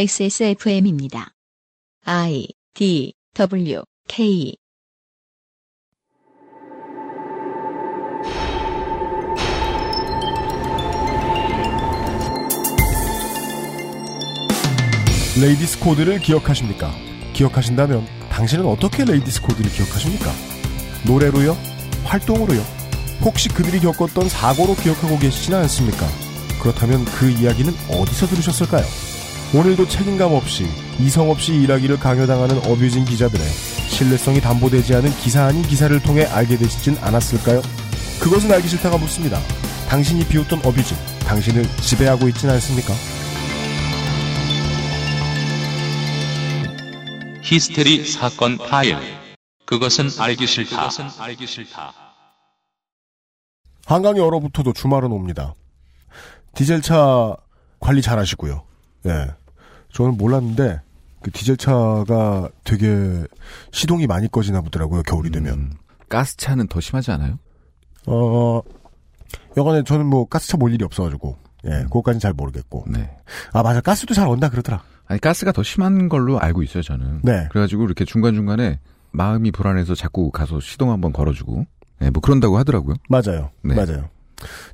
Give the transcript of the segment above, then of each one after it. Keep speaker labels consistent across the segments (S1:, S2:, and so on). S1: XSFM입니다. I D W K
S2: 레이디스 코드를 기억하십니까? 기억하신다면 당신은 어떻게 레이디스 코드를 기억하십니까? 노래로요? 활동으로요? 혹시 그들이 겪었던 사고로 기억하고 계시지는 않습니까? 그렇다면 그 이야기는 어디서 들으셨을까요? 오늘도 책임감 없이 이성 없이 일하기를 강요당하는 어뷰진 기자들의 신뢰성이 담보되지 않은 기사 아닌 기사를 통해 알게 되시진 않았을까요? 그것은 알기 싫다가 묻습니다. 당신이 비웃던 어뷰진, 당신을 지배하고 있진 않습니까?
S3: 히스테리 사건 파일. 그것은 알기 싫다.
S2: 한강이 얼어붙어도 주말은 옵니다. 디젤차 관리 잘 하시고요. 예. 저는 몰랐는데, 그 디젤차가 되게 시동이 많이 꺼지나 보더라고요, 겨울이 되면.
S4: 음, 가스차는 더 심하지 않아요?
S2: 어, 여간에 저는 뭐 가스차 몰 일이 없어가지고, 예,
S4: 음.
S2: 그것까진 잘 모르겠고.
S4: 네.
S2: 아, 맞아. 가스도 잘 온다 그러더라.
S4: 아니 가스가 더 심한 걸로 알고 있어요 저는.
S2: 네.
S4: 그래가지고 이렇게 중간 중간에 마음이 불안해서 자꾸 가서 시동 한번 걸어주고, 네, 뭐 그런다고 하더라고요.
S2: 맞아요.
S4: 네.
S2: 맞아요.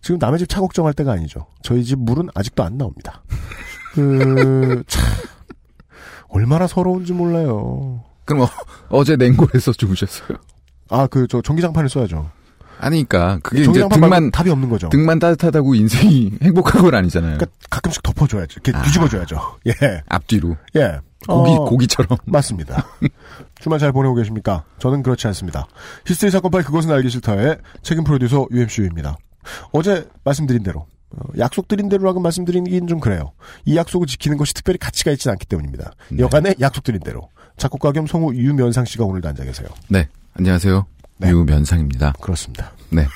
S2: 지금 남의 집 차 걱정할 때가 아니죠. 저희 집 물은 아직도 안 나옵니다. 그, 참. 얼마나 서러운지 몰라요.
S4: 그럼 어, 제 냉골에서 주무셨어요?
S2: 아, 그, 저 전기장판을 써야죠.
S4: 아니, 그러니까 그니까, 그게 이제
S2: 전기장판 말고
S4: 등만,
S2: 답이 없는 거죠.
S4: 등만 따뜻하다고 인생이 행복한 건 아니잖아요.
S2: 그러니까 가끔씩 덮어줘야죠. 이렇게 뒤집어줘야죠. 예,
S4: 앞뒤로.
S2: 예.
S4: 아. 고기,
S2: 어,
S4: 고기처럼.
S2: 맞습니다. 주말 잘 보내고 계십니까? 저는 그렇지 않습니다. 히스테리 사건 파일 그것은 알기 싫다의 책임 프로듀서 UMCU입니다. 어제 말씀드린 대로 어, 약속드린 대로라고 말씀드리긴 좀 그래요. 이 약속을 지키는 것이 특별히 가치가 있지는 않기 때문입니다.
S4: 네.
S2: 여간에 약속드린 대로 작곡가 겸 성우 유면상 씨가 오늘도 앉아 계세요.
S4: 네. 안녕하세요.
S2: 네.
S4: 유면상입니다.
S2: 그렇습니다.
S4: 네.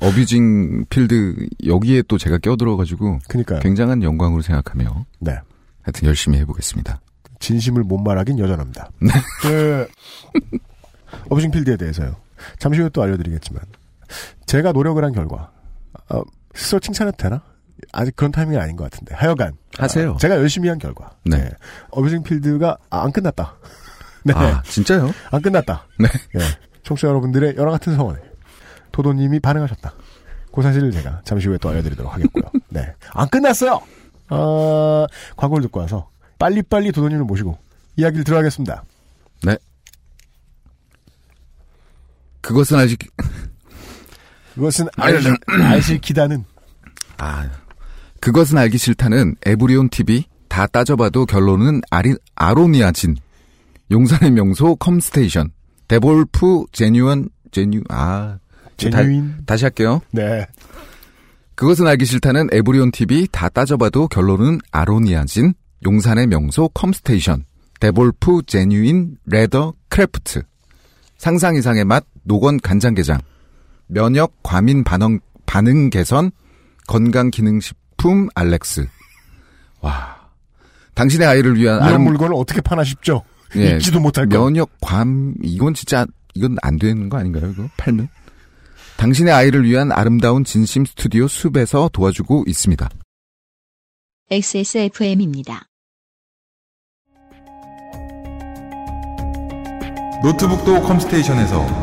S4: 어뷰징 필드, 여기에 또 제가 껴들어가지고,
S2: 그러니까요.
S4: 굉장한 영광으로 생각하며,
S2: 네.
S4: 하여튼 열심히 해보겠습니다.
S2: 진심을 못 말하긴 여전합니다.
S4: 네.
S2: 그 어브싱 필드에 대해서요. 잠시 후에 또 알려드리겠지만 제가 노력을 한 결과 어, 스스로 칭찬해도 되나? 아직 그런 타이밍이 아닌 것 같은데 하여간
S4: 하세요.
S2: 아, 제가 열심히 한 결과
S4: 네.
S2: 어브싱 필드가 아, 안 끝났다. 네,
S4: 아, 진짜요?
S2: 안 끝났다.
S4: 네.
S2: 예, 청취자 여러분들의 연화 같은 성원에 도도님이 반응하셨다. 그 사실을 제가 잠시 후에 또 알려드리도록 하겠고요. 네. 안 끝났어요! 어, 광고를 듣고 와서 빨리빨리 도도님을 모시고 이야기를 들어가겠습니다.
S4: 네. 그것은 아직,
S2: 그것은 알, 알실 기다는
S4: 아, 그것은 알기 싫다는 에브리온 TV 다 따져봐도 결론은 아리, 아로니아진 용산의 명소 컴스테이션 데볼프 제뉴언 제뉴 아
S2: 제뉴인.
S4: 다, 시 할게요.
S2: 네.
S4: 그것은 알기 싫다는 에브리온 TV 다 따져봐도 결론은 아로니아진 용산의 명소 컴스테이션 데볼프 제뉴인 레더 크래프트 상상 이상의 맛 노건 간장게장 면역 과민 반응 반응 개선 건강 기능 식품 알렉스 와 당신의 아이를 위한
S2: 이런
S4: 아름-
S2: 물건을 어떻게 파나 싶죠?
S4: 예,
S2: 읽지도 못할 거.
S4: 면역 괌 이건 진짜 이건 안 되는 거 아닌가요? 이거 팔면 당신의 아이를 위한 아름다운 진심 스튜디오 숲에서 도와주고 있습니다.
S1: XSFM입니다.
S5: 노트북도 컴스테이션에서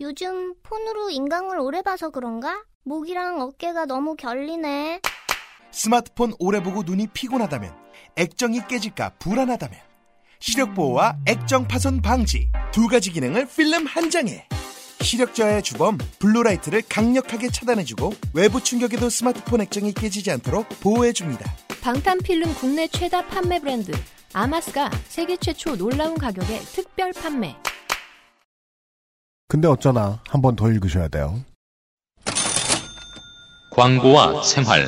S6: 요즘 폰으로 인강을 오래 봐서 그런가? 목이랑 어깨가 너무 결리네.
S7: 스마트폰 오래 보고 눈이 피곤하다면 액정이 깨질까 불안하다면 시력 보호와 액정 파손 방지 두 가지 기능을 필름 한 장에 시력 저하의 주범 블루라이트를 강력하게 차단해주고 외부 충격에도 스마트폰 액정이 깨지지 않도록 보호해줍니다.
S8: 방탄필름 국내 최다 판매 브랜드 아마스가 세계 최초 놀라운 가격에 특별 판매.
S2: 근데 어쩌나 한 번 더 읽으셔야 돼요.
S3: 광고와 생활,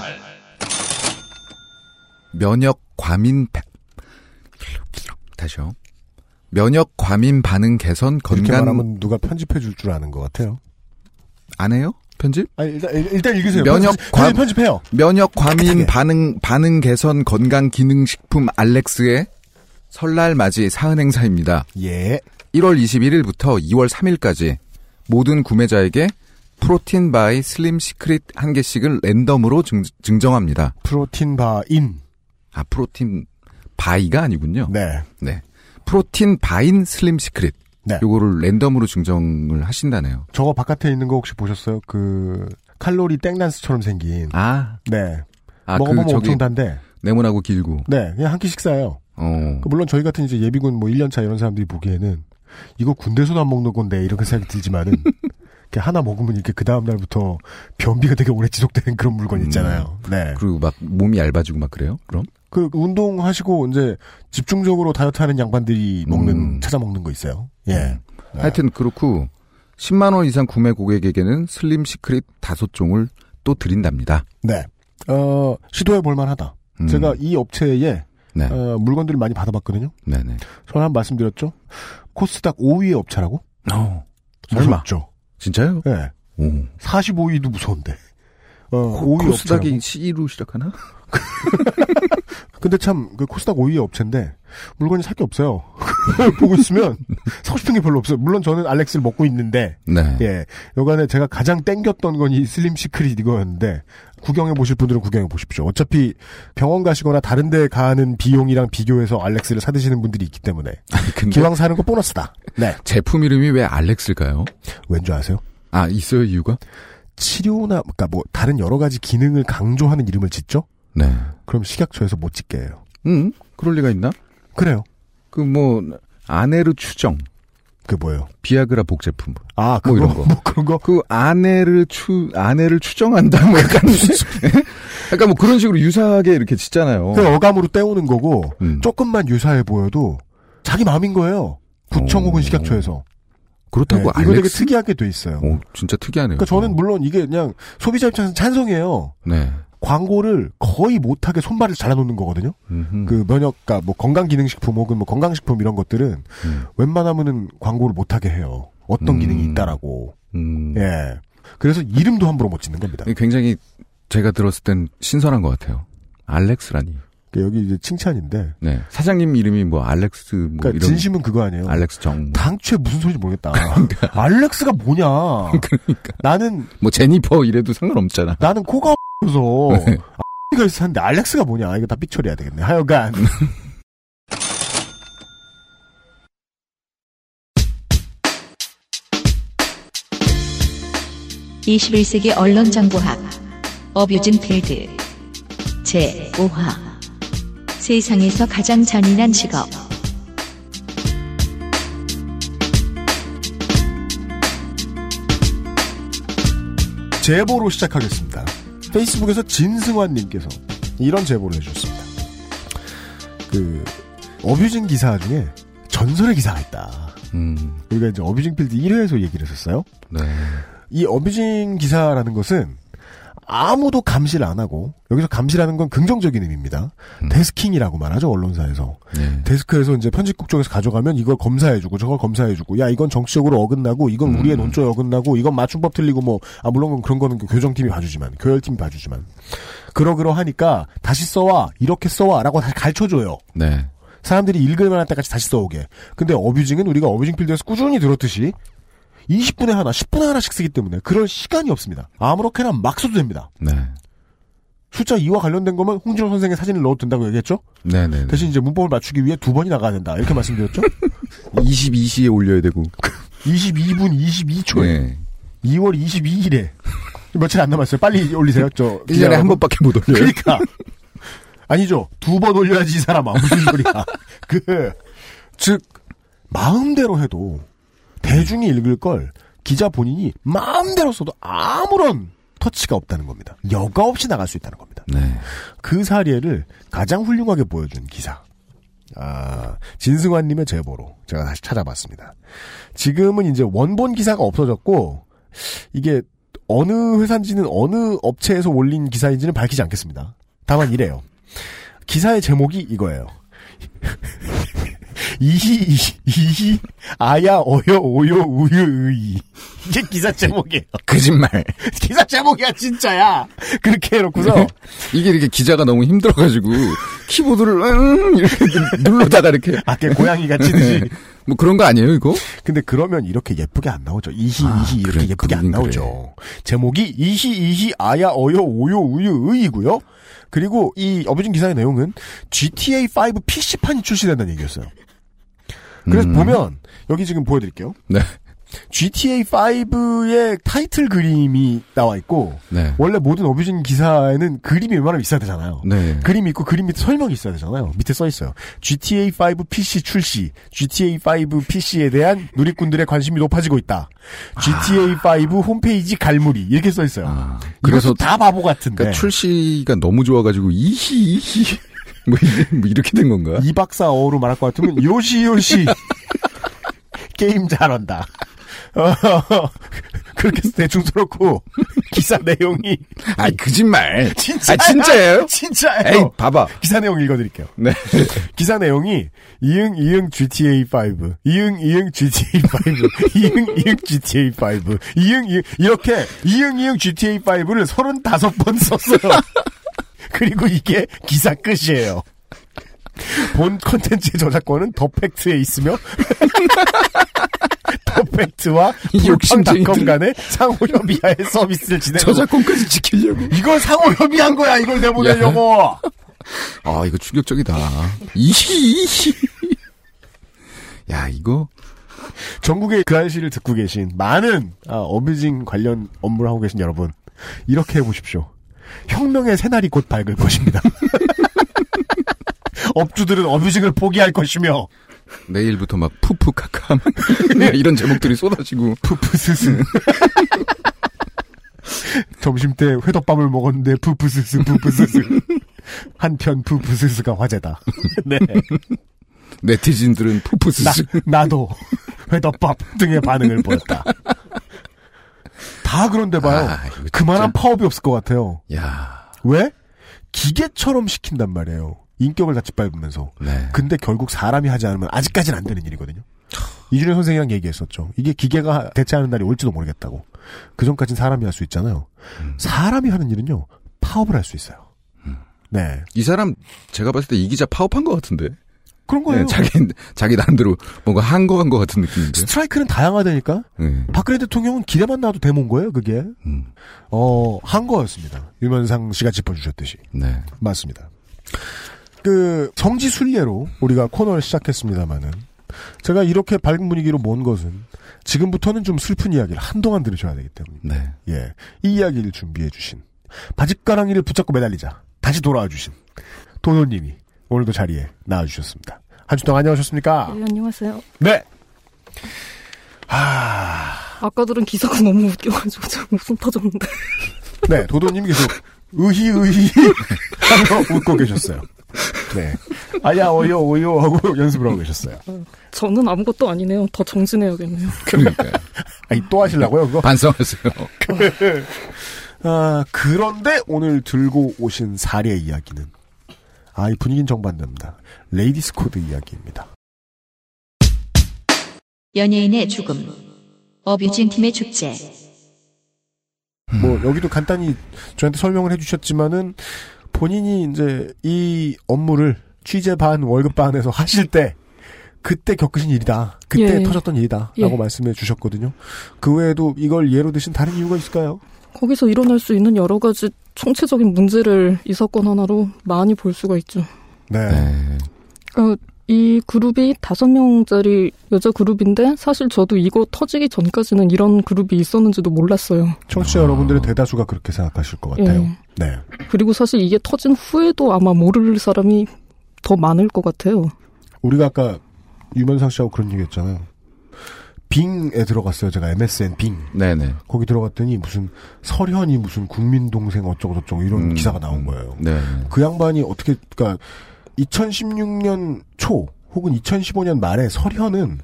S4: 면역 과민 바... 다시요. 면역 과민 반응 개선
S2: 이렇게
S4: 건강
S2: 말하면 누가 편집해 줄 줄 아는 것 같아요.
S4: 안 해요? 편집?
S2: 아니, 일단, 일- 일단 읽으세요.
S4: 면역
S2: 편집,
S4: 과-
S2: 편집, 편집해요.
S4: 면역 과민
S2: 깨끗하게.
S4: 반응 반응 개선 건강 기능 식품 알렉스의 설날 맞이 사은 행사입니다.
S2: 예.
S4: 1월 21일부터 2월 3일까지 모든 구매자에게 프로틴 바이 슬림 시크릿 한 개씩을 랜덤으로 증, 정합니다
S2: 프로틴 바인.
S4: 아, 프로틴 바이가 아니군요.
S2: 네.
S4: 네. 프로틴 바인 슬림 시크릿.
S2: 네.
S4: 요거를 랜덤으로 증정을 하신다네요.
S2: 저거 바깥에 있는 거 혹시 보셨어요? 그, 칼로리 땡란스처럼 생긴.
S4: 아,
S2: 네.
S4: 아, 그
S2: 먹어보면
S4: 저기
S2: 엄청 단데.
S4: 네모나고 길고.
S2: 네. 그냥 한 끼 식사예요.
S4: 어.
S2: 그 물론 저희 같은 이제 예비군 뭐 1년차 이런 사람들이 보기에는 이거 군대에서도 안 먹는 건데 이렇게 생각이 들지만은 이렇게 하나 먹으면 이렇게 그 다음 날부터 변비가 되게 오래 지속되는 그런 물건 있잖아요. 네.
S4: 음. 그리고 막 몸이 얇아지고 막 그래요? 그럼?
S2: 그 운동하시고 이제 집중적으로 다이어트하는 양반들이 먹는
S4: 음.
S2: 찾아 먹는 거 있어요. 예. 네.
S4: 하여튼 그렇고 10만 원 이상 구매 고객에게는 슬림 시크릿 다섯 종을 또 드린답니다.
S2: 네. 어, 시도해 볼 만하다.
S4: 음.
S2: 제가 이 업체에
S4: 네.
S2: 어, 물건들을 많이 받아봤거든요.
S4: 네, 네.
S2: 전에 한 말씀드렸죠. 코스닥 5위의 업체라고?
S4: 어. 설마.
S2: 무섭죠.
S4: 진짜요?
S2: 예.
S4: 오.
S2: 45위도 무서운데. 어, 5위 업체라고.
S4: 코스닥이 C로 시작하나?
S2: 근데 참 그 코스닥 5위 업체인데 물건이 살 게 없어요. 보고 있으면 사고 싶은 게 별로 없어요. 물론 저는 알렉스를 먹고 있는데
S4: 네.
S2: 예 여간에 제가 가장 땡겼던 건 이 슬림 시크릿 이거였는데 구경해 보실 분들은 구경해 보십시오. 어차피 병원 가시거나 다른데 가는 비용이랑 비교해서 알렉스를 사드시는 분들이 있기 때문에
S4: 근데
S2: 기왕 사는 거 보너스다. 네,
S4: 제품 이름이 왜 알렉스일까요?
S2: 왠 줄 아세요?
S4: 아, 있어요, 이유가?
S2: 치료나 그러니까 뭐 다른 여러 가지 기능을 강조하는 이름을 짓죠?
S4: 네.
S2: 그럼 식약처에서 못 짓게 해요.
S4: 음, 그럴 리가 있나?
S2: 그래요.
S4: 그 뭐, 아네르 추정,
S2: 그게 뭐예요?
S4: 비아그라 복제품.
S2: 아, 그거
S4: 뭐 이런 거.
S2: 뭐 그런 거?
S4: 그 아내를 추, 아내를 추정한다, 뭐 약간, 약간 뭐 그런 식으로 유사하게 이렇게 짓잖아요.
S2: 그 어감으로 때우는 거고
S4: 음.
S2: 조금만 유사해 보여도 자기 마음인 거예요. 구청 혹은 식약처에서.
S4: 어. 그렇다고
S2: 네, 이거 되게
S4: 알렉스.
S2: 특이하게 돼 있어요.
S4: 오, 진짜 특이하네요. 어,
S2: 그러니까 저는 물론 이게 그냥 소비자 입장에서 찬성이에요.
S4: 네.
S2: 광고를 거의 못하게 손발을 잘라놓는 거거든요.
S4: 음흠.
S2: 그 면역과 뭐 건강기능식품 혹은 뭐 건강식품 이런 것들은
S4: 음.
S2: 웬만하면은 광고를 못하게 해요. 어떤
S4: 음.
S2: 기능이 있다라고.
S4: 음.
S2: 예. 그래서 이름도 함부로 못 짓는 겁니다.
S4: 굉장히 제가 들었을 땐 신선한 것 같아요. 알렉스라니.
S2: 여기 이제 칭찬인데.
S4: 네. 사장님 이름이 뭐 알렉스 뭐
S2: 그러니까
S4: 이런
S2: 진심은 그거 아니에요.
S4: 알렉스 그러니까. 정. 뭐,
S2: 당최 무슨 소리인지 모르겠다. 알렉스가 뭐냐. 나는,
S4: 뭐 제니퍼 이래도 상관없잖아.
S2: 나는 코가 없어서.
S4: 네.
S2: 이걸 샀는데 알렉스가 뭐냐. 이거 다 삑처리해야 되겠네. 하여간.
S1: 이 21세기 언론정보학 어뷰진 필드 제5화 세상에서 가장 잔인한 직업
S2: 제보로 시작하겠습니다. 페이스북에서 진승환님께서 이런 제보를 해주셨습니다. 그, 어뷰징 기사 중에 전설의 기사가 있다.
S4: 음.
S2: 우리가 이제 어뷰징 필드 1회에서 얘기를 했었어요.
S4: 네.
S2: 이 어뷰징 기사라는 것은 아무도 감시를 안 하고, 여기서 감시라는 건 긍정적인 의미입니다.
S4: 음.
S2: 데스킹이라고 말하죠, 언론사에서.
S4: 네.
S2: 데스크에서 이제 편집국 쪽에서 가져가면 이걸 검사해주고 저걸 검사해주고 야 이건 정치적으로 어긋나고 이건 우리의
S4: 음.
S2: 논조에 어긋나고 이건 맞춤법 틀리고 뭐 아 물론 그건 그런 거는 그 교정팀이 봐주지만 교열팀이 봐주지만 그러그러 하니까 다시 써와 이렇게 써와라고 다시 가르쳐줘요
S4: 네.
S2: 사람들이 읽을 만한 때까지 다시 써오게 근데 어뷰징은 우리가 어뷰징 필드에서 꾸준히 들었듯이 20분에 하나 10분에 하나씩 쓰기 때문에 그럴 시간이 없습니다 아무렇게나 막 써도 됩니다
S4: 네.
S2: 숫자 2와 관련된 거면 홍진호 선생의 사진을 넣어도 된다고 얘기했죠
S4: 네, 네.
S2: 대신 이제 문법을 맞추기 위해 두 번이 나가야 된다 이렇게 말씀드렸죠
S4: 22시에 올려야 되고.
S2: 22분 22초에
S4: 네.
S2: 2월 22일에 며칠 안 남았어요. 빨리 올리세요. 저
S4: 1년에 그 한 번밖에 못 올려요.
S2: 그러니까 아니죠. 두 번 올려야지 이 사람아 무슨 소리야. 그즉 마음대로 해도 대중이 읽을 걸 기자 본인이 마음대로 써도 아무런 터치가 없다는 겁니다. 여과 없이 나갈 수 있다는 겁니다.
S4: 네.
S2: 그 사례를 가장 훌륭하게 보여준 기사. 아, 진승환님의 제보로 제가 다시 찾아봤습니다. 지금은 이제 원본 기사가 없어졌고, 이게 어느 회사인지는 어느 업체에서 올린 기사인지는 밝히지 않겠습니다. 다만 이래요. 기사의 제목이 이거예요. 이히 이히 아야 어여 오요 우유 의이 이게 기사 제목이에요.
S4: 아. 거짓말.
S2: 기사 제목이야 진짜야. 그렇게 해놓고서
S4: 이게 이렇게 기자가 너무 힘들어가지고 키보드를 음 이렇게 누르다가 이렇게
S2: 아까 고양이 같이 듯이
S4: 뭐 그런 거 아니에요 이거?
S2: 근데 그러면 이렇게 예쁘게 안 나오죠. 이히
S4: 아,
S2: 이히 이렇게
S4: 그래,
S2: 예쁘게 안
S4: 그러긴
S2: 나오죠. 제목이 이히 이히 아야 어여 오요 우유 의이고요. 그리고 이 어뷰진 기사의 내용은 GTA 5 PC판이 출시된다는 얘기였어요. 그래서
S4: 음.
S2: 보면 여기 지금 보여드릴게요.
S4: 네,
S2: GTA 5의 타이틀 그림이 나와 있고
S4: 네,
S2: 원래 모든 어뷰진 기사에는 그림이 웬만하면 있어야 되잖아요.
S4: 네.
S2: 그림이 있고 그림 밑에 설명이 있어야 되잖아요. 밑에 써 있어요. GTA 5 PC 출시. GTA 5 PC에 대한 누리꾼들의 관심이 높아지고 있다. GTA 5 홈페이지 갈무리 이렇게 써 있어요.
S4: 아,
S2: 그래서
S4: 그래서
S2: 다 바보 같은데.
S4: 그러니까 출시가 너무 좋아가지고 이히 이히 뭐, 이- 뭐 이렇게 된 건가?
S2: 이 박사 어로 말할 것 같으면 요시 요시 게임 잘한다. 어, 그렇게 해서 대충 들었고 기사 내용이
S4: 아 거짓말.
S2: 진짜
S4: 아, 진짜예요?
S2: 진짜예요.
S4: 에이 봐봐.
S2: 기사 내용 읽어드릴게요.
S4: 네.
S2: 기사 내용이 이응 이응 GTA 5, 이응 이응 GTA 5, 이응 이응 GTA 5, 이응 이응 이렇게 이응 이응 GTA 5를 35번 썼어요. 그리고 이게 기사 끝이에요. 본 컨텐츠의 저작권은 더 팩트에 있으며 더 팩트와
S4: 욕심쟁이들.
S2: 불판닷컴 간의 상호 협의하에 서비스를
S4: 네.
S2: 진행하고
S4: 저작권까지 지키려고.
S2: 이걸 상호 협의한 거야 이걸 내보내려고
S4: 아 이거 충격적이다. 이히 이히. 야 이거
S2: 전국의 그 한시를 듣고 계신 많은 아, 어뮤징 관련 업무를 하고 계신 여러분 이렇게 해보십시오. 혁명의 새날이 곧 밝을 것입니다. 업주들은 어뮤징을 포기할 것이며
S4: 내일부터 막 푸푸 카카 막 이런 제목들이 쏟아지고
S2: 그 푸푸스스 점심 때 회덮밥을 먹었는데 푸푸스스 푸푸스스 한편 푸푸스스가 화제다. 네.
S4: 네티즌들은
S2: 나,
S4: 푸푸스스
S2: 나도 회덮밥 등의 반응을 보였다. 다 그런데 봐요.
S4: 아, 이거
S2: 그만한 파업이 없을 것 같아요.
S4: 야
S2: 왜? 기계처럼 시킨단 말이에요. 인격을 다 짓밟으면서.
S4: 네.
S2: 근데 결국 사람이 하지 않으면 아직까지는 안 되는 일이거든요. 이준혜 선생이랑 얘기했었죠. 이게 기계가 대체하는 날이 올지도 모르겠다고. 그 전까진 사람이 할 수 있잖아요.
S4: 음.
S2: 사람이 하는 일은요. 파업을 할 수 있어요. 네.
S4: 이 사람 제가 봤을 때 이 기자 파업한 것 같은데
S2: 그런 거예요.
S4: 네, 자기 자기 나름대로 뭔가 한 거 한 거 같은 느낌인데
S2: 스트라이크는 다양하다니까.
S4: 네.
S2: 박근혜 대통령은 기대만 나와도 데모인 거예요, 그게.
S4: 음.
S2: 어, 한 거였습니다. 유면상 씨가 짚어주셨듯이.
S4: 네.
S2: 맞습니다. 그, 성지 순례로 우리가 코너를 시작했습니다만은, 제가 이렇게 밝은 분위기로 모은 것은, 지금부터는 좀 슬픈 이야기를 한동안 들으셔야 되기 때문입니다.
S4: 네.
S2: 예. 이 이야기를 준비해주신, 바짓가랑이를 붙잡고 매달리자, 다시 돌아와주신, 도노님이 오늘도 자리에 나와주셨습니다. 한 주 동안 안녕하셨습니까?
S9: 안녕하세요.
S2: 네! 아,
S9: 아까 들은 기사가 너무 웃겨가지고 제가 웃음 터졌는데.
S2: 네, 도도님 계속 의희 의희 하고 웃고 계셨어요. 네, 아야 어여 어여 하고 연습을 하고 계셨어요.
S9: 저는 아무것도 아니네요. 더 정진해야겠네요.
S4: 그러니까
S2: 아니 또 하시려고요 그거?
S4: 반성하세요.
S2: 아 그런데 오늘 들고 오신 사례 이야기는 아이 분위기는 정반대입니다. 레이디스 코드 이야기입니다.
S1: 연예인의 죽음. 어뷰진 팀의 축제.
S2: 뭐 여기도 간단히 저한테 설명을 해주셨지만은 본인이 이제 이 업무를 취재 반 월급 반에서 하실 때 그때 겪으신 일이다. 그때
S9: 예.
S2: 터졌던 일이다라고
S9: 예.
S2: 말씀해 주셨거든요. 그 외에도 이걸 예로 드신 다른 이유가 있을까요?
S9: 거기서 일어날 수 있는 여러 가지 총체적인 문제를 이 사건 하나로 많이 볼 수가 있죠.
S2: 네.
S4: 네.
S9: 그러니까 이 그룹이 다섯 명짜리 여자 그룹인데 사실 저도 이거 터지기 전까지는 이런 그룹이 있었는지도 몰랐어요.
S2: 청취자 여러분들의 대다수가 그렇게 생각하실 것 같아요.
S9: 예.
S2: 네.
S9: 그리고 사실 이게 터진 후에도 아마 모를 사람이 더 많을 것 같아요.
S2: 우리가 아까 유면상 씨하고 그런 얘기 했잖아요. 빙에 들어갔어요. 제가 MSN 빙.
S4: 네네.
S2: 거기 들어갔더니 무슨 설현이 무슨 국민동생 어쩌고저쩌고 이런
S4: 음,
S2: 기사가 나온
S4: 음.
S2: 거예요.
S4: 네.
S2: 그 양반이 어떻게 그러니까 2016년 초 혹은 2015년 말에 설현은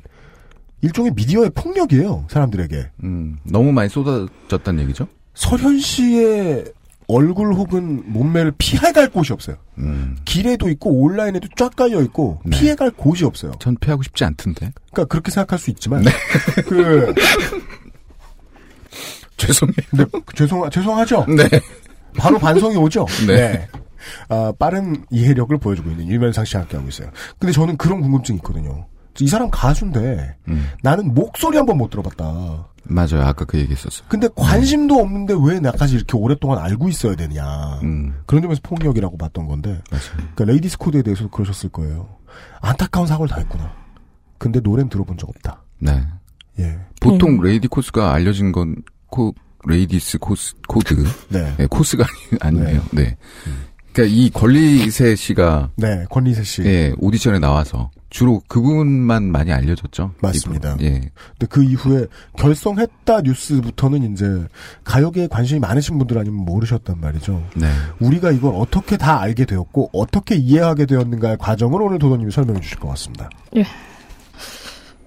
S2: 일종의 미디어의 폭력이에요 사람들에게
S4: 음, 너무 많이 쏟아졌단 얘기죠?
S2: 설현 씨의 얼굴 혹은 몸매를 피해갈 곳이 없어요.
S4: 음.
S2: 길에도 있고 온라인에도 쫙 깔려 있고
S4: 네.
S2: 피해갈 곳이 없어요.
S4: 전 피하고 싶지 않던데.
S2: 그러니까 그렇게 생각할 수 있지만 그
S4: 죄송해요.
S2: 근데 그 죄송 죄송하죠.
S4: 네.
S2: 바로 반성이 오죠.
S4: 네.
S2: 아, 빠른 이해력을 보여주고 있는 유면상 씨와 함께하고 있어요. 근데 저는 그런 궁금증이 있거든요. 이 사람 가수인데
S4: 음.
S2: 나는 목소리 한 번 못 들어봤다.
S4: 맞아요. 아까 그 얘기했었어요.
S2: 근데 관심도 없는데 왜 나까지 이렇게 오랫동안 알고 있어야 되냐.
S4: 음.
S2: 그런 점에서 폭력이라고 봤던 건데. 그러니까 레이디스 코드에 대해서도 그러셨을 거예요. 안타까운 사고를 당했구나. 근데 노래는 들어본 적 없다.
S4: 네.
S2: 예.
S4: 보통 레이디 코스가 알려진 건 코, 레이디스 코스 코드.
S2: 네.
S4: 네, 코스가 아니, 아니에요. 네. 그러니까 이 권리세 씨가
S2: 네, 권리세 씨.
S4: 예, 오디션에 나와서 주로 그분만 많이 알려졌죠.
S2: 맞습니다.
S4: 이분. 예.
S2: 근데 그 이후에 결성했다 뉴스부터는 이제 가요계에 관심이 많으신 분들 아니면 모르셨단 말이죠.
S4: 네.
S2: 우리가 이걸 어떻게 다 알게 되었고 어떻게 이해하게 되었는가의 과정을 오늘 도도님이 설명해 주실 것 같습니다.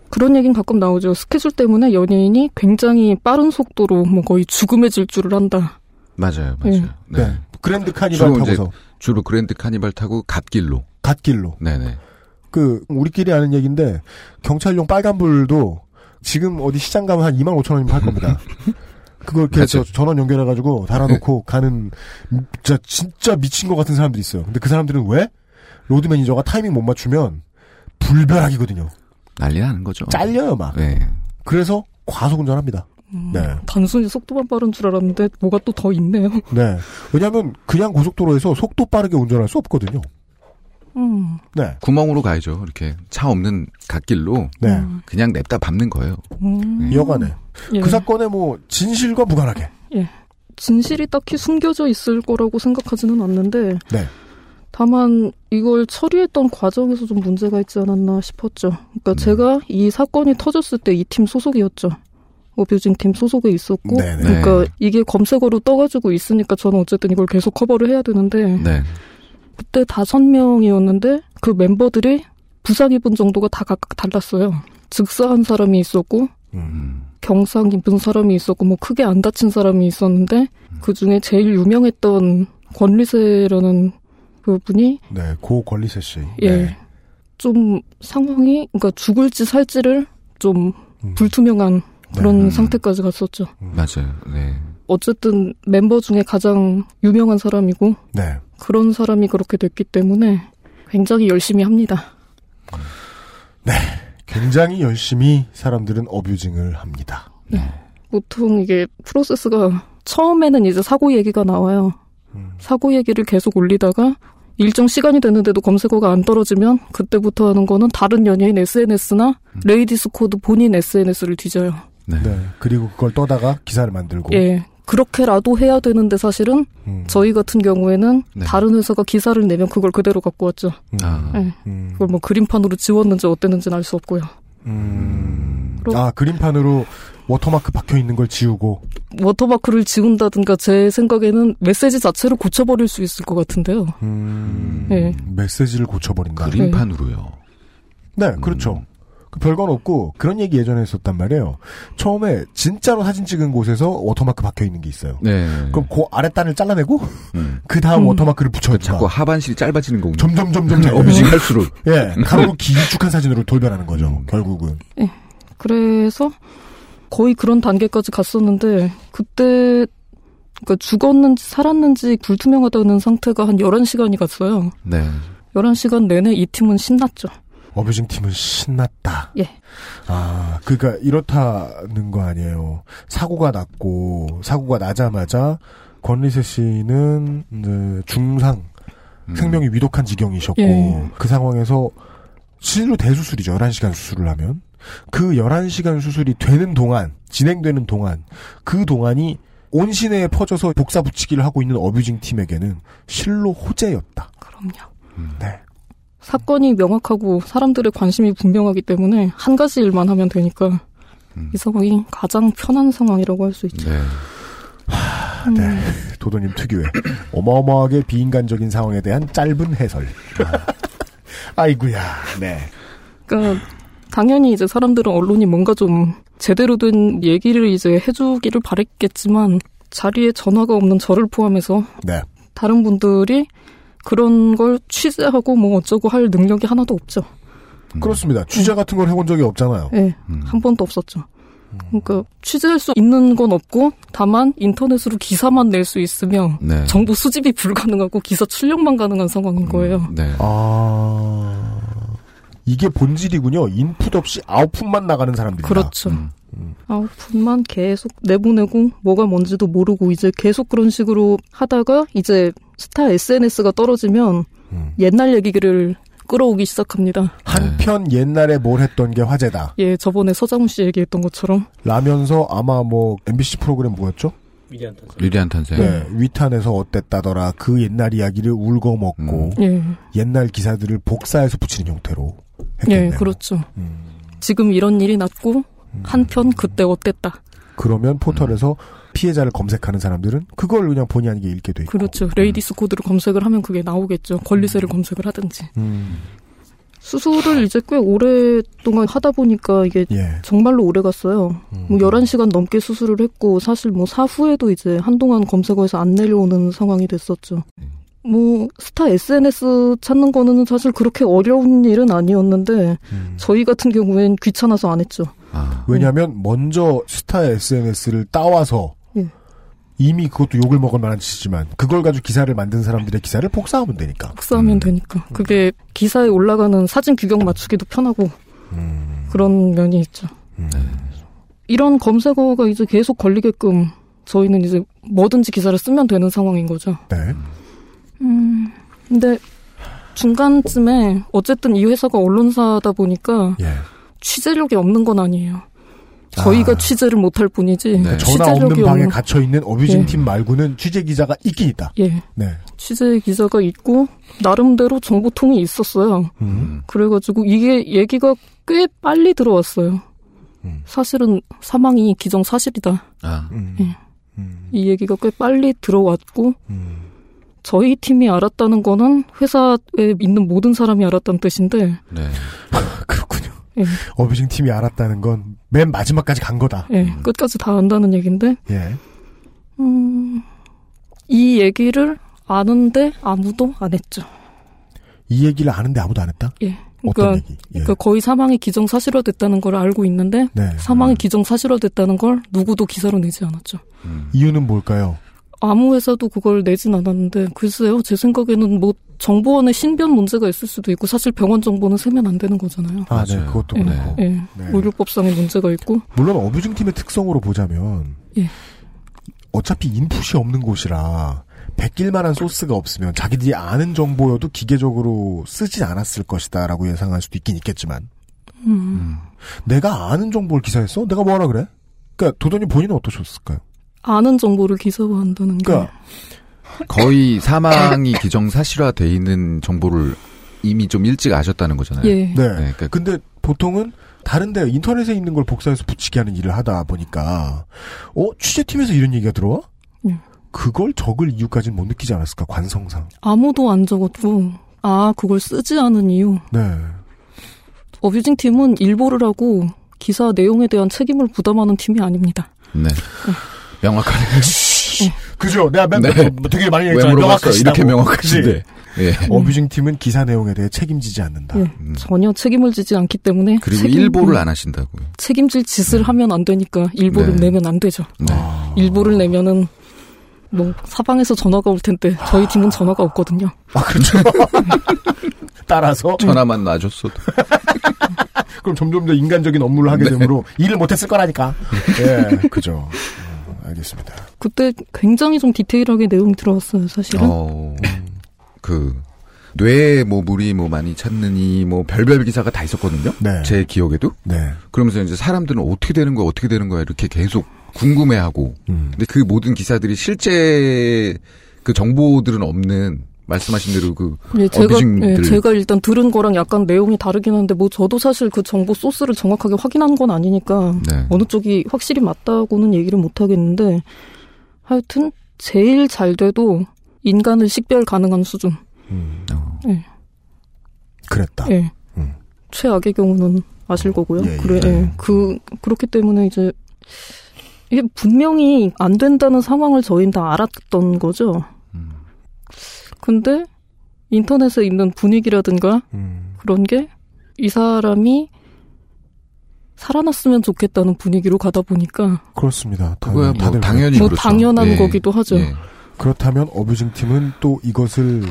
S9: 그런 얘기는 가끔 나오죠. 스케줄 때문에 연예인이 굉장히 빠른 속도로 뭐 거의 죽음의 질주를 한다.
S4: 맞아요. 맞아요. 네.
S2: 네. 그랜드 카니발
S4: 주로 이제-
S2: 타고서
S4: 주로 그랜드 카니발 타고 갓길로.
S2: 갓길로
S4: 네, 네.
S2: 그 우리끼리 아는 얘기인데 경찰용 빨간불도 지금 어디 시장 가면 한 2만 5천 원이면 팔 겁니다. 그걸 이렇게 저
S4: 맞아요.
S2: 전원 연결해가지고 달아놓고 가는 진짜 진짜 미친 것 같은 사람들이 있어요. 근데 그 사람들은 왜 로드 매니저가 타이밍 못 맞추면 불벼락이거든요.
S4: 난리 나는 거죠.
S2: 잘려요 막.
S4: 네.
S2: 그래서 과속운전합니다.
S9: 음,
S2: 네.
S9: 단순히 속도만 빠른 줄 알았는데 뭐가 또 더 있네요.
S2: 네. 왜냐하면 그냥 고속도로에서 속도 빠르게 운전할 수 없거든요.
S9: 음,
S2: 네.
S4: 구멍으로 가야죠. 이렇게 차 없는 갓길로
S2: 네.
S9: 음,
S4: 그냥 냅다 밟는 거예요.
S9: 음,
S4: 네.
S2: 여간에
S9: 예.
S2: 그 사건의 뭐 진실과 무관하게
S9: 진실이 딱히 숨겨져 있을 거라고 생각하지는 않는데
S2: 네.
S9: 다만 이걸 처리했던 과정에서 좀 문제가 있지 않았나 싶었죠.
S2: 음.
S9: 그러니까 제가 이 사건이 터졌을 때 이 팀 소속이었죠. 어뷰징 팀 소속에 있었고
S2: 네네.
S9: 그러니까
S4: 네.
S9: 이게 검색어로 떠가지고 있으니까 저는 어쨌든 이걸 계속 커버를 해야 되는데
S4: 네.
S9: 그때 다섯 명이었는데 그 멤버들이 부상 입은 정도가 다 각각 달랐어요. 즉사한 사람이 있었고
S4: 음.
S9: 경상 입은 사람이 있었고 뭐 크게 안 다친 사람이 있었는데 그 중에 제일 유명했던 권리세라는 그 분이
S2: 네. 고 권리세 씨.
S9: 예.
S2: 네.
S9: 좀 상황이 그러니까 죽을지 살지를 좀
S2: 음.
S9: 불투명한 그런
S4: 음.
S9: 상태까지 갔었죠.
S4: 맞아요. 네.
S9: 어쨌든 멤버 중에 가장 유명한 사람이고
S2: 네.
S9: 그런 사람이 그렇게 됐기 때문에 굉장히 열심히 합니다.
S2: 굉장히 열심히 사람들은 어뷰징을 합니다.
S9: 보통 이게 프로세스가 처음에는 이제 사고 얘기가 나와요.
S2: 음.
S9: 사고 얘기를 계속 올리다가 일정 시간이 되는데도 검색어가 안 떨어지면 그때부터 하는 거는 다른 연예인 SNS나
S2: 음.
S9: 레이디스 코드 본인 SNS를 뒤져요.
S4: 네.
S2: 네. 그리고 그걸 떠다가 기사를 만들고.
S9: 예. 그렇게라도 해야 되는데 사실은
S2: 음.
S9: 저희 같은 경우에는
S4: 네.
S9: 다른 회사가 기사를 내면 그걸 그대로 갖고 왔죠.
S2: 음.
S4: 아.
S9: 네.
S2: 음.
S9: 그걸 뭐 그림판으로 지웠는지 어땠는지는 알 수 없고요.
S2: 음.
S9: 그럼-
S2: 아, 그림판으로 워터마크 박혀 있는 걸 지우고.
S9: 워터마크를 지운다든가 제 생각에는 메시지 자체를 고쳐버릴 수 있을 것 같은데요.
S2: 음.
S9: 예.
S2: 메시지를 고쳐버린다.
S4: 그림판으로요.
S2: 네, 그렇죠.
S4: 음.
S2: 그 별건 없고 그런 얘기 예전에 했었단 말이에요. 처음에 진짜로 사진 찍은 곳에서 워터마크 박혀 있는 게 있어요.
S4: 네.
S2: 그럼 그 아래 단을 잘라내고
S4: 음.
S2: 그 다음
S9: 음.
S2: 워터마크를 붙여야 다
S4: 자꾸 하반신이 짧아지는 거군요.
S2: 점점 점점
S4: 어뮤징할수록
S2: 예, 가로로 길쭉한 사진으로 돌변하는 거죠.
S4: 음.
S2: 결국은
S9: 그래서 거의 그런 단계까지 갔었는데 그때 그러니까 죽었는지 살았는지 불투명하다는 상태가 한 11시간이 갔어요.
S4: 네.
S9: 11시간 내내 이 팀은 신났죠.
S2: 어뷰징 팀은 신났다.
S9: 예.
S2: 아, 그러니까 이렇다는 거 아니에요. 사고가 났고 사고가 나자마자 권리세 씨는 이제 중상
S4: 음.
S2: 생명이 위독한 지경이셨고
S9: 예.
S2: 그 상황에서 실로 대수술이죠. 11시간 수술을 하면 그 11시간 수술이 되는 동안 진행되는 동안 그 동안이 온 시내에 퍼져서 복사 붙이기를 하고 있는 어뷰징 팀에게는 실로 호재였다.
S9: 그럼요.
S2: 네.
S9: 사건이 명확하고 사람들의 관심이 분명하기 때문에 한 가지 일만 하면 되니까 이 상황이 가장 편한 상황이라고 할 수 있죠.
S2: 음.
S4: 네.
S2: 도도님 특유의 어마어마하게 비인간적인 상황에 대한 짧은 해설. 아. 이구야 네.
S9: 그러니까 당연히 이제 사람들은 언론이 뭔가 좀 제대로 된 얘기를 이제 해주기를 바랬겠지만 자리에 전화가 없는 저를 포함해서
S2: 네.
S9: 다른 분들이 그런 걸 취재하고 뭐 어쩌고 할 능력이 하나도 없죠.
S2: 음.
S4: 음.
S2: 그렇습니다. 취재 같은 걸 해본 적이 없잖아요.
S9: 예. 한 번도 없었죠. 그러니까 취재할 수 있는 건 없고 다만 인터넷으로 기사만 낼 수 있으며
S4: 네.
S9: 정보 수집이 불가능하고 기사 출력만 가능한 상황인 거예요.
S4: 네.
S2: 아 이게 본질이군요. 인풋 없이 아웃풋만 나가는 사람들이다.
S9: 그렇죠.
S4: 음.
S9: 아웃풋만 계속 내보내고 뭐가 뭔지도 모르고 이제 계속 그런 식으로 하다가 이제 스타 SNS가 떨어지면
S2: 음.
S9: 옛날 얘기를 끌어오기 시작합니다.
S2: 한편 옛날에 뭘 했던 게 화제다.
S9: 예, 저번에 서장훈 씨 얘기했던 것처럼
S2: 라면서 아마 뭐 MBC 프로그램 뭐였죠?
S4: 유리한 탄생.
S2: 네. 위탄에서 어땠다더라. 그 옛날 이야기를 울고 먹고
S4: 음.
S9: 예,
S2: 옛날 기사들을 복사해서 붙이는 형태로
S9: 예,
S2: 했겠네요. 음.
S9: 그렇죠. 지금 이런 일이 났고 한편 그때 어땠다.
S2: 그러면 포털에서 피해자를 검색하는 사람들은 그걸 그냥 본의 아니게 읽게 돼 있고.
S9: 그렇죠. 레이디스 코드를 검색을 하면 그게 나오겠죠. 권리세를 검색을 하든지.
S2: 음,
S9: 수술을 이제 꽤 오랫동안 하다 보니까 이게
S2: 예.
S9: 정말로 오래 갔어요. 뭐 11시간 넘게 수술을 했고 사실 뭐 사후에도 이제 한동안 검색어에서 안 내려오는 상황이 됐었죠. 뭐 스타 SNS 찾는 거는 사실 그렇게 어려운 일은 아니었는데
S2: 음.
S9: 저희 같은 경우엔 귀찮아서 안 했죠.
S4: 아,
S2: 왜냐하면 먼저 스타 SNS를 따와서
S9: 예.
S2: 이미 그것도 욕을 먹을 만한 짓이지만 그걸 가지고 기사를 만든 사람들의 기사를 복사하면 되니까.
S9: 복사하면
S4: 음.
S9: 되니까 그게 기사에 올라가는 사진 규격 맞추기도 편하고
S4: 음.
S9: 그런 면이 있죠.
S2: 음. 네.
S9: 이런 검색어가 이제 계속 걸리게끔 저희는 이제 뭐든지 기사를 쓰면 되는 상황인 거죠.
S2: 네.
S9: 음, 근데 중간쯤에 어쨌든 이 회사가 언론사다 보니까
S2: 예.
S9: 취재력이 없는 건 아니에요. 저희가
S2: 아.
S9: 취재를 못할 뿐이지
S4: 네.
S2: 전화
S9: 취재력이
S2: 없는 방에
S9: 없는-
S2: 갇혀 있는 어뷰징
S9: 예.
S2: 팀 말고는 취재 기자가 있긴 있다.
S9: 예
S2: 네.
S9: 취재 기자가 있고 나름대로 정보통이 있었어요.
S2: 음.
S9: 그래가지고 이게 얘기가 꽤 빨리 들어왔어요.
S2: 음.
S9: 사실은 사망이 기정 사실이다.
S4: 아,
S2: 음.
S9: 예.
S2: 음.
S9: 이 얘기가 꽤 빨리 들어왔고
S2: 음.
S9: 저희 팀이 알았다는 거는 회사에 있는 모든 사람이 알았다는 뜻인데
S4: 네.
S2: 그렇군요.
S9: 예.
S2: 어뷰징 팀이 알았다는 건 맨 마지막까지 간 거다.
S9: 예, 끝까지 다 안다는 얘기인데
S2: 예.
S9: 음, 이 얘기를 아는데 아무도 안 했죠.
S2: 이 얘기를 아는데 아무도 안 했다.
S9: 예.
S2: 어떤
S9: 그러니까,
S2: 얘기? 예.
S9: 그러니까 거의 사망이 기정사실화됐다는 걸 알고 있는데
S2: 네.
S9: 사망이 기정사실화됐다는 걸 누구도 기사로 내지 않았죠.
S2: 음. 이유는 뭘까요?
S9: 아무 회사도 그걸 내진 않았는데 글쎄요 제 생각에는 뭐 정보원의 신변 문제가 있을 수도 있고 사실 병원 정보는 세면 안 되는 거잖아요.
S2: 아, 네,
S4: 맞아요.
S2: 그것도
S9: 예,
S2: 그렇고.
S9: 예.
S2: 네.
S9: 의료법상의 문제가 있고
S2: 물론 어뷰징 팀의 특성으로 보자면
S9: 예.
S2: 어차피 인풋이 없는 곳이라 베낄 만한 소스가 없으면 자기들이 아는 정보여도 기계적으로 쓰진 않았을 것이다라고 예상할 수도 있긴 있겠지만
S9: 음.
S2: 음. 내가 아는 정보를 기사에 써? 내가 뭐하라 그래? 그러니까 도전이 본인은 어떠셨을까요?
S9: 아는 정보를 기사화한다는 게
S2: 그러니까
S4: 거의 사망이 기정사실화돼 있는 정보를 이미 좀 일찍 아셨다는 거잖아요.
S9: 예.
S2: 네.
S4: 네, 그러니까
S2: 근데 보통은 다른데 인터넷에 있는 걸 복사해서 붙이게 하는 일을 하다 보니까 어 취재팀에서 이런 얘기가 들어와?
S9: 예.
S2: 그걸 적을 이유까지는 못 느끼지 않았을까 관성상.
S9: 아무도 안 적었고 아 그걸 쓰지 않은 이유
S2: 네.
S9: 어뷰징 팀은 일보를 하고 기사 내용에 대한 책임을 부담하는 팀이 아닙니다.
S4: 네.
S2: 어.
S4: 명확하네요.
S2: 그죠? 내가 맨,
S4: 네.
S2: 뭐 되게 많이 네.
S4: 왜
S2: 했잖아.
S4: 물어봤어? 이렇게 명확하신데. 예.
S2: 음.
S4: 음.
S2: 어뷰징 팀은 기사 내용에 대해 책임지지 않는다.
S9: 예, 전혀 책임을 지지 않기 때문에
S4: 그리고
S9: 책임- 음,
S4: 일보를 안 하신다고요.
S9: 책임질 짓을 하면 안 되니까 일보를
S4: 네.
S9: 내면 안 되죠.
S4: 네.
S2: 아,
S9: 일보를 내면은 뭐 사방에서 전화가 올 텐데 저희 팀은 전화가 없거든요.
S2: 아 그렇죠. 따라서
S4: 전화만 놔줬어도.
S2: 그럼 점점 더 인간적인 업무를 하게 되므로 일을 못했을 거라니까. 네. 예, 그죠. 음, 알겠습니다.
S9: 그때 굉장히 좀 디테일하게 내용이 들어왔어요, 사실은.
S4: 어, 그, 뇌에 뭐 물이 뭐 많이 찾느니 뭐 별별 기사가 다 있었거든요.
S2: 네.
S4: 제 기억에도.
S2: 네.
S4: 그러면서 이제 사람들은 어떻게 되는 거야, 어떻게 되는 거야, 이렇게 계속 궁금해하고.
S2: 음.
S4: 근데 그 모든 기사들이 실제 그 정보들은 없는, 말씀하신 대로 그,
S9: 예, 제가
S4: 어뷰징들.
S9: 예, 제가 일단 들은 거랑 약간 내용이 다르긴 한데 뭐 저도 사실 그 정보 소스를 정확하게 확인한 건 아니니까
S4: 네.
S9: 어느 쪽이 확실히 맞다고는 얘기를 못 하겠는데 하여튼 제일 잘 돼도 인간을 식별 가능한 수준.
S4: 어,
S2: 그랬다.
S9: 예.
S2: 음.
S9: 최악의 경우는 아실 거고요.
S2: 예, 예.
S9: 그래, 예. 그 그렇기 때문에 이제 이게 분명히 안 된다는 상황을 저희는 다 알았던 거죠.
S4: 음.
S9: 근데 인터넷에 있는 분위기라든가
S2: 음.
S9: 그런 게 이 사람이 살아났으면 좋겠다는 분위기로 가다 보니까
S2: 그렇습니다.
S4: 그거야
S2: 다들,
S4: 뭐
S2: 다들
S4: 당연히
S9: 뭐
S4: 그렇죠. 네. 예.
S9: 당연한 거기도 하죠.
S2: 그렇다면 어뷰징 팀은 또 이것을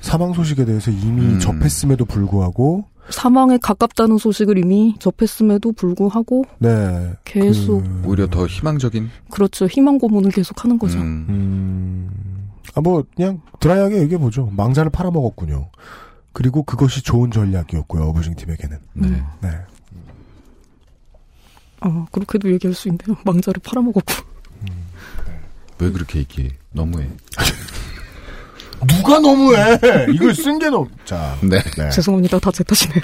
S2: 사망 소식에 대해서 이미
S4: 음.
S2: 접했음에도 불구하고
S9: 사망에 가깝다는 소식을 이미 접했음에도 불구하고
S2: 네
S9: 계속
S2: 그-
S4: 오히려 더 희망적인
S9: 그렇죠 희망 고문을 계속 하는 거죠.
S4: 음.
S2: 음. 아, 뭐, 그냥 드라이하게 얘기해보죠. 망자를 팔아먹었군요. 그리고 그것이 좋은 전략이었고요, 어부징 팀에게는.
S9: 음.
S4: 네.
S2: 네.
S9: 아 그렇게도 얘기할 수 있네요. 망자를 팔아먹었고
S4: 왜 그렇게 얘기해? 너무해.
S2: 누가 너무해! 이걸 쓴 게 너무. 자.
S4: 네.
S2: 네.
S9: 죄송합니다 다 제 탓이네요.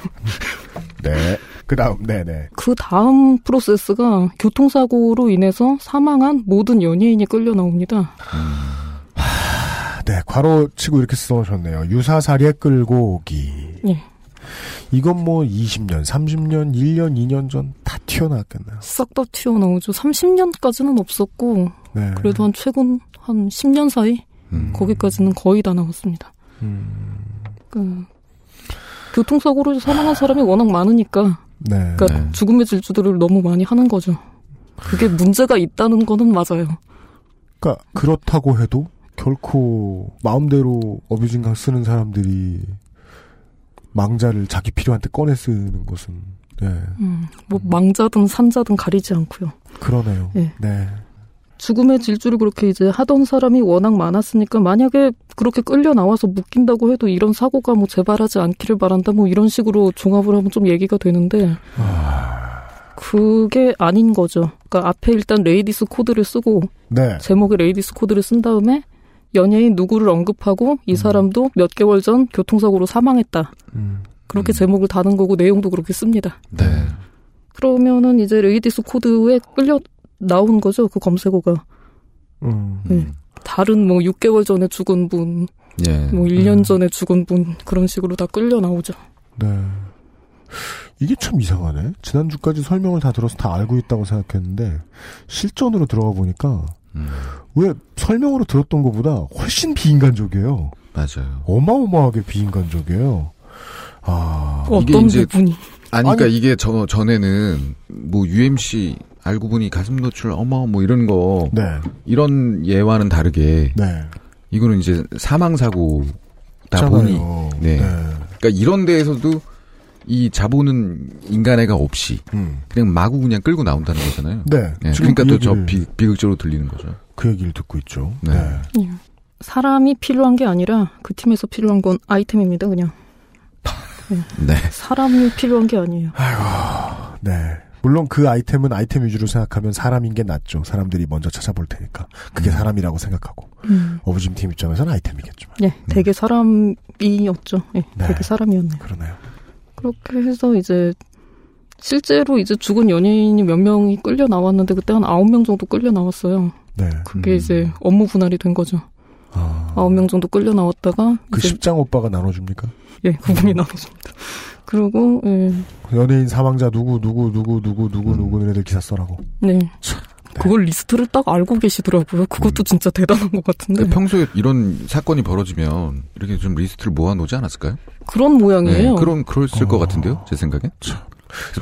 S2: 네. 그 다음, 네네.
S9: 그 다음 프로세스가 교통사고로 인해서 사망한 모든 연예인이 끌려 나옵니다.
S2: 아, 네. 괄호 치고 이렇게 써놓으셨네요. 유사사례 끌고 오기.
S9: 예.
S2: 이건 뭐 20년, 30년, 1년, 2년 전 다 튀어나왔겠나.
S9: 싹 다 튀어나오죠. 30년까지는 없었고
S2: 네.
S9: 그래도 한 최근 한 10년 사이
S4: 음.
S9: 거기까지는 거의 다 나왔습니다. 그 교통사고로 사망한 사람이 워낙 많으니까
S2: 네.
S9: 그러니까
S4: 네.
S9: 죽음의 질주들을 너무 많이 하는 거죠. 그게 문제가 있다는 거는 맞아요.
S2: 그러니까 그렇다고 해도 결코 마음대로 어뷰징강 쓰는 사람들이 망자를 자기 필요한 때 꺼내 쓰는 것은 네
S9: 음, 뭐 망자든 산자든 가리지 않고요.
S2: 그러네요.
S9: 예.
S2: 네.
S9: 죽음의 질주를 그렇게 이제 하던 사람이 워낙 많았으니까 만약에 그렇게 끌려 나와서 묶인다고 해도 이런 사고가 뭐 재발하지 않기를 바란다 뭐 이런 식으로 종합을 하면 좀 얘기가 되는데 그게 아닌 거죠. 그러니까 앞에 일단 레이디스 코드를 쓰고
S2: 네.
S9: 제목에 레이디스 코드를 쓴 다음에 연예인 누구를 언급하고 이 사람도 몇 개월 전 교통사고로 사망했다.
S2: 음.
S9: 그렇게
S4: 음.
S9: 제목을 다는 거고 내용도 그렇게 씁니다.
S4: 네.
S9: 그러면은 이제 레이디스 코드에 끌려 나온 거죠. 그 검색어가.
S2: 음.
S9: 네.
S4: 음.
S9: 다른 뭐 6개월 전에 죽은 분,
S4: 예.
S9: 뭐 1년 전에 죽은 분 그런 식으로 다 끌려 나오죠.
S2: 네. 이게 참 이상하네. 지난주까지 설명을 다 들어서 다 알고 있다고 생각했는데 실전으로 들어가 보니까
S4: 음.
S2: 왜 설명으로 들었던 것보다 훨씬 비인간적이에요.
S4: 맞아요.
S2: 어마어마하게 비인간적이에요. 아.
S9: 어떤
S4: 이제
S9: 부분이
S4: 아니, 그러니까 이게 저 전에는 뭐 UMC 알고 보니 가슴 노출 어머 뭐 이런 거
S2: 네.
S4: 이런 예와는 다르게
S2: 네.
S4: 이거는 이제 사망 사고다 보니
S2: 있잖아요. 어,
S4: 네. 그러니까 이런 데에서도 이 자본은 인간애가 없이
S2: 음.
S4: 그냥 마구 그냥 끌고 나온다는 거잖아요.
S2: 네.
S4: 예,
S2: 지금
S4: 그러니까
S2: 그
S4: 또 저
S2: 얘기를-
S4: 비극적으로 들리는 거죠.
S2: 그 얘기를 듣고 있죠.
S4: 네.
S9: 사람이 필요한 게 아니라 그 팀에서 필요한 건 아이템입니다. 그냥
S4: 네.
S9: 사람이 필요한 게 아니에요.
S2: 네. 물론 그 아이템은 아이템 위주로 생각하면 사람인 게 낫죠. 사람들이 먼저 찾아볼 테니까.
S4: 음.
S2: 그게 사람이라고 생각하고.
S9: 음.
S2: 어부짐 팀 입장에서는 아이템이겠지만.
S9: 예,
S4: 음.
S9: 되게 사람이었죠. 예,
S2: 네.
S9: 되게 사람이었네요.
S2: 그러네요.
S9: 그렇게 해서 이제 실제로 이제 죽은 연예인이 몇 명이 끌려 나왔는데 그때 한 9명 정도 끌려 나왔어요.
S2: 네.
S9: 그게
S4: 음.
S9: 이제 업무 분할이 된 거죠.
S2: 아.
S9: 9명 정도 끌려 나왔다가
S2: 그
S9: 이제
S2: 십장 오빠가 나눠줍니까?
S9: 예, 그분이 나눠줍니다. 그리고, 예,
S2: 연예인 사망자 누구, 누구, 누구, 누구, 누구,
S4: 음.
S2: 누구, 너네들 기사 써라고.
S9: 네. 그걸 리스트를 딱 알고 계시더라고요.
S2: 음.
S9: 그것도 진짜 대단한 것 같은데.
S2: 네,
S4: 근데 평소에 이런 사건이 벌어지면 이렇게 좀 리스트를 모아놓지 않았을까요? 네,
S9: 그런 모양이에요.
S4: 그럼 그랬을 것
S2: 어.
S4: 같은데요, 제 생각엔. 그래서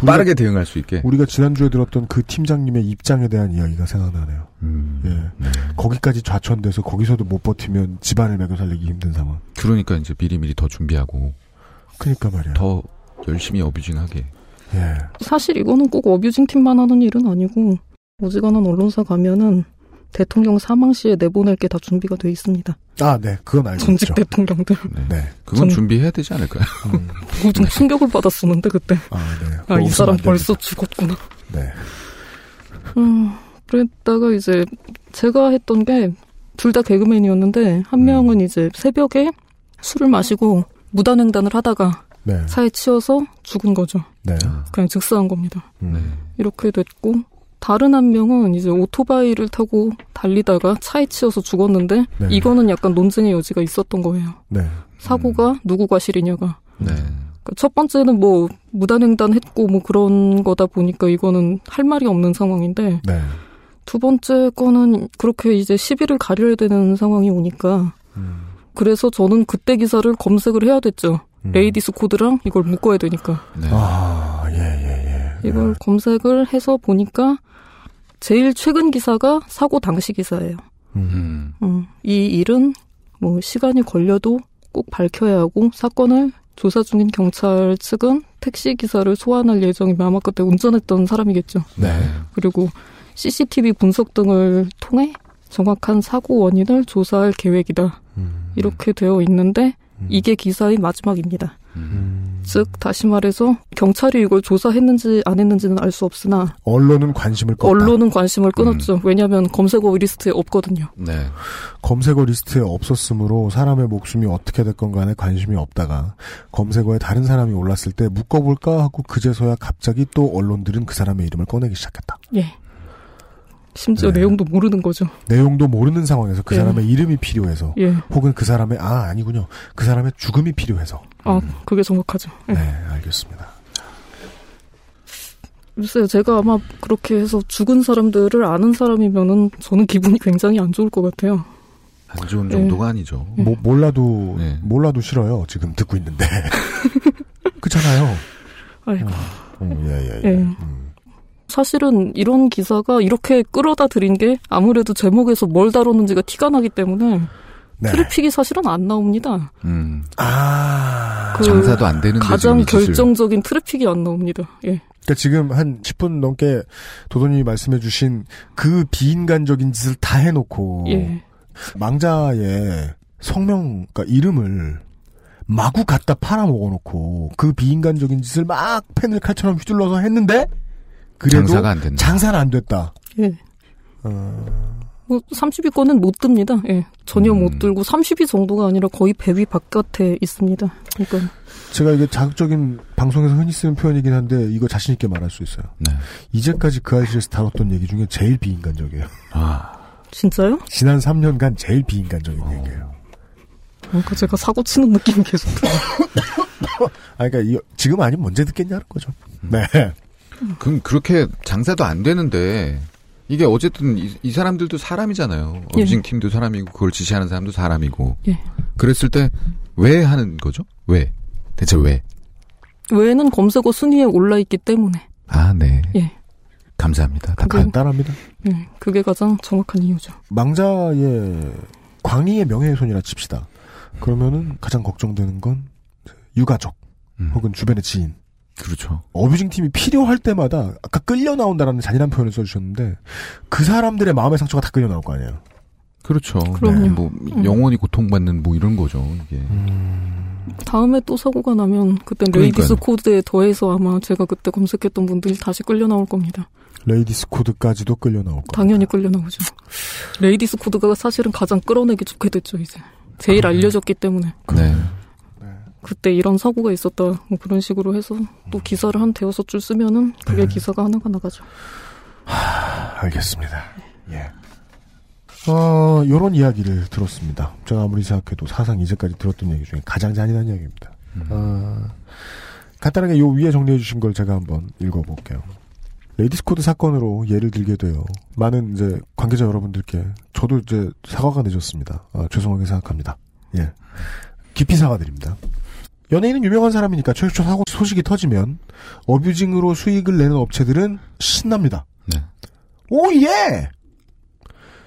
S2: 우리가-
S4: 빠르게 대응할 수 있게.
S2: 우리가 지난주에 들었던 그 팀장님의 입장에 대한 이야기가 생각나네요.
S4: 음.
S2: 예. 거기까지 좌천돼서 거기서도 못 버티면 집안을 먹여 살리기 힘든 상황.
S4: 그러니까 이제 미리미리 더 준비하고
S2: 그니까 말이야.
S4: 더 열심히 어뷰징하게.
S2: 예.
S9: 사실 이거는 꼭 어뷰징 팀만 하는 일은 아니고, 오지간한 언론사 가면은 대통령 사망 시에 내보낼 게 다 준비가 돼 있습니다.
S2: 아, 네. 그건 알고
S9: 전직
S2: 있죠.
S9: 대통령들.
S4: 네.
S2: 네.
S4: 그건
S9: 전-
S4: 준비해야 되지 않을까요?
S2: 음.
S9: 그거 좀 충격을 받았었는데, 그때.
S2: 아, 네.
S9: 아, 이
S2: 없으면
S9: 사람
S2: 안 됩니다.
S9: 벌써 죽었구나.
S2: 네.
S9: 음, 그랬다가 이제 제가 했던 게 둘 다 개그맨이었는데 한
S2: 음.
S9: 명은 이제 새벽에 술을 마시고 무단횡단을 하다가
S2: 네.
S9: 차에 치여서 죽은 거죠.
S2: 네.
S9: 그냥 즉사한 겁니다.
S2: 음.
S9: 이렇게 됐고 다른 한 명은 이제 오토바이를 타고 달리다가 차에 치여서 죽었는데
S2: 네.
S9: 이거는 약간 논쟁의 여지가 있었던 거예요.
S2: 네.
S9: 사고가 누구 과실이냐가.
S4: 네.
S9: 그러니까 첫 번째는 뭐 무단횡단했고 뭐 그런 거다 보니까 이거는 할 말이 없는 상황인데
S2: 네.
S9: 두 번째 거는 그렇게 이제 시비를 가려야 되는 상황이 오니까
S2: 음.
S9: 그래서 저는 그때 기사를 검색을 해야 됐죠. 레이디스 코드랑 이걸 묶어야 되니까
S4: 네.
S2: 아, 예, 예, 예.
S9: 이걸 검색을 해서 보니까 제일 최근 기사가 사고 당시 기사예요.
S4: 음.
S9: 음, 이 일은 뭐 시간이 걸려도 꼭 밝혀야 하고 사건을 조사 중인 경찰 측은 택시 기사를 소환할 예정이며 아마 그때 운전했던 사람이겠죠.
S2: 네.
S9: 그리고 CCTV 분석 등을 통해 정확한 사고 원인을 조사할 계획이다.
S2: 음.
S9: 이렇게 되어 있는데 이게 기사의 마지막입니다.
S4: 음.
S2: 음.
S9: 즉 다시 말해서 경찰이 이걸 조사했는지 안 했는지는 알 수 없으나
S2: 언론은 관심을 껐다. 음.
S9: 언론은 관심을 끊었죠. 왜냐하면 검색어 리스트에 없거든요.
S4: 네.
S2: 검색어 리스트에 없었으므로 사람의 목숨이 어떻게 됐건 간에 관심이 없다가 검색어에 다른 사람이 올랐을 때 묶어볼까 하고 그제서야 갑자기 또 언론들은 그 사람의 이름을 꺼내기 시작했다.
S9: 예. 심지어
S2: 네.
S9: 내용도 모르는 거죠.
S2: 내용도 모르는 상황에서 그
S9: 예.
S2: 사람의 이름이 필요해서
S9: 예.
S2: 혹은 그 사람의 아 아니군요. 그 사람의 죽음이 필요해서.
S9: 아 그게 정확하죠. 예.
S2: 네, 알겠습니다.
S9: 글쎄요, 제가 아마 그렇게 해서 죽은 사람들을 아는 사람이면은 저는 기분이 굉장히 안 좋을 것 같아요.
S4: 안 좋은
S9: 네.
S4: 정도가 아니죠.
S2: 뭐, 몰라도
S4: 음. 네.
S2: 몰라도 싫어요. 지금 듣고 있는데. 그렇잖아요.
S9: 아이고.
S2: 음, 예, 예, 예.
S9: 예.
S4: 네.
S2: 음.
S9: 사실은 이런 기사가 이렇게 끌어다 들인 게 아무래도 제목에서 뭘 다뤘는지가 티가 나기 때문에
S2: 네.
S9: 트래픽이 사실은 안 나옵니다.
S4: 음.
S2: 아.
S9: 그
S4: 장사도 안 되는
S9: 가장 결정적인 트래픽이 안 나옵니다. 예.
S2: 그러니까 지금 한 10분 넘게 도도님이 말씀해주신 그 비인간적인 짓을 다 해놓고
S4: 어.
S9: 예.
S2: 망자의 성명, 그러니까 이름을 마구 갖다 팔아먹어놓고 그 비인간적인 짓을 막 펜을 칼처럼 휘둘러서 했는데 그래도
S4: 장사가 안 된다.
S2: 장사는 안 됐다.
S9: 예.
S2: 어,
S9: 뭐 30위권은 못 듭니다. 예. 전혀
S4: 음.
S9: 못 들고 30위 정도가 아니라 거의 100위 바깥에 있습니다. 그러니까
S2: 제가 이게 자극적인 방송에서 흔히 쓰는 표현이긴 한데 이거 자신 있게 말할 수 있어요.
S4: 네.
S2: 이제까지 그 아이실에서 다뤘던 얘기 중에 제일 비인간적이에요.
S4: 아,
S9: 진짜요?
S2: 지난 3년간 제일 비인간적인 얘기예요.
S9: 뭔가 제가 사고 치는 느낌이 계속 들어요.
S2: 아, 그러니까 이- 지금 아니면 언제 듣겠냐는 거죠. 네.
S4: 그럼 그렇게 장사도 안 되는데 이게 어쨌든 이, 이 사람들도 사람이잖아요.
S9: 예.
S4: 어빙 팀도 사람이고 그걸 지시하는 사람도 사람이고.
S9: 예.
S4: 그랬을 때 왜 하는 거죠? 왜? 대체 왜?
S9: 외에는 검색어 순위에 올라 있기 때문에.
S4: 아, 네.
S9: 예.
S4: 감사합니다. 다-
S9: 그건-
S2: 간단합니다.
S9: 예. 그게 가장 정확한 이유죠.
S2: 망자의 광희의 명예훼손이라 칩시다. 그러면은 가장 걱정되는 건 유가족
S4: 음.
S2: 혹은 주변의 지인.
S4: 그렇죠.
S2: 어뷰징 팀이 필요할 때마다 아까 끌려 나온다라는 잔인한 표현을 써주셨는데 그 사람들의 마음의 상처가 다 끌려 나올 거 아니에요.
S4: 그렇죠.
S9: 그럼요. 음.
S4: 네, 뭐 영원히 고통받는 뭐 이런 거죠. 이게.
S2: 음,
S9: 다음에 또 사고가 나면 그때
S4: 그러니까요.
S9: 레이디스 코드에 더해서 아마 제가 그때 검색했던 분들이 다시 끌려 나올 겁니다.
S2: 레이디스 코드까지도 끌려 나올 거.
S9: 당연히 끌려 나오죠. 레이디스 코드가 사실은 가장 끌어내기 좋게 됐죠 이제. 제일
S4: 아,
S9: 알려졌기 때문에
S4: 네.
S2: 그렇죠.
S9: 그때 이런 사고가 있었다 뭐 그런 식으로 해서
S4: 음.
S9: 또 기사를 한 대여섯 줄 쓰면은 그게
S4: 네.
S9: 기사가 하나가 나가죠.
S2: 알겠습니다. 예. 어, 요런 이야기를 들었습니다. 제가 아무리 생각해도 사상 이제까지 들었던 얘기 중에 가장 잔인한 이야기입니다. 어, 간단하게 요 위에 정리해주신 걸 제가 한번 읽어볼게요. 레이디스코드 사건으로 예를 들게 돼요. 많은 이제 관계자 여러분들께 저도 이제 사과가 늦었습니다. 아, 죄송하게 생각합니다. 예. 깊이 사과드립니다. 연예인은 유명한 사람이니까 최초 사고 소식이 터지면 어뷰징으로 수익을 내는 업체들은 신납니다.
S4: 네.
S2: 오예!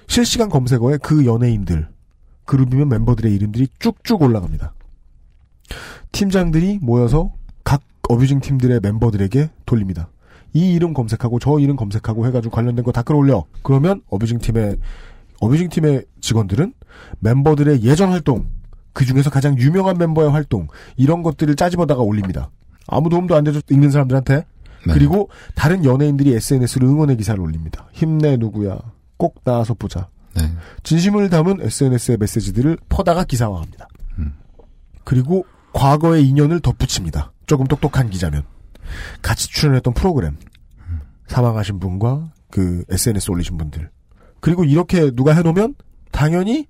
S2: 실시간 검색어에 그 연예인들, 그룹이면 멤버들의 이름들이 쭉쭉 올라갑니다. 팀장들이 모여서 각 어뷰징 팀들의 멤버들에게 돌립니다. 이 이름 검색하고 저 이름 검색하고 해가지고 관련된 거 다 끌어올려. 그러면 어뷰징 팀의 어뷰징 팀의 직원들은 멤버들의 예전 활동, 그 중에서 가장 유명한 멤버의 활동 이런 것들을 짜집어다가 올립니다. 아무 도움도 안 되죠 읽는 사람들한테.
S4: 네.
S2: 그리고 다른 연예인들이 SNS로 응원의 기사를 올립니다. 힘내 누구야. 꼭 나와서 보자.
S4: 네.
S2: 진심을 담은 SNS의 메시지들을 퍼다가 기사화합니다.
S4: 음.
S2: 그리고 과거의 인연을 덧붙입니다. 조금 똑똑한 기자면 같이 출연했던 프로그램 사망하신 분과 그 SNS 올리신 분들 그리고 이렇게 누가 해놓으면 당연히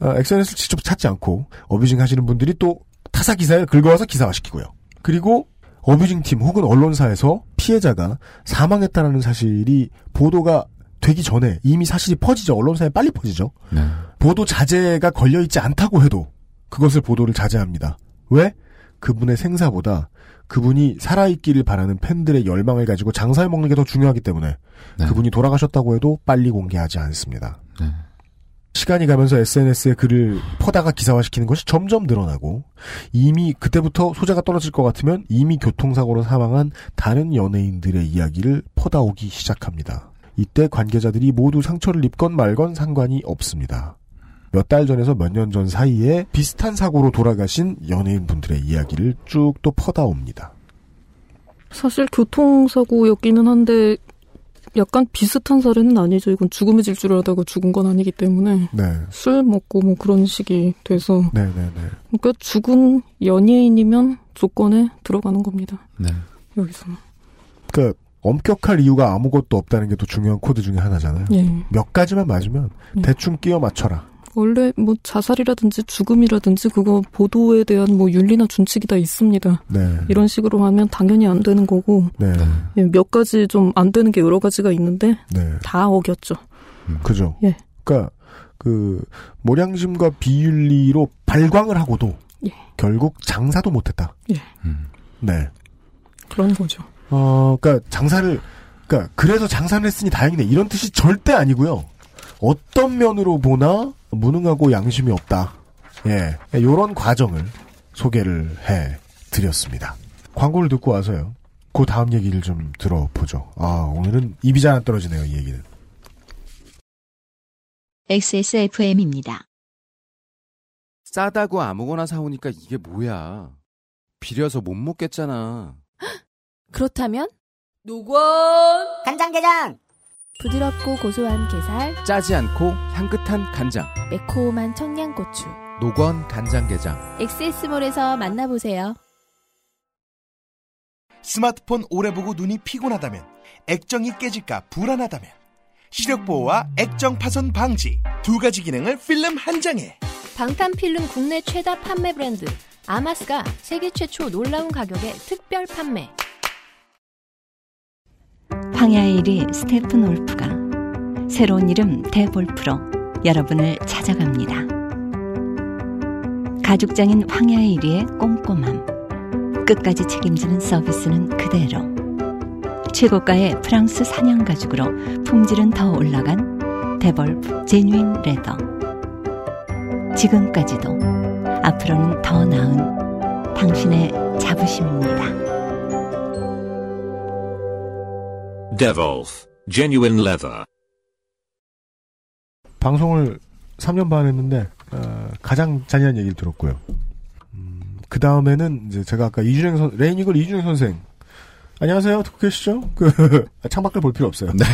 S2: 어, SNS를 직접 찾지 않고 어뷰징 하시는 분들이 또 타사 기사를 긁어와서 기사화시키고요. 그리고 어뷰징 팀 혹은 언론사에서 피해자가 사망했다라는 사실이 보도가 되기 전에 이미 사실이 퍼지죠. 언론사에 빨리 퍼지죠.
S4: 네.
S2: 보도 자제가 걸려있지 않다고 해도 그것을 보도를 자제합니다. 왜? 그분의 생사보다 그분이 살아있기를 바라는 팬들의 열망을 가지고 장사해 먹는 게 더 중요하기 때문에
S4: 네.
S2: 그분이 돌아가셨다고 해도 빨리 공개하지 않습니다.
S4: 네.
S2: 시간이 가면서 SNS에 글을 퍼다가 기사화시키는 것이 점점 늘어나고 이미 그때부터 소재가 떨어질 것 같으면 이미 교통사고로 사망한 다른 연예인들의 이야기를 퍼다오기 시작합니다. 이때 관계자들이 모두 상처를 입건 말건 상관이 없습니다. 몇 달 전에서 몇 년 전 사이에 비슷한 사고로 돌아가신 연예인분들의 이야기를 쭉 또 퍼다옵니다.
S9: 사실 교통사고였기는 한데 약간 비슷한 사례는 아니죠. 이건 죽음의 질주를 하다가 죽은 건 아니기 때문에
S2: 네.
S9: 술 먹고 뭐 그런 식이 돼서
S2: 네네네.
S9: 그러니까 죽은 연예인이면 조건에 들어가는 겁니다.
S4: 네.
S9: 여기서
S2: 그러니까 엄격할 이유가 아무것도 없다는 게 또 중요한 코드 중에 하나잖아요.
S9: 예
S2: 몇 가지만 맞으면
S9: 네.
S2: 대충 끼워 맞춰라.
S9: 원래 뭐 자살이라든지 죽음이라든지 그거 보도에 대한 뭐 윤리나 준칙이 다 있습니다.
S2: 네.
S9: 이런 식으로 하면 당연히 안 되는 거고
S2: 네.
S9: 예, 몇 가지 좀 안 되는 게 여러 가지가 있는데
S2: 네.
S9: 다 어겼죠.
S2: 그죠.
S9: 예.
S2: 그러니까 그 모량심과 비윤리로 발광을 하고도
S9: 예.
S2: 결국 장사도 못했다.
S9: 예.
S4: 음.
S2: 네.
S9: 그런 거죠.
S2: 어, 그러니까 장사를 그러니까 그래서 장사를 했으니 다행이네 이런 뜻이 절대 아니고요. 어떤 면으로 보나 무능하고 양심이 없다. 예, 이런 과정을 소개를 해 드렸습니다. 광고를 듣고 와서요. 그 다음 얘기를 좀 들어보죠. 아, 오늘은 입이 잘 안 떨어지네요, 이 얘기는.
S1: XSFM입니다.
S4: 싸다고 아무거나 사오니까 이게 뭐야. 비려서 못 먹겠잖아.
S8: 그렇다면 노건
S10: 간장게장
S8: 부드럽고 고소한 게살,
S4: 짜지 않고 향긋한 간장.
S8: 매콤한 청양고추.
S4: 노건 간장게장.
S8: 엑세스몰에서 만나보세요.
S7: 스마트폰 오래 보고 눈이 피곤하다면 액정이 깨질까 불안하다면 시력 보호와 액정 파손 방지 두 가지 기능을 필름 한 장에
S8: 방탄필름 국내 최다 판매 브랜드 아마스가 세계 최초 놀라운 가격에 특별 판매.
S11: 황야의 일이 스테픈 올프가 새로운 이름 대볼프로 여러분을 찾아갑니다. 가죽장인 황야의 일이의 꼼꼼함, 끝까지 책임지는 서비스는 그대로 최고가의 프랑스 사냥 가죽으로 품질은 더 올라간 데볼프 제뉴인 레더. 지금까지도 앞으로는 더 나은 당신의 자부심입니다.
S12: Devolf. Genuine leather.
S2: 방송을 3년 반 했는데 어, 가장 잔인한 얘기를 들었고요. 그 다음에는 이제 제가 아까 이준영 선 레이닝글 이준영 선생 안녕하세요 듣고 계시죠? 그 아, 창밖을 볼 필요 없어요.
S4: 네.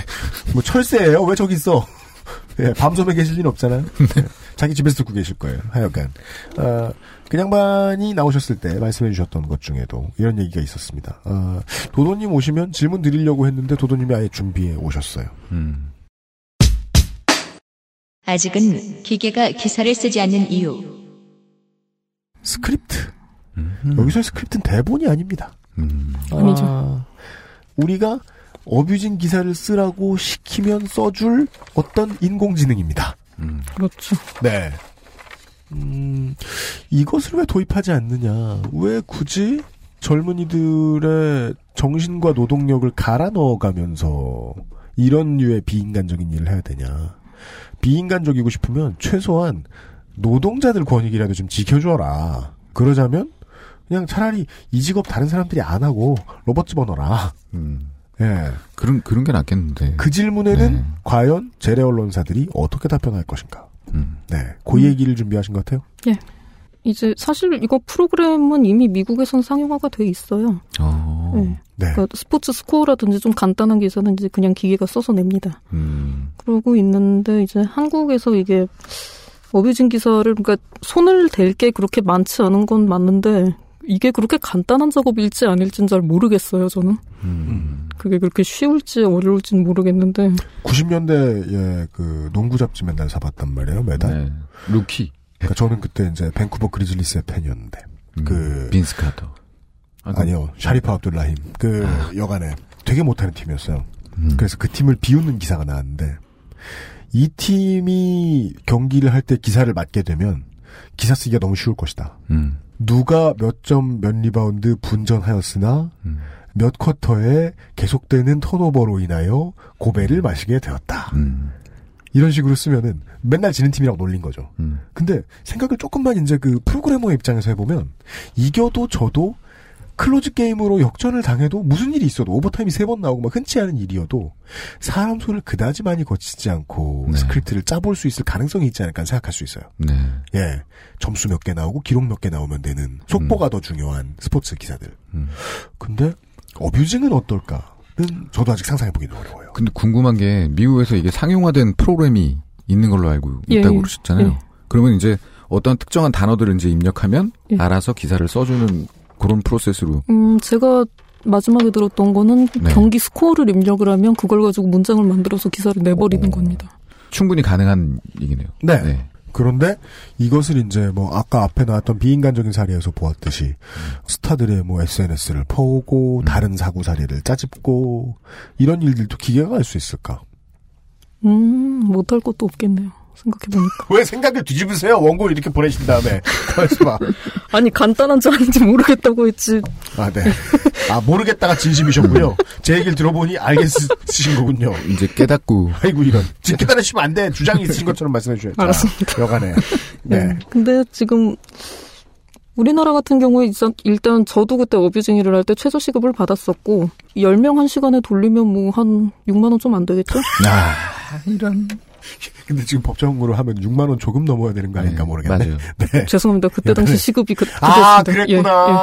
S2: 뭐 철새예요? 왜 저기 있어? 예, 밤섬에 계실 리는 없잖아요.
S4: 네.
S2: 예, 자기 집에서 듣고 계실 거예요. 하여간 어, 그냥반이 나오셨을 때 말씀해주셨던 것 중에도 이런 얘기가 있었습니다. 아, 도도님 오시면 질문 드리려고 했는데 도도님이 아예 준비해 오셨어요.
S4: 음.
S1: 아직은 기계가 기사를 쓰지 않는 이유.
S2: 스크립트
S4: 음.
S2: 여기서의 스크립트는 대본이 아닙니다.
S4: 음.
S9: 아니죠.
S2: 아, 우리가 어뷰징 기사를 쓰라고 시키면 써줄 어떤 인공지능입니다.
S4: 음.
S9: 그렇죠.
S2: 네. 음, 이것을 왜 도입하지 않느냐. 왜 굳이 젊은이들의 정신과 노동력을 갈아 넣어가면서 이런 류의 비인간적인 일을 해야 되냐. 비인간적이고 싶으면 최소한 노동자들 권익이라도 좀 지켜줘라. 그러자면 그냥 차라리 이 직업 다른 사람들이 안 하고 로봇 집어넣어라.
S4: 음.
S2: 예.
S4: 그런, 그런 게 낫겠는데.
S2: 그 질문에는
S4: 네.
S2: 과연 재래 언론사들이 어떻게 답변할 것인가.
S4: 음.
S2: 네. 그 얘기를 준비하신 것 같아요.
S9: 이제 사실 이거 프로그램은 이미 미국에선 상용화가 돼 있어요.
S4: 어.
S9: 네.
S2: 네.
S9: 그러니까 스포츠 스코어라든지 좀 간단한 기사는 이제 그냥 기계가 써서 냅니다.
S4: 음.
S9: 그러고 있는데 이제 한국에서 이게 어뷰징 기사를 그러니까 손을 댈 게 그렇게 많지 않은 건 맞는데 이게 그렇게 간단한 작업일지 아닐진 잘 모르겠어요. 저는
S4: 음.
S9: 그게 그렇게 쉬울지 어려울지는 모르겠는데
S2: 90년대에 그 농구 잡지 맨날 사봤단 말이에요, 매달.
S4: 네. 루키.
S2: 그러니까 저는 그때 이제 밴쿠버 그리즐리스의 팬이었는데.
S4: 음.
S2: 그-
S4: 빈스 카터. 아, 그-
S2: 아니요, 샤리파 압둘라힘. 그, 여간에 되게 못하는 팀이었어요.
S4: 음.
S2: 그래서 그 팀을 비웃는 기사가 나왔는데 이 팀이 경기를 할 때 기사를 맡게 되면 기사 쓰기가 너무 쉬울 것이다.
S4: 음.
S2: 누가 몇 점 몇 리바운드 분전하였으나
S4: 음.
S2: 몇 쿼터에 계속되는 턴오버로 인하여 고배를 마시게 되었다.
S4: 음.
S2: 이런 식으로 쓰면은 맨날 지는 팀이라고 놀린 거죠.
S4: 음.
S2: 근데 생각을 조금만 이제 그 프로그래머의 입장에서 해보면 이겨도 져도 클로즈 게임으로 역전을 당해도 무슨 일이 있어도 오버타임이 세 번 나오고 막 흔치 않은 일이어도 사람 손을 그다지 많이 거치지 않고
S4: 네.
S2: 스크립트를 짜볼 수 있을 가능성이 있지 않을까 생각할 수 있어요.
S4: 네.
S2: 예. 점수 몇 개 나오고 기록 몇 개 나오면 되는 속보가 더 중요한 스포츠 기사들.
S4: 음.
S2: 근데 어뷰징은 어떨까는 저도 아직 상상해보기는 어려워요.
S4: 근데 궁금한 게 미국에서 이게 상용화된 프로그램이 있는 걸로 알고
S9: 예,
S4: 있다고
S9: 예.
S4: 그러셨잖아요.
S9: 예.
S4: 그러면 이제 어떤 특정한 단어들을 이제 입력하면
S9: 예.
S4: 알아서 기사를 써주는 그런 프로세스로.
S9: 음, 제가 마지막에 들었던 거는
S4: 네.
S9: 경기 스코어를 입력을 하면 그걸 가지고 문장을 만들어서 기사를 내버리는
S4: 어.
S9: 겁니다.
S4: 충분히 가능한 얘기네요.
S2: 네. 그런데 이것을 이제 뭐 아까 앞에 나왔던 비인간적인 사례에서 보았듯이 스타들의 뭐 SNS를 퍼오고 다른 사고 사례를 짜집고 이런 일들도 기계가 할 수 있을까?
S9: 음, 못할 것도 없겠네요. 생각해보니까.
S2: 왜 생각을 뒤집으세요? 원고 이렇게 보내신 다음에 가만있어 봐.
S9: 아니, 간단한지 아닌지 모르겠다고 했지.
S2: 아 네. 아 모르겠다가 진심이셨군요. 제 얘기를 들어보니 알겠으신 거군요.
S4: 이제 깨닫고
S2: 아이고 이런. 지켜다니시면 안 돼. 주장이 있으신 것처럼 말씀해 주셨죠.
S9: 알았습니다.
S2: 아, 여간에.
S9: 네.
S2: 네.
S9: 근데 지금 우리나라 같은 경우에 일단, 일단 저도 그때 어뷰징 일을 할 때 최저 시급을 받았었고 10명 한 시간에 돌리면 뭐 한 6만 원 좀 안 되겠죠?
S2: 아, 근데 지금 법정으로 하면 6만 원 조금 넘어야 되는 거 아닌가
S4: 네,
S2: 그러니까 모르겠네.
S4: 맞아요.
S2: 네.
S9: 죄송합니다. 그때 당시 시급이 그,
S2: 아,
S9: 그때였습니다.
S2: 그랬구나.
S9: 예, 예.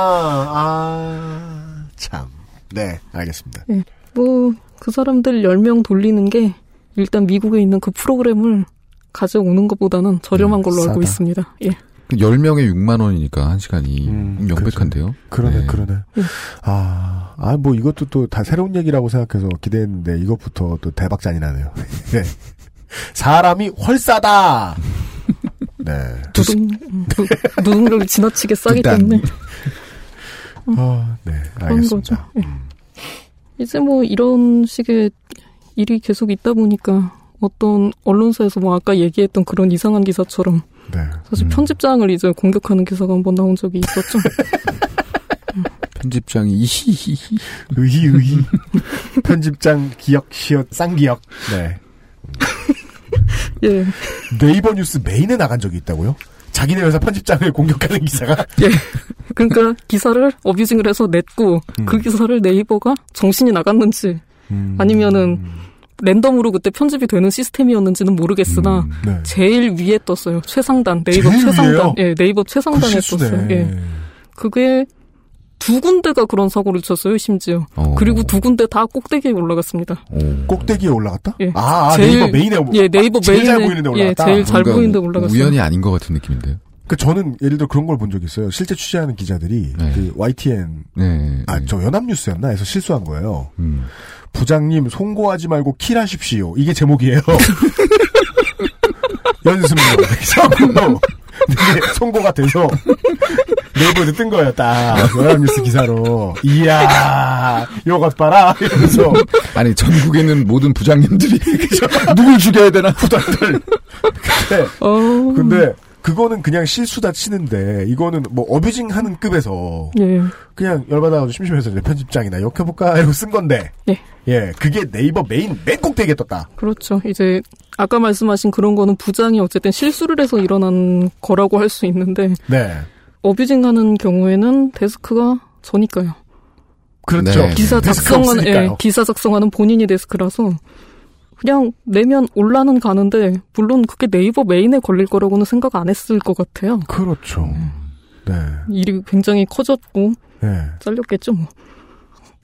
S2: 아, 참. 네, 알겠습니다.
S9: 뭐 그 사람들 10명 돌리는 게 일단 미국에 있는 그 프로그램을 가져오는 것보다는 저렴한 걸로
S2: 음, 싸다.
S9: 알고 있습니다. 예.
S4: 10명에 6만 원이니까 한 시간이
S2: 음,
S4: 명백한데요.
S2: 그러네,
S4: 네.
S2: 그러네.
S9: 예.
S2: 아, 아, 뭐 이것도 또 다 새로운 얘기라고 생각해서 기대했는데 이것부터 또 대박잔이 나네요. 네. 사람이 헐싸다! 네.
S9: 누군, 누, 누군가를 음, 지나치게 싸기
S4: 일단.
S9: 때문에
S2: 아, 네.
S9: 그런 거죠.
S2: 알겠습니다. 음.
S9: 예. 이제 뭐 이런 식의 일이 계속 있다 보니까 어떤 언론사에서 뭐 아까 얘기했던 그런 이상한 기사처럼
S2: 네.
S9: 사실
S4: 음.
S9: 편집장을 이제 공격하는 기사가 한 번 나온 적이 있었죠.
S4: 편집장이 이히히히.
S2: 의희, 의희. 편집장 기억, 시옷, 쌍기억. 네.
S9: 예.
S2: 네이버 뉴스 메인에 나간 적이 있다고요? 자기네 회사 편집장을 공격하는 기사가?
S9: 그러니까 기사를 어뷰징을 해서 냈고
S2: 음.
S9: 그 기사를 네이버가 정신이 나갔는지 아니면은 랜덤으로 그때 편집이 되는 시스템이었는지는 모르겠으나
S2: 네.
S9: 제일 위에 떴어요. 최상단 네이버
S2: 제일
S9: 최상단
S2: 위에요?
S9: 예 네이버
S2: 그
S9: 최상단에 떴어요.
S2: 실수네.
S9: 예 그게 두 군데가 그런 사고를 쳤어요 심지어
S4: 어.
S9: 그리고 두 군데 다 꼭대기에 올라갔습니다.
S4: 오.
S2: 꼭대기에 올라갔다?
S9: 예.
S2: 아, 아
S9: 제일-
S2: 네이버 메인에 올라
S9: 예 네이버
S2: 제일
S9: 메인에
S2: 잘 보이는데 올라갔다.
S9: 예 제일 잘
S4: 뭔가
S9: 보이는데 올라갔어요.
S4: 우연이 아닌 것 같은 느낌인데요.
S2: 그 저는 예를 들어 그런 걸 본 적이 있어요. 실제 취재하는 기자들이
S4: 네.
S2: 그 YTN
S4: 네.
S2: 아
S4: 네.
S2: 저 연합뉴스였나에서 실수한 거예요.
S4: 음.
S2: 부장님 송고하지 말고 킬하십시오. 이게 제목이에요. 연습로 자꾸 이게 송고가 돼서 네이버에 뜬 거예요. 딱 연합뉴스 기사로 이야 요것 봐라 이러면서
S4: 아니 전국에 있는 모든 부장님들이 누굴 죽여야 되나
S2: 후덜덜 근데
S9: 어,
S2: 네, 근데 그거는 그냥 실수다 치는데 이거는 뭐 어뷰징 하는 급에서
S9: 예
S2: 그냥 열받아가지고 심심해서 이제 편집장이나 욕해볼까 이러고 쓴 건데
S9: 예.
S2: 예 그게 네이버 메인 맨 꼭대기에 떴다
S9: 그렇죠. 이제 아까 말씀하신 그런 거는 부장이 어쨌든 실수를 해서 일어난 거라고 할 수 있는데
S2: 네
S9: 어뷰징 하는 경우에는 데스크가 저니까요.
S2: 그렇죠
S4: 네.
S9: 기사
S2: 데스크가
S9: 작성은 예,
S2: 없으니까요.
S9: 기사 작성하는 본인이 데스크라서 그냥 내면 올라는 가는데 물론 그게 네이버 메인에 걸릴 거라고는 생각 안 했을 것 같아요.
S2: 그렇죠 네
S9: 일이 굉장히 커졌고
S2: 예.
S9: 잘렸겠죠 뭐.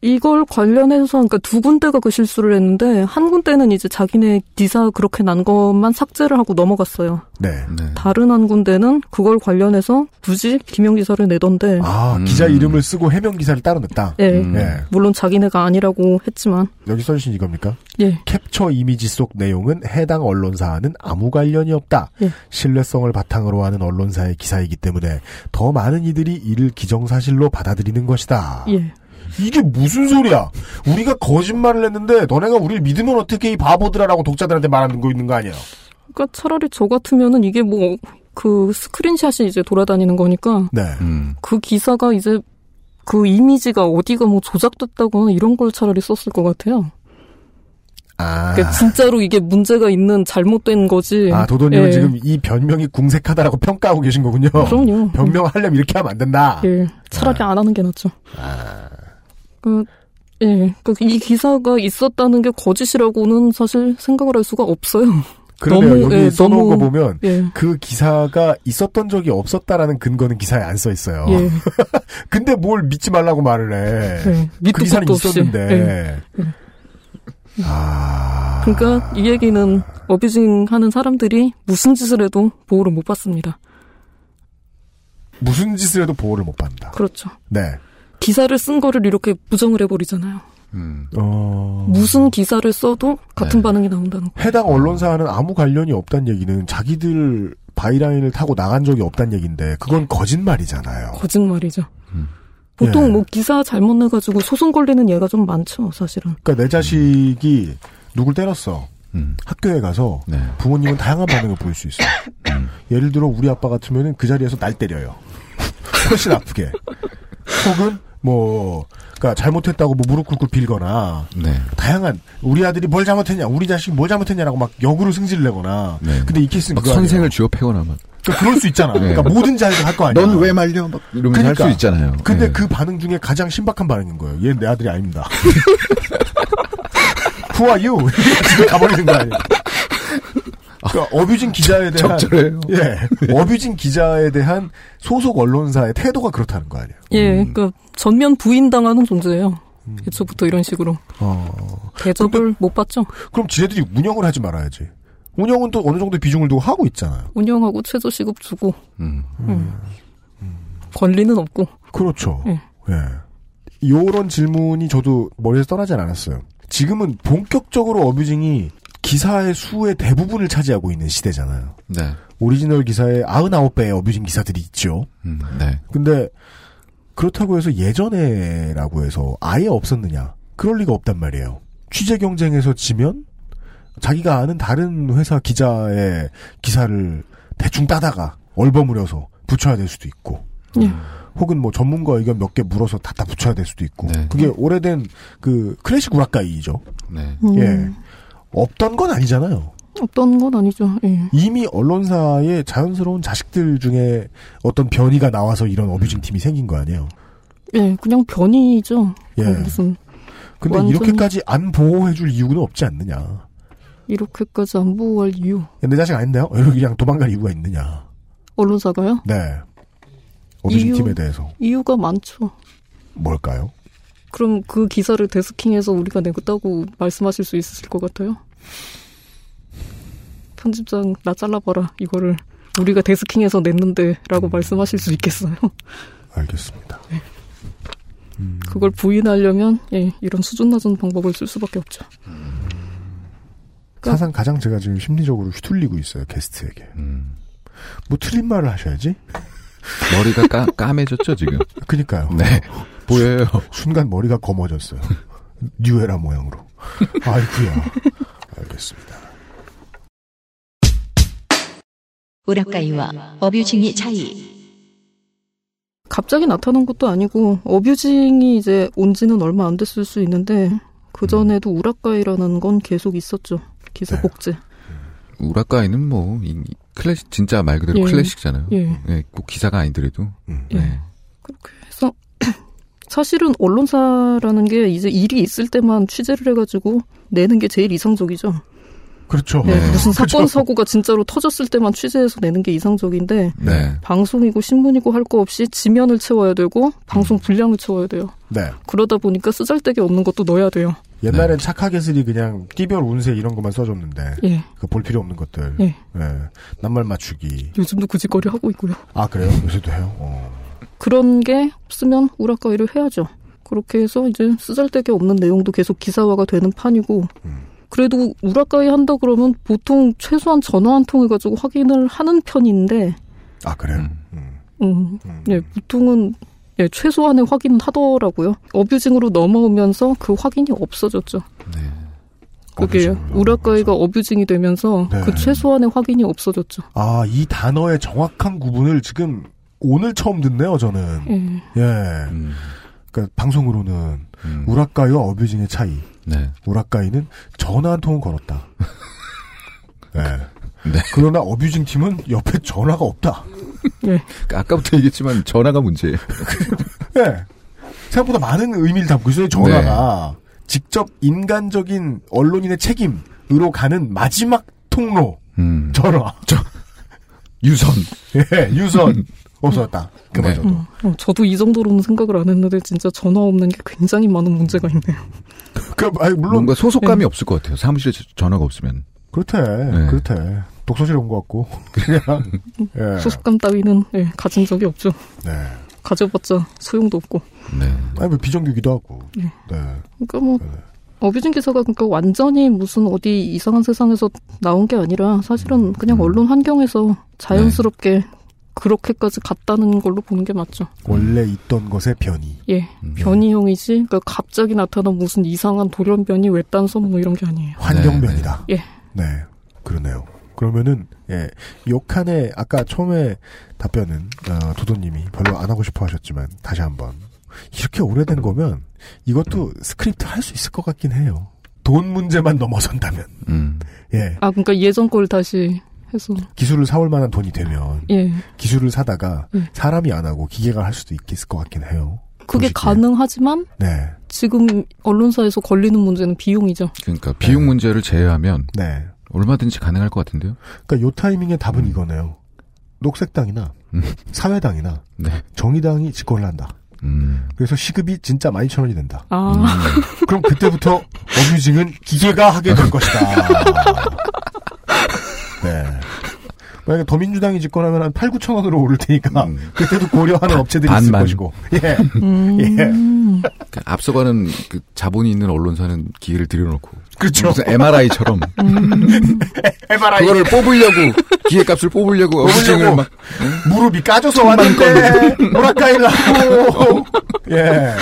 S9: 이걸 관련해서 그러니까 두 군데가 그 실수를 했는데 한 군데는 이제 자기네 기사 그렇게 난 것만 삭제를 하고 넘어갔어요.
S2: 네.
S4: 네.
S9: 다른 한 군데는 그걸 관련해서 굳이 기명 기사를 내던데
S2: 아
S4: 음.
S2: 기자 이름을 쓰고 해명 기사를 따로 냈다
S9: 예
S4: 음.
S2: 예.
S9: 물론 자기네가 아니라고 했지만
S2: 여기 써주신 이겁니까?
S9: 예
S2: 캡처 이미지 속 내용은 해당 언론사와는 아무 관련이 없다.
S9: 예.
S2: 신뢰성을 바탕으로 하는 언론사의 기사이기 때문에 더 많은 이들이 이를 기정사실로 받아들이는 것이다.
S9: 예.
S2: 이게 무슨 소리야? 우리가 거짓말을 했는데 너네가 우리를 믿으면 어떻게 이 바보들아라고 독자들한테 말하는 거 있는 거 아니야?
S9: 그러니까 차라리 저 같으면은 이게 뭐 그 스크린샷이 이제 돌아다니는 거니까
S2: 네.
S4: 음.
S9: 그 기사가 이제 그 이미지가 어디가 뭐 조작됐다거나 이런 걸 차라리 썼을 것 같아요.
S2: 아.
S9: 그러니까 진짜로 이게 문제가 있는 잘못된 거지.
S2: 아, 도도님은
S9: 예. 어,
S2: 지금 이 변명이 궁색하다라고 평가하고 계신 거군요. 아.
S9: 그럼요.
S2: 변명하려면 이렇게 하면 안 된다.
S9: 예, 차라리 안 하는 게 낫죠.
S2: 아.
S9: 그, 예, 그 이 기사가 있었다는 게 거짓이라고는 사실 생각을 할 수가 없어요.
S2: 그러네요.
S9: 너무,
S2: 여기
S9: 예,
S2: 써놓은
S9: 너무-
S2: 거 보면
S9: 예,
S2: 그 기사가 있었던 적이 없었다라는 근거는 기사에 안 써 있어요.
S9: 예,
S2: 근데 뭘 믿지 말라고 말을 해.
S9: 예,
S2: 그
S9: 밑도
S2: 기사는
S9: 끝도 없이.
S2: 있었는데.
S9: 예.
S2: 아.
S9: 그러니까 이 얘기는 어뷰징 하는 사람들이 무슨 짓을 해도 보호를 못 받습니다.
S2: 무슨 짓을 해도 보호를 못 받는다.
S9: 그렇죠.
S2: 네.
S9: 기사를 쓴 거를 이렇게 부정을 해버리잖아요.
S4: 음.
S2: 어.
S9: 무슨 기사를 써도 같은
S4: 네.
S9: 반응이 나온다는 거.
S2: 해당 언론사와는 아무 관련이 없다는 얘기는 자기들 바이라인을 타고 나간 적이 없다는 얘기인데 그건 거짓말이잖아요.
S9: 거짓말이죠.
S4: 음.
S9: 보통
S2: 예.
S9: 뭐 기사 잘못 내가지고 소송 걸리는 예가 좀 많죠, 사실은.
S2: 그러니까 내 자식이 누굴 때렸어.
S4: 음.
S2: 학교에 가서
S4: 네. 음.
S2: 부모님은 다양한 반응을 보일 수 있어요. 예를 들어 우리 아빠 같으면 그 자리에서 날 때려요. 훨씬 아프게. 혹은 뭐 그러니까 잘못했다고 뭐 무릎 꿇고 빌거나
S4: 네.
S2: 다양한 우리 아들이 뭘 잘못했냐 우리 자식이 뭘 잘못했냐라고 막 역으로 승질 내거나
S4: 네.
S2: 근데 이 케이스는
S4: 막
S2: 그거 아니에요.
S4: 선생을 쥐어 패거나 막.
S2: 그러니까 그럴 수 있잖아. 그러니까 모든 자리에서 할 거 아니야.
S4: 넌 왜 말려? 막 이러면서
S2: 그러니까.
S4: 할 수 있잖아요.
S2: 근데
S4: 예.
S2: 그 반응 중에 가장 신박한 반응인 거예요. 얘 내 아들이 아닙니다. Who are you? 집에 가버리는 거 아니에요. 그러니까 어뷰진 기자에 대한
S4: 아, 적절해요.
S2: 예 어뷰진 기자에 대한 소속 언론사의 태도가 그렇다는 거 아니에요.
S9: 예, 그러니까 전면 부인당하는 존재예요. 애초부터 이런 식으로
S2: 음. 어,
S9: 대접을 못 받죠.
S2: 그럼 지네들이 운영을 하지 말아야지. 운영은 또 어느 정도 비중을 두고 하고 있잖아요.
S9: 운영하고 최저 시급 주고
S4: 음.
S9: 권리는 없고.
S2: 그렇죠.
S9: 예.
S2: 예. 요런 질문이 저도 머리에서 떠나진 않았어요. 지금은 본격적으로 어뷰징이 기사의 수의 대부분을 차지하고 있는 시대잖아요.
S4: 네.
S2: 오리지널 기사의 99배의 어뷰징 기사들이 있죠.
S4: 음. 네.
S2: 근데 그렇다고 해서 예전에라고 해서 아예 없었느냐? 그럴 리가 없단 말이에요. 취재 경쟁에서 지면 자기가 아는 다른 회사 기자의 기사를 대충 따다가 얼버무려서 붙여야 될 수도 있고.
S9: 예.
S2: 혹은 뭐 전문가 의견 몇 개 물어서 갖다 붙여야 될 수도 있고.
S4: 네.
S2: 그게 오래된 그 클래식 우라카이죠.
S4: 네.
S2: 예. 없던 건 아니잖아요.
S9: 어떤 음, 건 아니죠. 예.
S2: 이미 언론사의 자연스러운 자식들 중에 어떤 변이가 나와서 이런 어뷰징 팀이 생긴 거 아니에요.
S9: 예, 그냥 변이죠.
S2: 예.
S9: 무슨
S2: 근데
S9: 완전히-
S2: 이렇게까지 안 보호해줄 이유는 없지 않느냐.
S9: 이렇게까지 안 보호할 이유.
S2: 내 자식 아닌데요? 이렇게 그냥 도망갈 이유가 있느냐.
S9: 언론사가요?
S2: 네. 어뷰징
S9: 이유-
S2: 팀에 대해서
S9: 이유가 많죠.
S2: 뭘까요?
S9: 그럼 그 기사를 데스킹해서 우리가 내겠다고 말씀하실 수 있으실 것 같아요? 편집장 나 잘라봐라 이거를 우리가 데스킹해서 냈는데라고 말씀하실 수 있겠어요?
S2: 알겠습니다.
S9: 그걸 부인하려면 예, 이런 수준 낮은 방법을 쓸 수밖에 없죠. 그러니까-
S2: 사상 가장 제가 지금 심리적으로 휘둘리고 있어요. 게스트에게.
S4: 음.
S2: 뭐 틀린 말을 하셔야지.
S4: 머리가 까, 까매졌죠, 지금?
S2: 그니까요.
S4: 네. 보여요.
S2: 순간 머리가 검어졌어요. 뉴에라 모양으로. 아이쿠야. 알겠습니다.
S1: 우라카이와 어뷰징의 차이.
S9: 갑자기 나타난 것도 아니고 어뷰징이 이제 온지는 얼마 안 됐을 수 있는데 그 전에도 우라카이라는 건 계속 있었죠. 기사
S2: 네.
S9: 복제.
S4: 우라카이는 뭐, 이, 클래식, 진짜 말 그대로
S9: 예.
S4: 클래식잖아요.
S9: 예.
S4: 예, 꼭 기사가 아니더라도.
S2: 음.
S9: 예.
S4: 네.
S9: 그래서 사실은 언론사라는 게 이제 일이 있을 때만 취재를 해가지고 내는 게 제일 이상적이죠.
S2: 그렇죠.
S9: 네,
S4: 네.
S9: 무슨 사건
S2: 그렇죠.
S9: 사고가 진짜로 터졌을 때만 취재해서 내는 게 이상적인데
S4: 네.
S9: 방송이고 신문이고 할 거 없이 지면을 채워야 되고 방송 분량을 채워야 돼요.
S2: 네.
S9: 그러다 보니까 쓰잘데기 없는 것도 넣어야 돼요.
S2: 옛날엔 착하게 쓰리 그냥 띠별 운세 이런 것만 써줬는데
S9: 예,
S2: 그 볼 필요 없는 것들. 네.
S9: 예.
S2: 낱말 맞추기.
S9: 요즘도 굳이거리 하고 있고요.
S2: 아 그래요? 요새도 해요? 어.
S9: 그런 게 없으면 우라카이를 해야죠. 그렇게 해서 이제 쓰잘데기 없는 내용도 계속 기사화가 되는 판이고,
S2: 음.
S9: 그래도 우라카이 한다 그러면 보통 최소한 전화 한 통 해가지고 확인을 하는 편인데,
S2: 아 그래요?
S4: 음.
S2: 음.
S9: 음,
S2: 음.
S9: 예, 보통은, 예, 최소한의 확인은 하더라고요. 어뷰징으로 넘어오면서 그 확인이 없어졌죠. 그게
S2: 네. 어뷰징으로
S9: 우라카이가 어뷰징이 되면서
S2: 네.
S9: 그 최소한의 확인이 없어졌죠.
S2: 아, 이 단어의 정확한 구분을 지금 오늘 처음 듣네요, 저는.
S9: 예.
S2: 예.
S4: 음.
S2: 그러니까 방송으로는 우라카이와 어뷰징의 차이.
S4: 네.
S2: 우라카이는 전화 한 통은 걸었다. 예.
S4: 네.
S2: 그러나 어뷰징 팀은 옆에 전화가 없다.
S4: 그 아까부터 얘기했지만 전화가 문제예요.
S2: 예. 생각보다 많은 의미를 담고 있어요. 전화가
S4: 네.
S2: 직접 인간적인 언론인의 책임으로 가는 마지막 통로.
S4: 음.
S2: 전화.
S4: 유선.
S2: 예, 유선. 없어졌다. 네.
S4: 네.
S2: 그만둬도.
S9: 어, 어, 저도 이 정도로는 생각을 안 했는데 진짜 전화 없는 게 굉장히 많은 문제가 있네요.
S2: 그, 아니, 물론.
S4: 뭔가 소속감이
S9: 예.
S4: 없을 것 같아요. 사무실에 저- 전화가 없으면.
S2: 그렇대.
S4: 네.
S2: 그렇대. 독서실에 온 것 같고. 그냥. 예.
S9: 소속감 따위는 예, 가진 적이 없죠.
S2: 네.
S9: 가져봤자 소용도 없고.
S4: 네.
S2: 아니, 뭐 비정규기도 하고. 네.
S9: 그러니까 뭐 어뷰진 기사가 그러니까 완전히 무슨 어디 이상한 세상에서 나온 게 아니라 사실은 그냥
S2: 음.
S9: 언론 환경에서 자연스럽게
S2: 네.
S9: 그렇게까지 갔다는 걸로 보는 게 맞죠.
S2: 원래 있던 것의 변이.
S9: 예,
S4: 음.
S2: 네.
S9: 변이형이지. 그러니까 갑자기 나타난 무슨 이상한 돌연변이 외딴섬 뭐 이런 게 아니에요.
S2: 환경변이다.
S9: 네. 예.
S2: 네. 그러네요. 그러면은, 예. 욕한의, 아까 처음에 답변은, 어, 도도님이 별로 안 하고 싶어 하셨지만, 다시 한 번. 이렇게 오래된 거면, 이것도 스크립트 할 수 있을 것 같긴 해요. 돈 문제만 넘어선다면.
S4: 음.
S2: 예.
S9: 아 그러니까 예전 걸 다시 해서
S2: 기술을 사올 만한 돈이 되면,
S9: 예.
S2: 기술을 사다가,
S9: 음.
S2: 사람이 안 하고 기계가 할 수도 있을 것 같긴 해요.
S9: 그게
S2: 보시기에.
S9: 가능하지만
S2: 네.
S9: 지금 언론사에서 걸리는 문제는 비용이죠.
S4: 그러니까 비용 문제를 제외하면
S2: 네.
S4: 얼마든지 가능할 것 같은데요.
S2: 그러니까 요 타이밍의 답은 이거네요. 녹색당이나
S4: 음.
S2: 사회당이나
S4: 네.
S2: 정의당이 집권을 한다.
S4: 음.
S2: 그래서 시급이 진짜 12,000원이 된다.
S9: 아,
S2: 그럼 그때부터 어뮤징은 기계가 하게 될 것이다. 네. 만약에 더민주당이 집권하면 한 8, 9천원으로 오를 테니까
S4: 음.
S2: 그때도 고려하는 업체들이 있을
S4: 반만.
S2: 것이고. 예.
S9: 음.
S4: 그러니까 앞서가는 그 자본이 있는 언론사는 기회를 들여놓고
S2: 그렇죠.
S4: 무슨 MRI처럼
S2: 해봐라.
S4: 그거를 뽑으려고 기획값을 뽑으려고 어부징을 막
S2: 무릎이 까져서 왔는데 우라카이라고 예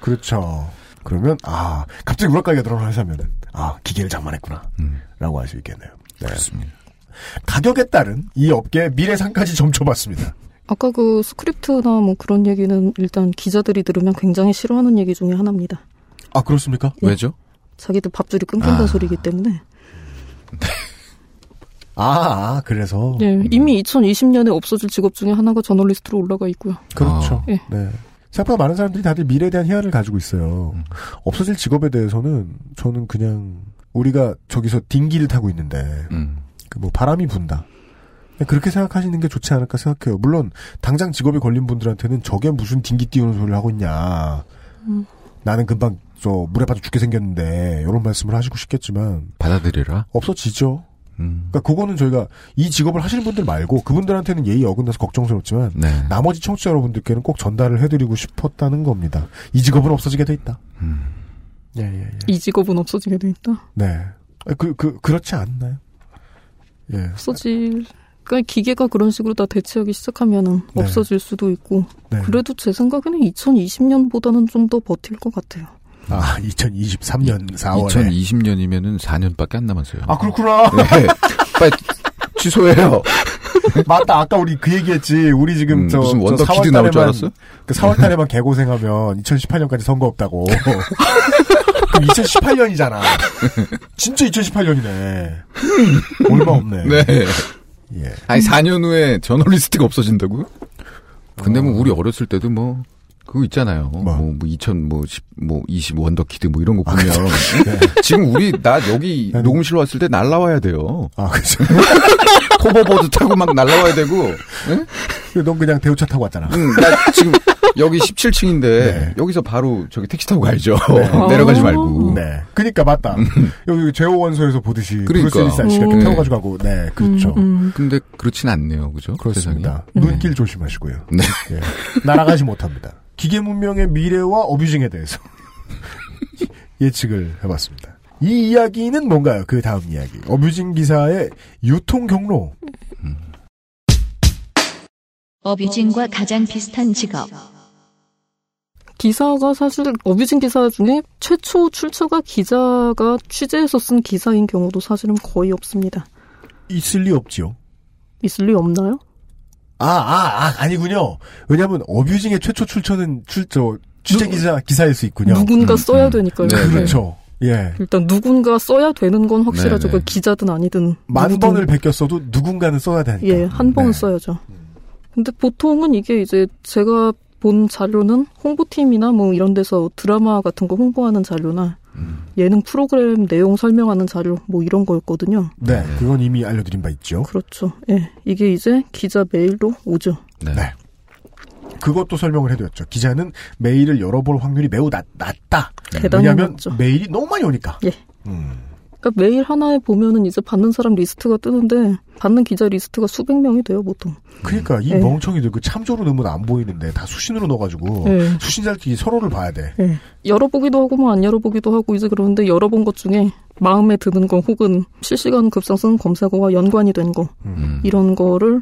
S2: 그렇죠 그러면 아 갑자기 우라카이가 들어오는 회사면은 아 기계를 장만했구나 라고 할 수 있겠네요 네.
S4: 그렇습니다.
S2: 가격에 따른 이 업계의 미래상까지 점쳐봤습니다
S9: 아까 그 스크립트나 뭐 그런 얘기는 일단 기자들이 들으면 굉장히 싫어하는 얘기 중에 하나입니다.
S2: 아 그렇습니까
S4: 왜죠?
S9: 자기들 밥줄이 끊긴다는
S4: 아.
S9: 소리이기 때문에.
S2: 아, 아, 그래서
S9: 예, 이미 2020년에 없어질 직업 중에 하나가 저널리스트로 올라가 있고요.
S2: 그렇죠
S4: 아.
S9: 예.
S2: 네 생각보다 많은 사람들이 다들 미래에 대한 희한을 가지고 있어요
S4: 음.
S2: 없어질 직업에 대해서는 저는 그냥 우리가 저기서 딩기를 타고 있는데
S4: 음.
S2: 그 뭐 바람이 분다. 네, 그냥 그렇게 생각하시는 게 좋지 않을까 생각해요. 물론 당장 직업이 걸린 분들한테는 저게 무슨 딩기 띄우는 소리를 하고 있냐. 나는 금방 저 물에 빠져 죽게 생겼는데 이런 말씀을 하시고 싶겠지만
S4: 받아들여라.
S2: 없어지죠.
S4: 음.
S2: 그러니까 그거는 저희가 이 직업을 하시는 분들 말고 그분들한테는 예의 어긋나서 걱정스럽지만
S4: 네.
S2: 나머지 청취자 여러분들께는 꼭 전달을 해드리고 싶었다는 겁니다. 이 직업은 없어지게 돼 있다. 예, 예, 예.
S9: 이 직업은 없어지게 돼 있다.
S2: 네. 그, 그, 그렇지 않나요? 예.
S9: 없어질. 그러니까 기계가 그런 식으로 다 대체하기 시작하면은
S2: 네.
S9: 없어질 수도 있고.
S2: 네.
S9: 그래도 제 생각에는 2020년보다는 좀 더 버틸 것 같아요.
S2: 아, 2023년 4월에.
S4: 2020년이면은 4년밖에 안 남았어요.
S2: 아, 그렇구나.
S4: 네. 빨리 취소해요.
S2: 맞다. 아까 우리 그 얘기했지. 우리 지금
S4: 네. 음,
S2: 저,
S4: 무슨
S2: 저
S4: 원더
S2: 4월
S4: 키드 나올 줄
S2: 달에만-
S4: 알았어?
S2: 그 4월달에만 개고생하면 2018년까지 선거 없다고. 그럼 2018년이잖아. 진짜 2018년이네. 얼마 없네.
S4: 네.
S2: 예.
S4: 아니 4년 후에 저널리스트가 없어진다고요? 근데 뭐 우리 어렸을 때도 뭐 그거 있잖아요.
S2: 뭐?
S4: 뭐, 뭐 2000, 뭐, 10, 뭐, 20 원더키드 뭐 이런 거 보면.
S2: 네.
S4: 지금 우리, 나 여기
S2: 네.
S4: 녹음실 왔을 때 날라와야 돼요.
S2: 아, 그죠.
S4: 토보보드 타고 막 날라와야 되고. 응?
S2: 넌 그냥 대우차 타고 왔잖아.
S4: 응, 나 지금 여기 17층인데
S2: 네.
S4: 여기서 바로 저기 택시 타고 가야죠.
S2: 네.
S4: 내려가지 말고.
S2: 네. 그니까, 맞다. 여기 제호원소에서 보듯이.
S4: 음. 그러니까.
S2: 브루스 리스 아저씨가 이렇게
S4: 음.
S2: 태워가지고 가고. 네,
S9: 음,
S2: 그렇죠.
S4: 근데 그렇진 않네요. 그죠?
S2: 그렇습니다.
S4: 세상이.
S2: 눈길 조심하시고요.
S4: 네.
S2: 예. 날아가지 못합니다. 기계 문명의 미래와 어뷰징에 대해서 예측을 해봤습니다. 이 이야기는 뭔가요? 그 다음 이야기. 어뷰징 기사의 유통 경로.
S1: 어뷰징과 가장 비슷한 직업.
S9: 기사가 사실 어뷰징 기사 중에 최초 출처가 기자가 취재해서 쓴 기사인 경우도 사실은 거의 없습니다.
S2: 있을 리 없지요.
S9: 있을 리 없나요?
S2: 아, 아, 아, 아니군요. 왜냐면, 어뷰징의 최초 출처는, 출처, 취재기자, 기사일 수 있군요.
S9: 누군가
S4: 음,
S9: 써야
S4: 음.
S9: 되니까요.
S4: 네, 네.
S2: 그렇죠. 예.
S9: 일단 누군가 써야 되는 건 확실하죠.
S4: 네, 네.
S9: 그 기자든 아니든
S2: 만
S9: 누구든.
S2: 번을 베꼈어도 누군가는 써야 되니까.
S9: 예, 한 번은
S4: 네.
S9: 써야죠. 근데 보통은 이게 이제 제가 본 자료는 홍보팀이나 뭐 이런 데서 드라마 같은 거 홍보하는 자료나 예능 프로그램 내용 설명하는 자료 뭐 이런 거였거든요.
S2: 네, 그건 이미 알려드린 바 있죠.
S9: 그렇죠. 예. 이게 이제 기자 메일로 오죠.
S4: 네.
S2: 네. 그것도 설명을 해드렸죠. 기자는 메일을 열어볼 확률이 매우 낮, 다
S9: 대단히
S2: 왜냐하면
S9: 낮죠.
S2: 메일이 너무 많이 오니까.
S9: 예.
S2: 음,
S9: 그러니까 메일 하나에 보면은 이제 받는 사람 리스트가 뜨는데 받는 기자 리스트가 수백 명이 돼요, 보통.
S2: 그러니까 이
S9: 예.
S2: 멍청이들 그 참조로 넣으면 안 보이는데 다 수신으로 넣어가지고
S9: 예.
S2: 수신자들끼리 서로를 봐야 돼.
S9: 예. 열어보기도 하고 뭐 안 열어보기도 하고 이제 그러는데 열어본 것 중에 마음에 드는 거 혹은 실시간 급상승 검색어와 연관이 된 거
S4: 음.
S9: 이런 거를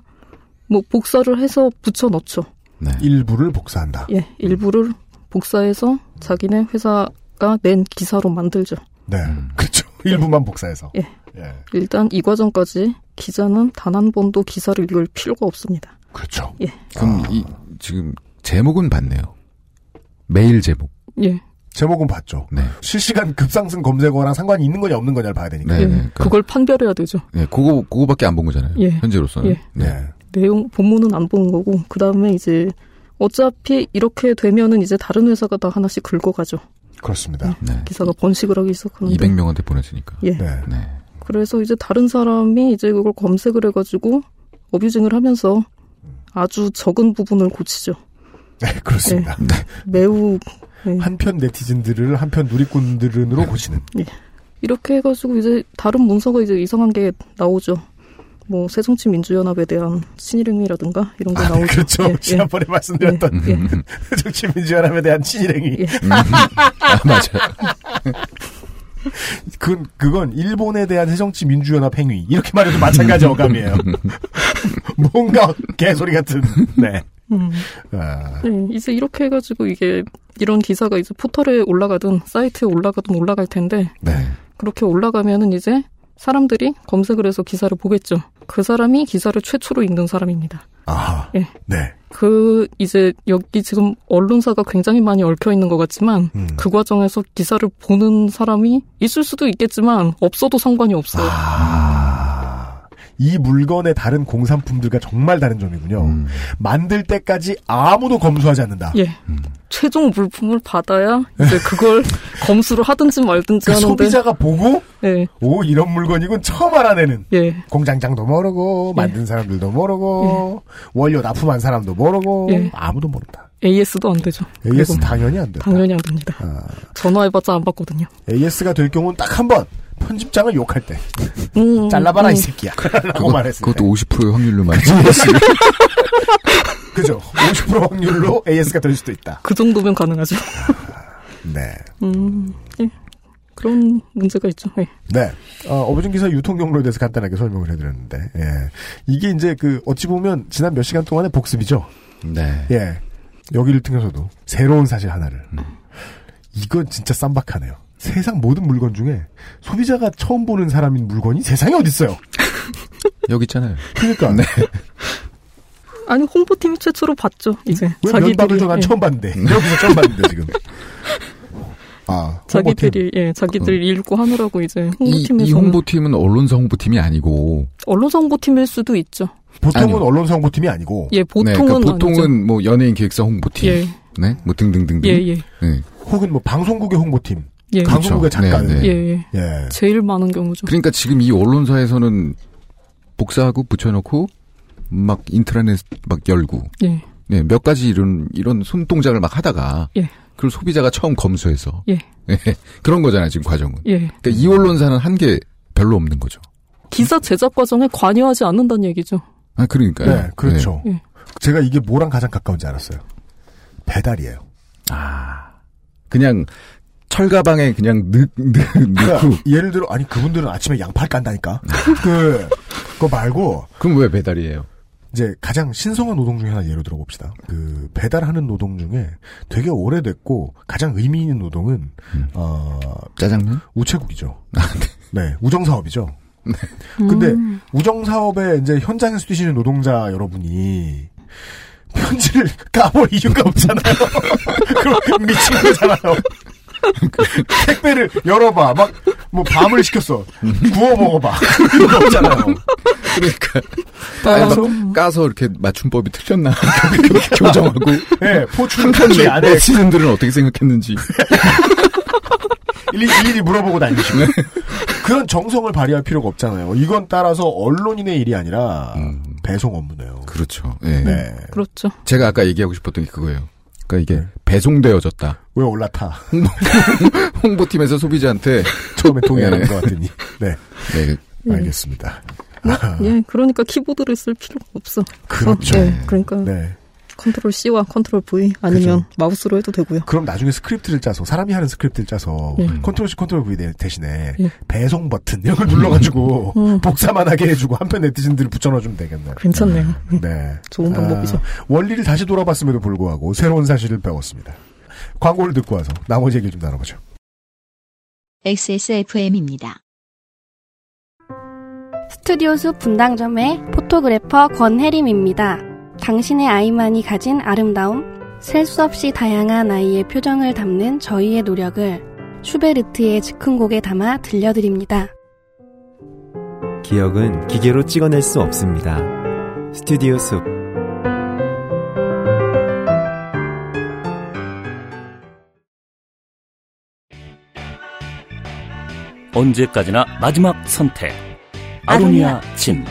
S9: 뭐 복사를 해서 붙여 넣죠.
S4: 네.
S2: 일부를 복사한다.
S9: 예, 일부를 복사해서 자기네 회사가 낸 기사로 만들죠.
S2: 네, 그렇죠. 일부만 복사해서.
S9: 예. 일단 이 과정까지 기자는 단 한 번도 기사를 읽을 필요가 없습니다.
S2: 그렇죠.
S9: 예.
S4: 그럼 이 지금 제목은 봤네요. 메일 제목.
S9: 예,
S2: 제목은 봤죠.
S4: 네.
S2: 실시간 급상승 검색어랑 상관이 있는 거냐 없는 거냐를 봐야 되니까.
S4: 네,
S9: 예.
S4: 네, 그러니까.
S9: 그걸 판별해야 되죠.
S4: 네, 그거 그거밖에 안 본 거잖아요.
S9: 예.
S4: 현재로서는.
S9: 예.
S4: 네.
S9: 내용 본문은 안 보는 거고 그 다음에 이제 어차피 이렇게 되면은 이제 다른 회사가 다 하나씩 긁어가죠.
S2: 그렇습니다.
S4: 네.
S9: 기사가 번식을 하기 시작하는데
S4: 200명한테 보냈으니까.
S9: 예.
S2: 네.
S4: 네.
S9: 그래서 이제 다른 사람이 이제 그걸 검색을 해가지고 어뷰징을 하면서 아주 적은 부분을 고치죠.
S2: 네, 그렇습니다.
S9: 매우 예.
S2: 한편 네티즌들을 한편 누리꾼들은으로 고치는.
S9: 이렇게 해가지고 이제 다른 문서가 이제 이상한 게 나오죠. 뭐 새정치 민주연합에 대한 친일행위라든가 이런 게
S2: 아,
S9: 나오죠.
S2: 네, 그렇죠.
S9: 예, 예.
S2: 지난번에 말씀드렸던 정치민주연합에 대한 친일행위.
S9: 예.
S4: 아, 맞아요.
S2: 그건, 그건 일본에 대한 해정치민주연합 행위. 이렇게 말해도 마찬가지 어감이에요. 뭔가 개소리 같은. 네.
S9: 음.
S2: 아,
S9: 네, 이제 이렇게 해가지고 이게 이런 기사가 이제 포털에 올라가든 사이트에 올라가든 올라갈 텐데
S2: 네.
S9: 그렇게 올라가면은 이제 사람들이 검색을 해서 기사를 보겠죠. 그 사람이 기사를 최초로 읽는 사람입니다.
S2: 아,
S9: 예.
S2: 네.
S9: 그 이제 여기 지금 언론사가 굉장히 많이 얽혀 있는 것 같지만
S2: 음.
S9: 그 과정에서 기사를 보는 사람이 있을 수도 있겠지만 없어도 상관이 없어요.
S2: 아, 이 물건의 다른 공산품들과 정말 다른 점이군요. 만들 때까지 아무도 검수하지 않는다.
S9: 예. 최종 물품을 받아야 이제 그걸 검수를 하든지 말든지
S2: 그
S9: 하는데
S2: 소비자가 보고
S9: 예.
S2: 오 이런 물건이군 처음 알아내는
S9: 예.
S2: 공장장도 모르고 만든 사람들도 모르고 원료 납품한 사람도 모르고
S9: 예.
S2: 아무도 모른다.
S9: AS도 안 되죠.
S2: AS
S9: 그리고
S2: 당연히 안 된다.
S9: 당연히 안 됩니다.
S2: 아.
S9: 전화해봤자 안 받거든요.
S2: AS가 될 경우는 딱 한 번 편집장을 욕할 때
S9: 음,
S2: 잘라봐라
S9: 음.
S2: 이 새끼야 라고
S4: 그거-
S2: 말했을 때
S4: 그것도 50%의 확률로 말했어요.
S2: 그죠 50% 확률로 AS가 될 수도 있다
S9: 그 정도면 가능하죠.
S2: 네
S9: 음, 예. 그런 문제가 있죠. 예.
S2: 네. 어, 어부진 기사 유통 경로에 대해서 간단하게 설명을 해드렸는데, 예. 이게 이제 그, 어찌 보면 지난 몇 시간 동안의 복습이죠.
S4: 네.
S2: 예. 여기를 통해서도 새로운 사실 하나를.
S4: 음.
S2: 이건 진짜 쌈박하네요. 세상 모든 물건 중에 소비자가 처음 보는 사람인 물건이 세상에 어딨어요.
S4: 여기 있잖아요.
S2: 그러니까. 네.
S9: 아니 홍보팀이 최초로 봤죠. 이제 예.
S2: 왜 면박을 저난 처음 봤는데. 여기서 처음 봤는데, 지금. 아, 홍보팀.
S9: 자기들이 예 자기들 읽고 하느라고 이제
S4: 이,
S9: 홍보팀에서
S4: 이 홍보팀은 언론사 홍보팀이 아니고
S9: 언론 홍보팀일 수도 있죠.
S2: 보통은
S4: 아니요.
S2: 언론사 홍보팀이 아니고,
S9: 예
S4: 네,
S9: 보통은
S4: 그러니까 보통은
S9: 아니죠.
S4: 뭐 연예인 기획사 홍보팀,
S9: 예.
S4: 네, 뭐 등등등등.
S9: 예, 예,
S4: 네.
S2: 혹은 뭐 방송국의 홍보팀,
S9: 예,
S4: 강-
S2: 방송국의
S4: 그렇죠. 네,
S2: 작가. 는
S4: 네.
S9: 예, 예.
S2: 예.
S9: 제일 많은 경우죠.
S4: 그러니까 지금 이 언론사에서는 복사하고 붙여놓고 막 인트라넷 막 열고
S9: 예,
S4: 네, 몇 가지 이런 이런 손 동작을 막 하다가
S9: 예.
S4: 그걸 소비자가 처음 검수해서 네.
S9: 예.
S4: 그런 거잖아요 지금 과정은.
S9: 예.
S4: 그러니까 이 언론사는 한 게 별로 없는 거죠.
S9: 기사 제작 과정에 관여하지 않는다는 얘기죠.
S4: 아 그러니까요.
S2: 네, 그렇죠.
S9: 네. 예.
S2: 제가 이게 뭐랑 가장 가까운지 알았어요. 배달이에요.
S4: 네. 그냥 철가방에 그냥 넣, 넣,
S2: 그러니까
S4: 넣고
S2: 예를 들어 아니 그분들은 아침에 양팔 깐다니까. 그 그거 말고
S4: 그럼 왜 배달이에요?
S2: 이제 가장 신성한 노동 중에 하나 예로 들어봅시다. 그 배달하는 노동 중에 되게 오래됐고 가장 의미 있는 노동은 어,
S13: 짜장면?
S2: 우체국이죠.
S13: 아,
S2: 네, 우정 사업이죠.
S13: 네.
S2: 근데 우정 사업에 이제 현장에서 뛰시는 노동자 여러분이 편지를 까볼 이유가 없잖아요. 그럼 미친 거잖아요. 택배를 열어봐. 막 뭐 밤을 시켰어. 구워 먹어봐. 이런 거 없잖아요.
S13: 그러니까 아니, 막 까서 이렇게 맞춤법이 틀렸나 교정하고
S2: 예, 포춘 편지
S13: 한편
S2: 안에
S13: 내시는들은 어떻게 생각했는지
S2: 일일이, 일일이 물어보고
S13: 네.
S2: 다니시고 그런 정성을 발휘할 필요가 없잖아요. 이건 따라서 언론인의 일이 아니라
S13: 음.
S2: 배송 업무네요.
S13: 그렇죠. 예.
S2: 네.
S9: 그렇죠.
S13: 제가 아까 얘기하고 싶었던 게 그거예요. 그러니까 이게
S2: 네.
S13: 배송되어졌다.
S2: 왜 올라타?
S13: 홍보팀에서 소비자한테
S2: 처음에 동의하는 것 같더니. 네.
S13: 네,
S2: 알겠습니다.
S9: 예, 그러니까 키보드를 쓸 필요가 없어.
S2: 아. 그렇죠.
S9: 어, 예, 그러니까
S2: 네.
S9: 컨트롤 C와 컨트롤 V 아니면 마우스로 해도 되고요.
S2: 그럼 나중에 스크립트를 짜서 사람이 하는 스크립트를 짜서
S9: 예.
S2: 컨트롤 C 컨트롤 V 대- 대신에
S9: 예.
S2: 배송 버튼 이런 걸 눌러가지고 복사만 하게 해주고 한편 네티즌들을 붙여넣어주면 되겠네요.
S9: 어. 괜찮네요. 예,
S2: 네.
S9: 좋은 방법이죠.
S2: 아, 원리를 다시 돌아봤음에도 불구하고 새로운 사실을 배웠습니다. 광고를 듣고 와서 나머지 얘기 좀 나눠보죠.
S1: XSFM입니다.
S8: 스튜디오수 분당점의 포토그래퍼 권혜림입니다. 당신의 아이만이 가진 아름다움, 셀 수 없이 다양한 아이의 표정을 담는 저희의 노력을 슈베르트의 즉흥곡에 담아 들려드립니다.
S14: 기억은 기계로 찍어낼 수 없습니다. 스튜디오 숲.
S3: 언제까지나 마지막 선택. 아로니아 진.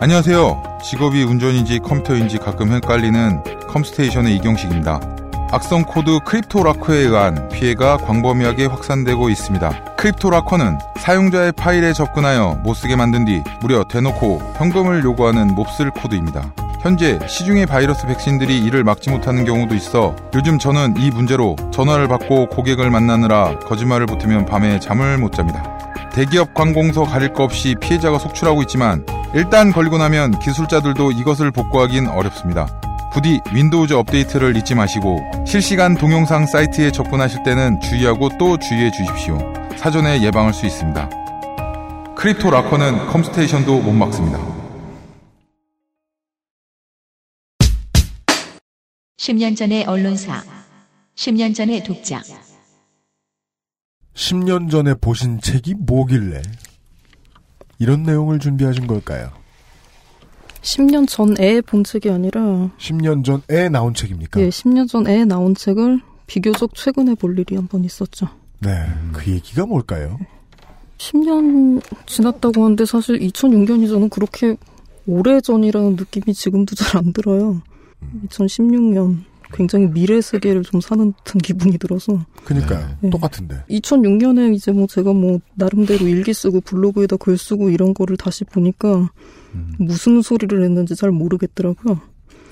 S4: 안녕하세요. 직업이 운전인지 컴퓨터인지 가끔 헷갈리는 컴스테이션의 이경식입니다. 악성 코드 크립토라커에 의한 피해가 광범위하게 확산되고 있습니다. 크립토라커는 사용자의 파일에 접근하여 못쓰게 만든 뒤 무려 대놓고 현금을 요구하는 몹쓸 코드입니다. 현재 시중의 바이러스 백신들이 이를 막지 못하는 경우도 있어 요즘 저는 이 문제로 전화를 받고 고객을 만나느라 거짓말을 붙으면 밤에 잠을 못 잡니다. 대기업 관공서 가릴 것 없이 피해자가 속출하고 있지만 일단 걸리고 나면 기술자들도 이것을 복구하긴 어렵습니다. 부디 윈도우즈 업데이트를 잊지 마시고 실시간 동영상 사이트에 접근하실 때는 주의하고 또 주의해 주십시오. 사전에 예방할 수 있습니다. 크립토 라커는 컴스테이션도 못 막습니다.
S1: 10년 전의 언론사. 10년 전의 독자.
S2: 10년 전에 보신 책이 뭐길래 이런 내용을 준비하신 걸까요?
S9: 10년 전에 본 책이 아니라
S2: 10년 전에 나온 책입니까?
S9: 예, 10년 전에 나온 책을 비교적 최근에 볼 일이 한 번 있었죠.
S2: 네. 그 얘기가 뭘까요?
S9: 10년 지났다고 하는데 사실 2006년이 저는 그렇게 오래전이라는 느낌이 지금도 잘 안 들어요. 2016년 굉장히 미래 세계를 좀 사는 듯한 기분이 들어서
S2: 그니까요.
S9: 네.
S2: 똑같은데.
S9: 2006년에 이제 뭐 제가 뭐 나름대로 일기 쓰고 블로그에다 글 쓰고 이런 거를 다시 보니까 무슨 소리를 했는지 잘 모르겠더라고요.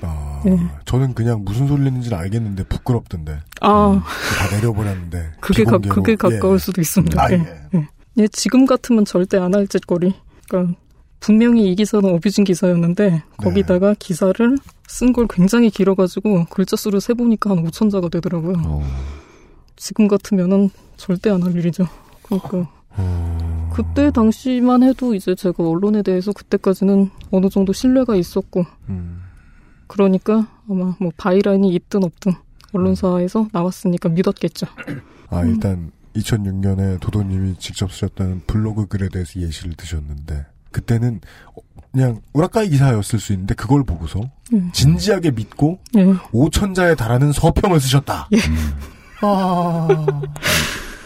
S2: 아,
S9: 네.
S2: 저는 그냥 무슨 소리를 했는지는 알겠는데 부끄럽던데.
S9: 아,
S2: 다 내려버렸는데.
S9: 그게 가,
S2: 비공개로.
S9: 그게 가까울
S2: 예.
S9: 수도 있습니다.
S2: 아,
S9: 예.
S2: 예.
S9: 예, 지금 같으면 절대 안 할 짓거리. 그러니까 분명히 이 기사는 어뷰징 기사였는데
S2: 네.
S9: 거기다가 기사를 쓴 걸 굉장히 길어가지고 글자 수를 세 보니까 한 5천 자가 되더라고요. 지금 같으면은 절대 안 할 일이죠. 그러니까
S2: 음.
S9: 그때 당시만 해도 이제 제가 언론에 대해서 그때까지는 어느 정도 신뢰가 있었고
S2: 음.
S9: 그러니까 아마 뭐 바이라인이 있든 없든 언론사에서 나왔으니까 믿었겠죠.
S2: 아,
S9: 음.
S2: 일단 2006년에 도도님이 직접 쓰셨다는 블로그 글에 대해서 예시를 드셨는데 그때는 어, 그냥 우라카이 기사였을 수 있는데 그걸 보고서
S9: 음.
S2: 진지하게 믿고
S9: 예.
S2: 5천자에 달하는 서평을 쓰셨다. 아,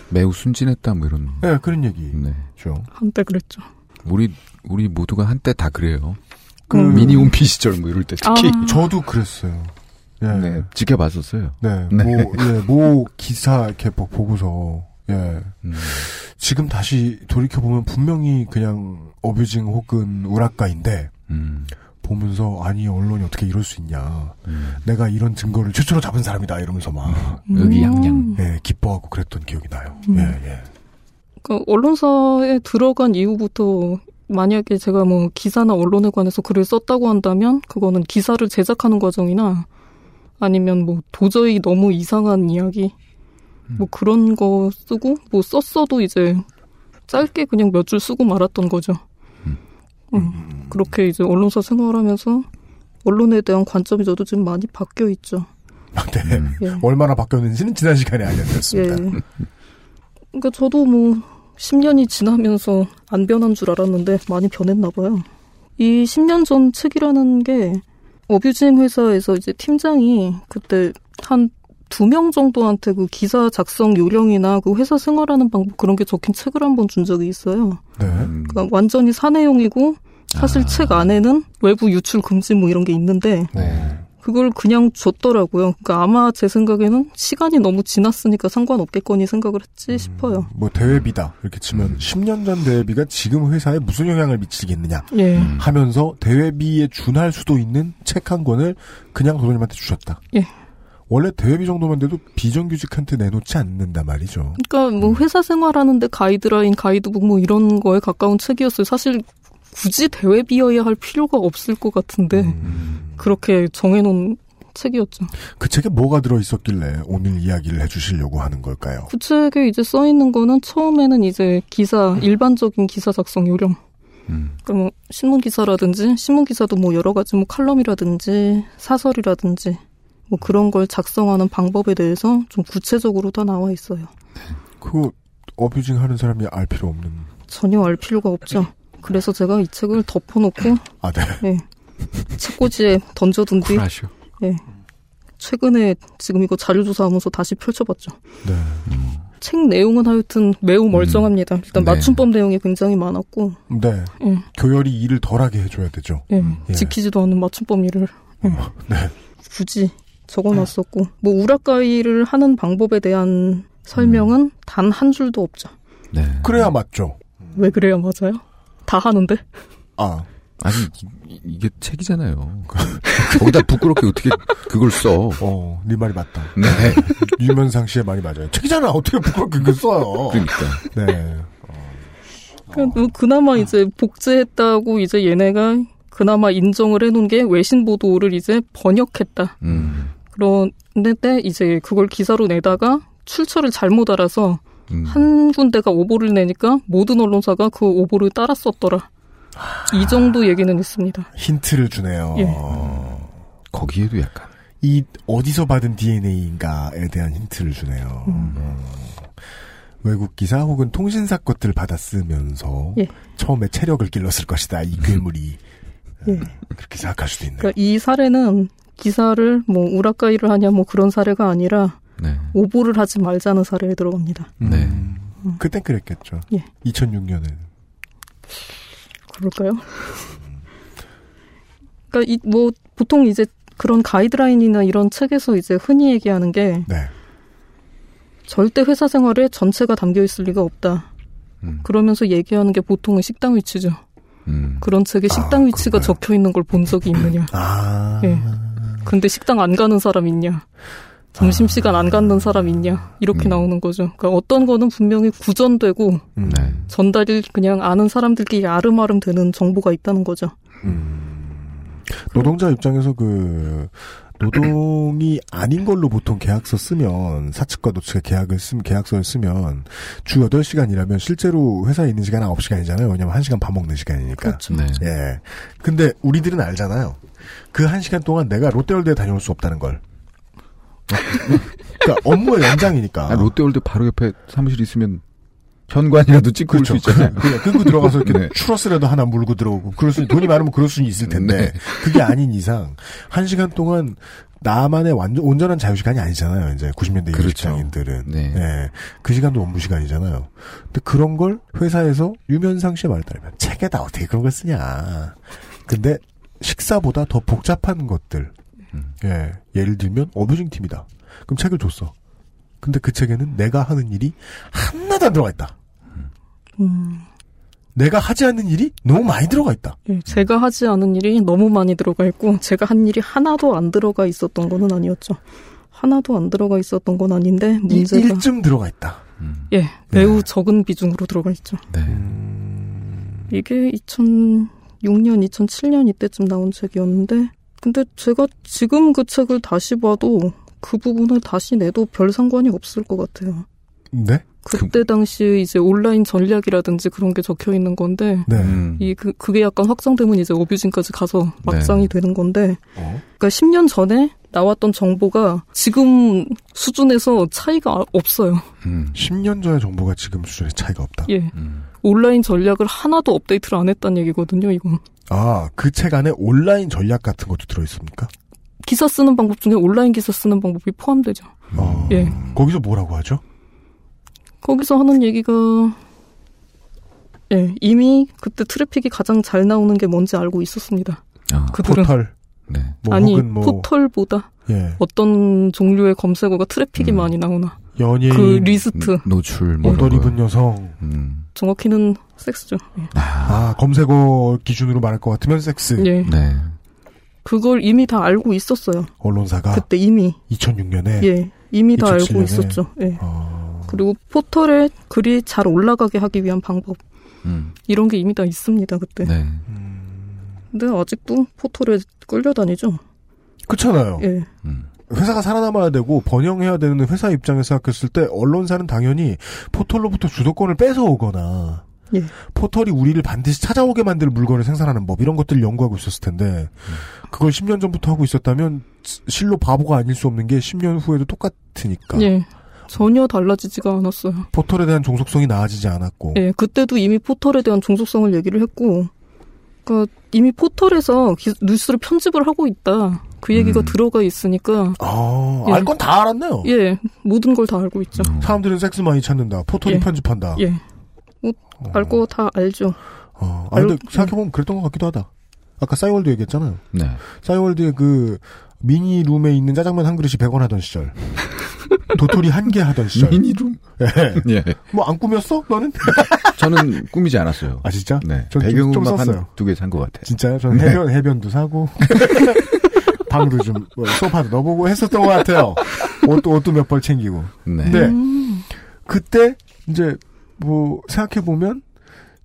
S13: 매우 순진했다 뭐 이런.
S2: 예, 그런
S4: 음.
S2: 얘기죠.
S13: 네.
S9: 한때 그랬죠.
S13: 우리 우리 모두가 한때 다 그래요.
S2: 그
S9: 음.
S13: 미니홈피 시절 뭐 이럴 때 특히
S9: 아.
S2: 저도 그랬어요. 예.
S13: 네, 지켜봤었어요.
S2: 네,
S13: 네.
S2: 뭐, 예, 뭐 기사 이렇게 보- 보고서 예,
S13: 음.
S2: 지금 다시 돌이켜 보면 분명히 그냥 어뷰징 혹은 우라카인데
S13: 음.
S2: 보면서 아니 언론이 어떻게 이럴 수 있냐 내가 이런 증거를 최초로 잡은 사람이다 이러면서
S9: 아,
S2: 막
S9: 음.
S13: 의기양양.
S2: 예, 기뻐하고 그랬던 기억이 나요. 예, 예.
S9: 그러니까 언론사에 들어간 이후부터 만약에 제가 뭐 기사나 언론에 관해서 글을 썼다고 한다면 그거는 기사를 제작하는 과정이나 아니면 뭐 도저히 너무 이상한 이야기
S13: 음.
S9: 뭐 그런 거 쓰고 뭐 썼어도 이제 짧게 그냥 몇 줄 쓰고 말았던 거죠. 음, 그렇게 이제 언론사 생활하면서 언론에 대한 관점이 저도 지금 많이 바뀌어 있죠.
S2: 네. 얼마나 바뀌었는지는 지난 시간에 알려드렸습니다.
S9: 예. 그러니까 저도 뭐 10년이 지나면서 안 변한 줄 알았는데 많이 변했나 봐요. 이 10년 전 책이라는 게 어뷰징 회사에서 이제 팀장이 그때 한 두 명 정도한테 그 기사 작성 요령이나 그 회사 생활하는 방법 그런 게 적힌 책을 한 번 준 적이 있어요.
S2: 네.
S9: 그러니까 완전히 사내용이고 사실 책 안에는 외부 유출 금지 뭐 이런 게 있는데 그걸 그냥 줬더라고요. 그러니까 아마 제 생각에는 시간이 너무 지났으니까 상관없겠거니 생각을 했지 싶어요.
S2: 뭐 대회비다 이렇게 치면 10년 전 대회비가 지금 회사에 무슨 영향을 미치겠느냐
S9: 예.
S4: 음.
S2: 하면서 대회비에 준할 수도 있는 책 한 권을 그냥 도도님한테 주셨다.
S9: 예.
S2: 원래 대회비 정도만 돼도 비정규직한테 내놓지 않는단 말이죠.
S9: 그러니까 뭐 회사 생활하는데 가이드라인, 가이드북 뭐 이런 거에 가까운 책이었어요. 사실 굳이 대회비여야 할 필요가 없을 것 같은데
S2: 음.
S9: 그렇게 정해놓은 책이었죠.
S2: 그 책에 뭐가 들어 있었길래 오늘 이야기를 해주시려고 하는 걸까요?
S9: 그 책에 이제 써 있는 거는 처음에는 이제 기사 일반적인 기사 작성 요령. 그러니까 뭐 신문 기사라든지 신문 기사도 뭐 여러 가지 뭐 칼럼이라든지 사설이라든지 뭐 그런 걸 작성하는 방법에 대해서 좀 구체적으로 다 나와 있어요.
S2: 그거 어뷰징 하는 사람이 알 필요 없는.
S9: 전혀 알 필요가 없죠. 그래서 제가 이 책을 덮어놓고
S2: 아, 네.
S9: 예. 책꽂이에 던져둔 뒤
S4: 쿨하셔.
S9: 예. 최근에 지금 이거 자료 조사하면서 다시 펼쳐봤죠.
S2: 네. 음.
S9: 책 내용은 하여튼 매우 멀쩡합니다. 일단
S2: 네.
S9: 맞춤법 내용이 굉장히 많았고
S2: 네.
S9: 예.
S2: 교열이 일을 덜하게 해줘야 되죠. 음.
S9: 예.
S2: 예.
S9: 지키지도 않는 맞춤법 일을 예. 굳이
S2: 네.
S9: 적어놨었고 뭐 우라카이를 하는 방법에 대한 설명은
S2: 음.
S9: 단 한 줄도 없죠.
S2: 그래야 맞죠.
S9: 왜 그래야 맞아요? 다 하는데
S2: 아.
S4: 아니, 이- 이게 책이잖아요. 거기다 부끄럽게 어떻게 그걸 써.
S2: 어, 네 말이 맞다.
S4: 네.
S2: 유면상 씨의 말이 맞아요. 책이잖아. 어떻게 부끄럽게 그걸 써요.
S4: 그러니까.
S2: 네.
S9: 그러니까
S2: 어.
S9: 뭐 그래도
S2: 아.
S9: 그나마 이제 복제했다고 이제 얘네가 그나마 인정을 해놓은 게 외신 보도를 이제 번역했다.
S4: 음.
S9: 그런데 이제 그걸 기사로 내다가 출처를 잘못 알아서
S4: 음.
S9: 한 군데가 오보를 내니까 모든 언론사가 그 오보를 따라 썼더라. 이 정도 얘기는 있습니다.
S2: 힌트를 주네요.
S9: 예.
S4: 거기에도 약간.
S2: 이 어디서 받은 DNA인가에 대한 힌트를 주네요. 음. 외국 기사 혹은 통신사 것들을 받아 쓰면서
S9: 예.
S2: 처음에 체력을 길렀을 것이다. 이 괴물이
S9: 예.
S2: 그렇게 생각할 수도 있네요.
S9: 그러니까 이 사례는 기사를 뭐 우라카이를 하냐 뭐 그런 사례가 아니라
S4: 네.
S9: 오보를 하지 말자는 사례에 들어갑니다.
S2: 네. 그땐 그랬겠죠.
S9: 음. 예.
S2: 2006년에.
S9: 그럴까요? 그러니까 이 뭐 보통 이제 그런 가이드라인이나 이런 책에서 이제 흔히 얘기하는 게
S2: 네.
S9: 절대 회사 생활에 전체가 담겨 있을 리가 없다. 그러면서 얘기하는 게 보통은 식당 위치죠.
S4: 음.
S9: 그런 책에 식당 위치가 적혀 있는 걸 본 적이 있느냐.
S2: 아.
S9: 예. 근데 식당 안 가는 사람 있냐? 점심 시간 안 갖는 사람 있냐? 이렇게 나오는 거죠. 그러니까 어떤 거는 분명히 구전되고
S2: 음.
S4: 네.
S9: 전달이 그냥 아는 사람들끼리 아름아름 되는 정보가 있다는 거죠.
S2: 노동자 입장에서 그 노동이 아닌 걸로 보통 계약서 쓰면 사측과 노측의 계약을 쓰면 계약서를 쓰면 주 8시간 일하면 실제로 회사에 있는 시간은 9시간이잖아요. 왜냐면 1시간 밥 먹는 시간이니까.
S4: 그렇죠. 네.
S2: 예. 근데 우리들은 알잖아요. 그 1시간 동안 내가 롯데월드에 다녀올 수 없다는 걸. 그러니까 업무의 연장이니까.
S4: 아, 롯데월드 바로 옆에 사무실 있으면 현관이라도 찍고 올 수
S2: 그렇죠.
S4: 있잖아요.
S2: 그냥 끊고 그러니까 들어가서 이렇게
S4: 네.
S2: 추러스라도 하나 물고 들어오고 그럴 수 돈이 많으면 그럴 수는 있을 텐데 그게 아닌 이상 한 시간 동안 나만의 완전 온전한 자유 시간이 아니잖아요. 이제 90년대 이후 직장인들은 예, 그 시간도 업무 시간이잖아요. 근데 그런 걸 회사에서 유면상 씨의 말에 따르면 책에다 어떻게 그런 걸 쓰냐. 근데 식사보다 더 복잡한 것들 예, 예를 들면 어뷰징 팀이다. 그럼 책을 줬어. 근데 그 책에는 내가 하는 일이 하나도 안 들어가 있다.
S9: 음,
S2: 내가 하지 않는 일이 너무 많이 들어가 있다.
S9: 예, 제가 하지 않은 일이 너무 많이 들어가 있고 제가 한 일이 하나도 안 들어가 있었던 거는 아니었죠. 하나도 안 들어가 있었던 건 아닌데
S2: 이
S9: 문제가
S2: 일쯤 들어가 있다.
S4: 네.
S2: 음.
S9: 예 매우 적은 비중으로 들어가 있죠. 이게 2006년, 2007년 이때쯤 나온 책이었는데, 근데 제가 지금 그 책을 다시 봐도 그 부분을 다시 내도 별 상관이 없을 것 같아요.
S2: 네?
S9: 그때 당시 이제 온라인 전략이라든지 그런 게 적혀 있는 건데,
S2: 네.
S4: 음.
S9: 이 그, 그게 약간 확장되면 이제 어뷰징까지 가서 막상이 되는 건데, 그러니까 10년 전에 나왔던 정보가 지금 수준에서 차이가 없어요.
S4: 아. 음.
S2: 10년 전의 정보가 지금 수준의 차이가 없다.
S9: 예. 온라인 전략을 하나도 업데이트를 안 했다는 얘기거든요, 이건.
S2: 아, 그 책 안에 온라인 전략 같은 것도 들어있습니까?
S9: 기사 쓰는 방법 중에 온라인 기사 쓰는 방법이 포함되죠.
S2: 어,
S9: 예.
S2: 거기서 뭐라고 하죠?
S9: 거기서 하는 얘기가, 예, 이미 그때 트래픽이 가장 잘 나오는 게 뭔지 알고 있었습니다.
S4: 아,
S9: 그들은.
S2: 포털.
S4: 네.
S2: 뭐
S9: 아니,
S2: 혹은 뭐
S9: 포털보다
S2: 예.
S9: 어떤 종류의 검색어가 트래픽이 많이 나오나.
S2: 음. 연예인 음.
S9: 그 리스트.
S4: 노출
S9: 뭐
S2: 옷덜
S9: 이런
S2: 입은 여성.
S4: 음.
S9: 정확히는 섹스죠. 예.
S2: 아, 검색어 기준으로 말할 것 같으면 섹스.
S9: 예.
S4: 네.
S9: 그걸 이미 다 알고 있었어요.
S2: 언론사가
S9: 그때 이미.
S2: 2006년에 어,
S9: 예, 이미 다 알고
S2: 2007년에.
S9: 있었죠. 예. 그리고 포털에 글이 잘 올라가게 하기 위한 방법 이런 게 이미 다 있습니다 그때.
S4: 음. 네.
S9: 근데 아직도 포털에 끌려다니죠.
S2: 그렇잖아요.
S9: 예.
S4: 그러니까. 음.
S2: 회사가 살아남아야 되고 번영해야 되는 회사 입장에서 생각했을 때 언론사는 당연히 포털로부터 주도권을 뺏어오거나
S9: 예.
S2: 포털이 우리를 반드시 찾아오게 만들 물건을 생산하는 법 이런 것들을 연구하고 있었을 텐데 그걸 10년 전부터 하고 있었다면 스- 실로 바보가 아닐 수 없는 게 10년 후에도 똑같으니까
S9: 예. 전혀 달라지지가 않았어요.
S2: 포털에 대한 종속성이 나아지지 않았고
S9: 예, 그때도 이미 포털에 대한 종속성을 얘기를 했고, 그러니까 이미 포털에서 기- 뉴스를 편집을 하고 있다. 그
S4: 음.
S9: 얘기가 들어가 있으니까.
S2: 아,
S9: 예.
S2: 알건 다
S4: 어.
S2: 알았네요.
S9: 예, 모든 걸 다 알고 있죠.
S4: 음.
S2: 사람들은 섹스 많이 찾는다. 포털이
S9: 예.
S4: 아.
S2: 편집한다.
S9: 예. 뭐, 알고 다 알죠.
S2: 어, 아, 근데 생각해보면 그랬던 것 같기도 하다. 아까 싸이월드 얘기했잖아요.
S4: 네.
S2: 싸이월드의 그 미니룸에 있는 짜장면 한 그릇이 100원 하던 시절. 도토리 한 개 하던 시절.
S4: 미니룸?
S2: 예.
S4: 예.
S2: 뭐 안 꾸몄어? 너는?
S4: 저는 꾸미지 않았어요. 아
S2: 진짜?
S4: 네.
S2: 전 좀- 좀
S4: 배경음악
S2: 썼어요.
S4: 한두개 산 것 같아요.
S2: 진짜요? 저는
S4: 네.
S2: 해변, 해변도 사고. 방도 좀, 뭐, 소파도 넣어보고 했었던 것 같아요. 옷도, 옷도 몇 벌 챙기고.
S4: 네.
S2: 근데
S9: 음.
S2: 그때 이제 뭐 생각해 보면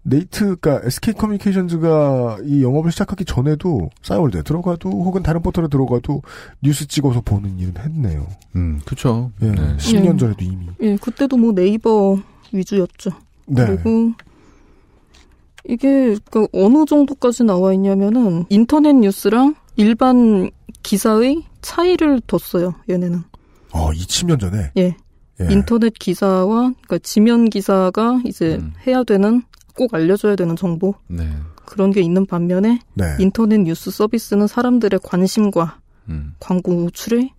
S2: 네이트가 SK 커뮤니케이션즈가 이 영업을 시작하기 전에도 싸이월드에 들어가도 혹은 다른 포털에 들어가도 뉴스 찍어서 보는 일은 했네요.
S4: 음, 그렇죠.
S2: 예, 10년
S9: 예.
S2: 전에도 이미.
S9: 예, 그때도 뭐 네이버 위주였죠.
S2: 네.
S9: 그리고 이게 그 어느 정도까지 나와 있냐면은 인터넷 뉴스랑 일반 기사의 차이를 뒀어요. 얘네는.
S2: 어, 20년 전에.
S9: 예.
S2: 예.
S9: 인터넷 기사와 그러니까 지면 기사가 이제
S2: 음.
S9: 해야 되는 꼭 알려줘야 되는 정보
S4: 네.
S9: 그런 게 있는 반면에
S4: 네.
S9: 인터넷 뉴스 서비스는 사람들의 관심과 광고 노출에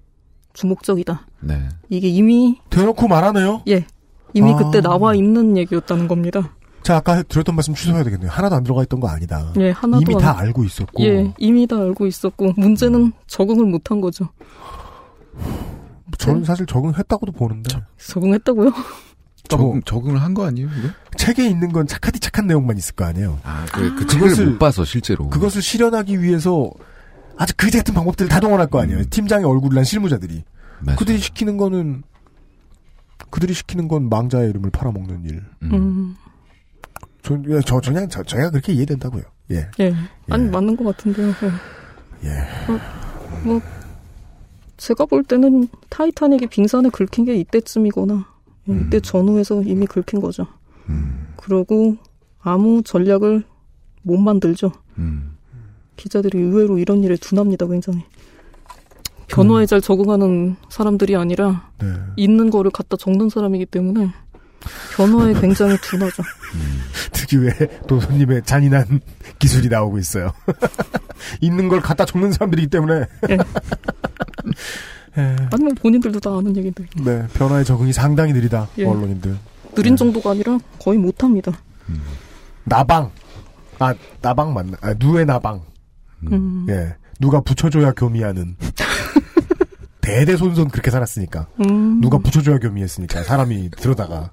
S9: 주목적이다.
S4: 음, 네.
S9: 이게 이미
S2: 대놓고 말하네요.
S9: 예 이미
S2: 아.
S9: 그때 나와 있는 얘기였다는 겁니다.
S2: 자, 아까 드렸던 말씀 취소해야 되겠네요. 하나도 안 들어가 있던 거 아니다.
S9: 예 하나도
S2: 이미
S9: 안-
S2: 다 알고 있었고.
S9: 예 이미 다 알고 있었고 문제는 적응을 못한 거죠. 네.
S2: 저는 사실 적응했다고도 보는데. 그러니까 뭐
S9: 적응했다고요?
S4: 적응, 적응을 한 거 아니에요, 이거?
S2: 책에 있는 건 착하디 착한 내용만 있을 거 아니에요.
S4: 아, 그, 그 책을 못 봐서 실제로.
S2: 그것을 실현하기 위해서 아주 그지 같은 방법들을 다 동원할 거 아니에요. 팀장의 얼굴을 한 실무자들이.
S4: 음. 맞아요.
S2: 그들이 시키는 거는 그들이 시키는 건 망자의 이름을 팔아먹는 일.
S9: 음.
S2: 전- 예, 저, 저, 그냥, 저, 제가 그렇게 이해된다고요. 예.
S9: 예. 아니, 맞는 것 같은데요. 예. 어, 뭐, 제가 볼 때는 타이타닉이 빙산에 긁힌 게 이때쯤이거나, 예, 이때 전후에서 이미 긁힌 거죠. 음. 그러고, 아무 전략을 못 만들죠.
S4: 음.
S9: 기자들이 의외로 이런 일에 둔합니다, 굉장히. 변화에 잘 적응하는 사람들이 아니라,
S2: 네.
S9: 있는 거를 갖다 적는 사람이기 때문에, 변화에 굉장히 둔하죠.
S2: 특유의 도선님의 잔인한 기술이 나오고 있어요. 있는 걸 갖다 적는 사람들이기 때문에. 예.
S9: 아니면 본인들도 다 아는 얘기인데.
S2: 네, 변화에 적응이 상당히 느리다,
S9: 예.
S2: 언론인들.
S9: 느린
S2: 음.
S9: 정도가 아니라 거의 못합니다.
S2: 나방. 아, 나방 맞나? 아, 누에 나방.
S9: 음.
S2: 예. 누가 붙여줘야 교미하는. 대대손손 그렇게 살았으니까.
S9: 음.
S2: 누가 붙여줘야 교미했으니까. 사람이 들어다가.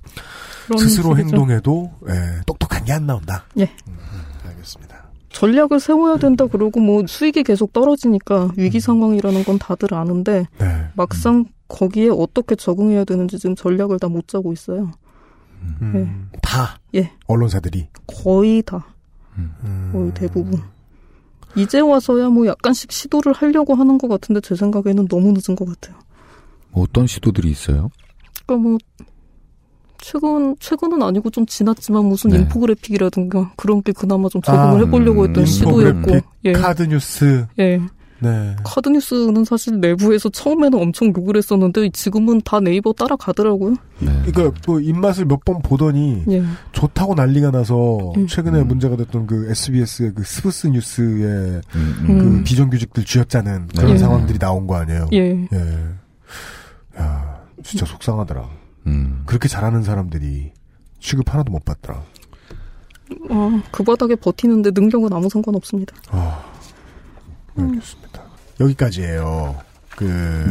S9: 그런
S2: 스스로
S9: 식이죠.
S2: 행동해도, 예, 똑똑한 게 안 나온다. 음,
S9: 예.
S2: 알겠습니다.
S9: 전략을
S2: 음.
S9: 세워야 된다 그러고 뭐 수익이 계속 떨어지니까 위기 상황이라는 건 다들 아는데
S2: 네. 음.
S9: 막상 거기에 어떻게 적응해야 되는지 지금 전략을 다 못 짜고 있어요.
S2: 다.
S9: 예.
S2: 언론사들이.
S9: 거의 다. 거의
S2: 음.
S9: 대부분. 이제 와서야 뭐 약간씩 시도를 하려고 하는 것 같은데 제 생각에는 너무 늦은 것 같아요.
S4: 뭐 어떤 시도들이 있어요?
S9: 그러니까 뭐 최근 최근은 아니고 좀 지났지만 무슨
S4: 네.
S9: 인포그래픽이라든가 그런 게 그나마 좀 적응을 해보려고 했던 시도였고
S2: 아, 음, 인포그래픽, 카드 뉴스.
S9: 예
S2: 네.
S9: 카드 뉴스는 사실 내부에서 처음에는 엄청 욕을 했었는데 지금은 다 네이버 따라가더라고요.
S2: 그러니까 그 입맛을 몇 번 보더니
S9: 예.
S2: 좋다고 난리가 나서
S9: 음.
S2: 최근에 문제가 됐던 그 SBS의 그 스브스 뉴스의
S9: 음.
S2: 그
S9: 음.
S2: 비정규직들 쥐어짜는 그런
S9: 예.
S2: 상황들이 나온 거 아니에요?
S9: 예.
S2: 야, 진짜 속상하더라.
S4: 음.
S2: 그렇게 잘하는 사람들이 취급 하나도 못 받더라.
S9: 어, 그 바닥에 버티는데 능력은 아무 상관 없습니다. 음.
S2: 여기까지예요. 그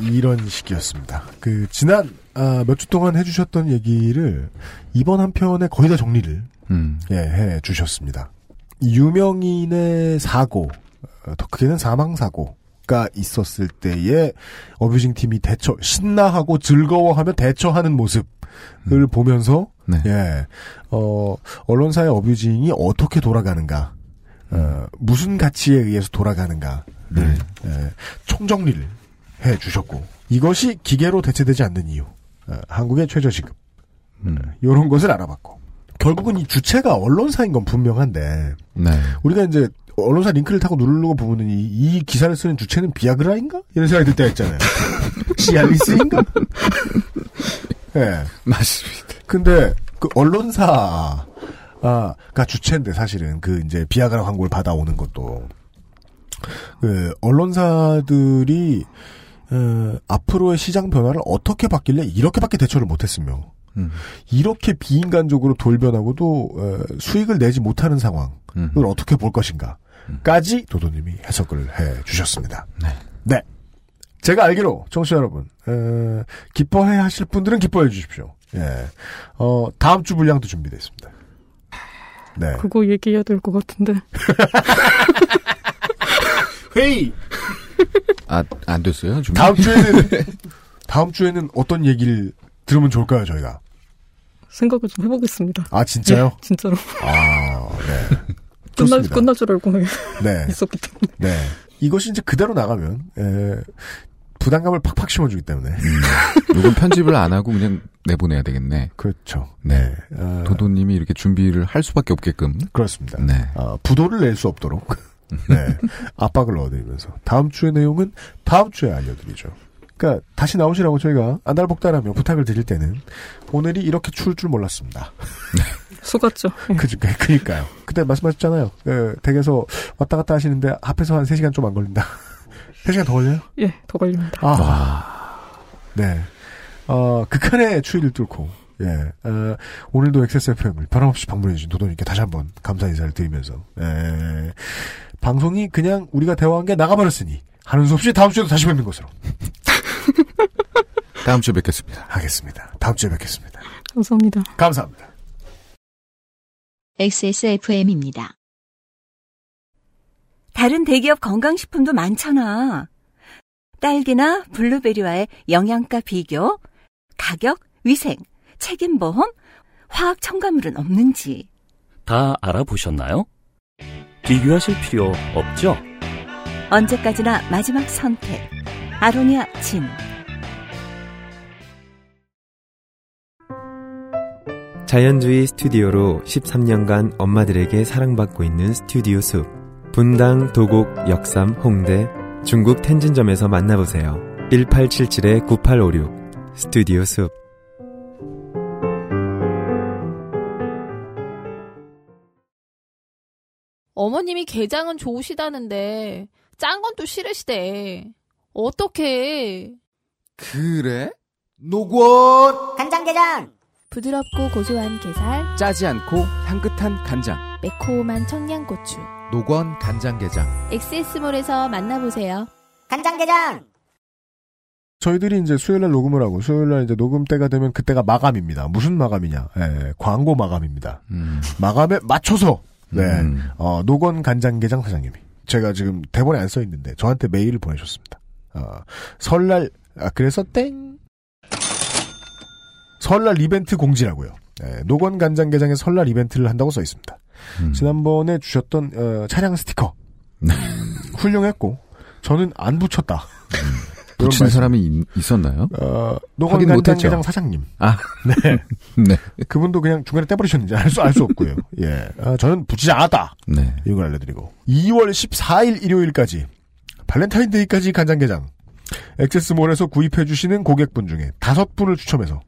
S2: 이런 식이었습니다. 그 지난 몇 주 동안 해주셨던 얘기를 이번 한 편에 거의 다 정리를
S4: 음.
S2: 예, 해 주셨습니다. 유명인의 사고, 어, 더 크게는 사망 사고가 있었을 때에 어뷰징 팀이 대처 신나하고 즐거워하며 대처하는 모습을 보면서 예, 어, 언론사의 어뷰징이 어떻게 돌아가는가, 어, 무슨 가치에 의해서 돌아가는가 예, 총정리를 해 주셨고 이것이 기계로 대체되지 않는 이유 어, 한국의 최저시급
S4: 음.
S2: 이런 것을 알아봤고 결국은 이 주체가 언론사인 건 분명한데
S4: 네.
S2: 우리가 이제 언론사 링크를 타고 누르고 보면은 이, 이 기사를 쓰는 주체는 비아그라인가 이런 생각이 들 때가 있잖아요 시알리스인가 예
S4: 맞습니다
S2: 근데 그 언론사 아가 주체인데 사실은 그 이제 비아그라 광고를 받아오는 것도 그 언론사들이 어, 앞으로의 시장 변화를 어떻게 바길래 이렇게밖에 대처를 못했으며 이렇게 비인간적으로 돌변하고도 어, 수익을 내지 못하는 상황을
S4: 음.
S2: 어떻게 볼 것인가까지 도도님이 해석을 해 주셨습니다. 네. 제가 알기로 청취자 여러분 어, 기뻐해 하실 분들은 기뻐해 주십시오. 예. 어, 다음 주 분량도 준비되어 있습니다. 네.
S9: 그거 얘기해야 될 것 같은데.
S2: 회의.
S4: 아, 안 됐어요? 준비?
S2: 다음 주에는 다음 주에는 어떤 얘기를 들으면 좋을까요, 저희가?
S9: 생각을 좀 해보겠습니다.
S2: 아, 진짜요?
S9: 예, 진짜로.
S2: 아, 네.
S9: 끝날,
S2: 좋습니다.
S9: 끝날 줄 알고
S2: 네.
S9: 있었기 때문에.
S2: 네. 이것이 이제 그대로 나가면 에, 부담감을 팍팍 심어주기 때문에.
S4: 요건 편집을 안 하고 그냥 내보내야 되겠네.
S2: 그렇죠.
S4: 네. 도도님이 이렇게 준비를 할 수밖에 없게끔.
S2: 그렇습니다.
S4: 네.
S2: 어, 부도를 낼 수 없도록 네. 압박을 넣어드리면서 다음 주의 내용은 다음 주에 알려드리죠. 그러니까 다시 나오시라고 저희가 안달복달하며 부탁을 드릴 때는 오늘이 이렇게 추울 줄 몰랐습니다.
S9: 속았죠.
S2: 그니까, 그니까요. 그때 말씀하셨잖아요. 그 댁에서 왔다 갔다 하시는데 앞에서 한 3시간 좀 안 걸린다. 3시간 더 걸려요?
S9: 예, 더 걸립니다.
S2: 아. 네. 어, 극한의 추위를 뚫고, 예. 어, 오늘도 XSFM을 변함없이 방문해주신 도도님께 다시 한번 감사 인사를 드리면서, 예. 방송이 그냥 우리가 대화한 게 나가버렸으니, 하는 수 없이 다음 주에도 다시 뵙는 것으로
S4: 다음 주에 뵙겠습니다.
S2: 하겠습니다. 다음 주에 뵙겠습니다.
S9: 감사합니다.
S2: 감사합니다.
S1: XSFM입니다.
S15: 다른 대기업 건강식품도 많잖아. 딸기나 블루베리와의 영양가 비교, 가격, 위생, 책임보험, 화학 첨가물은 없는지.
S16: 다 알아보셨나요? 비교하실 필요 없죠?
S15: 언제까지나 마지막 선택. 아로니아 진.
S12: 자연주의 스튜디오로 13년간 엄마들에게 사랑받고 있는 스튜디오 숲. 분당, 도곡, 역삼, 홍대, 중국 텐진점에서 만나보세요. 1877-9856 스튜디오 숲.
S17: 어머님이 게장은 좋으시다는데 짠 건 또 싫으시대. 어떻게?
S4: 그래?
S18: 노곤 간장게장
S19: 부드럽고 고소한 게살,
S20: 짜지 않고 향긋한 간장
S19: 매콤한 청양고추.
S20: 노건 간장게장
S19: 엑세스몰에서 만나보세요.
S18: 간장게장
S2: 저희들이 이제 수요일 날 녹음을 하고 수요일 날 이제 녹음 때가 되면 그때가 마감입니다. 무슨 마감이냐? 예, 광고 마감입니다.
S4: 음.
S2: 마감에 맞춰서 네, 어, 노건 간장게장 사장님이 제가 지금 대본에 안 써 있는데 저한테 메일을 보내셨습니다. 어, 설날 아 그래서 땡 설날 이벤트 공지라고요. 예, 노건 간장게장의 설날 이벤트를 한다고 써 있습니다. 지난번에 주셨던 어, 차량 스티커
S4: 네.
S2: 훌륭했고 저는 안 붙였다. 이런
S4: 붙인
S2: 말씀.
S4: 사람이 있- 있었나요?
S2: 어, 노건
S4: 확인 못했죠.
S2: 간장게장 사장님.
S4: 아,
S2: 네.
S4: 네.
S2: 그분도 그냥 중간에 떼버리셨는지 알 수 알 수 없고요. 예, 아, 저는 붙이지 않았다.
S4: 네.
S2: 이걸 알려드리고 2월 14일 일요일까지 발렌타인데이까지 간장게장 엑세스몰에서 구입해주시는 고객분 중에 다섯 분을 추첨해서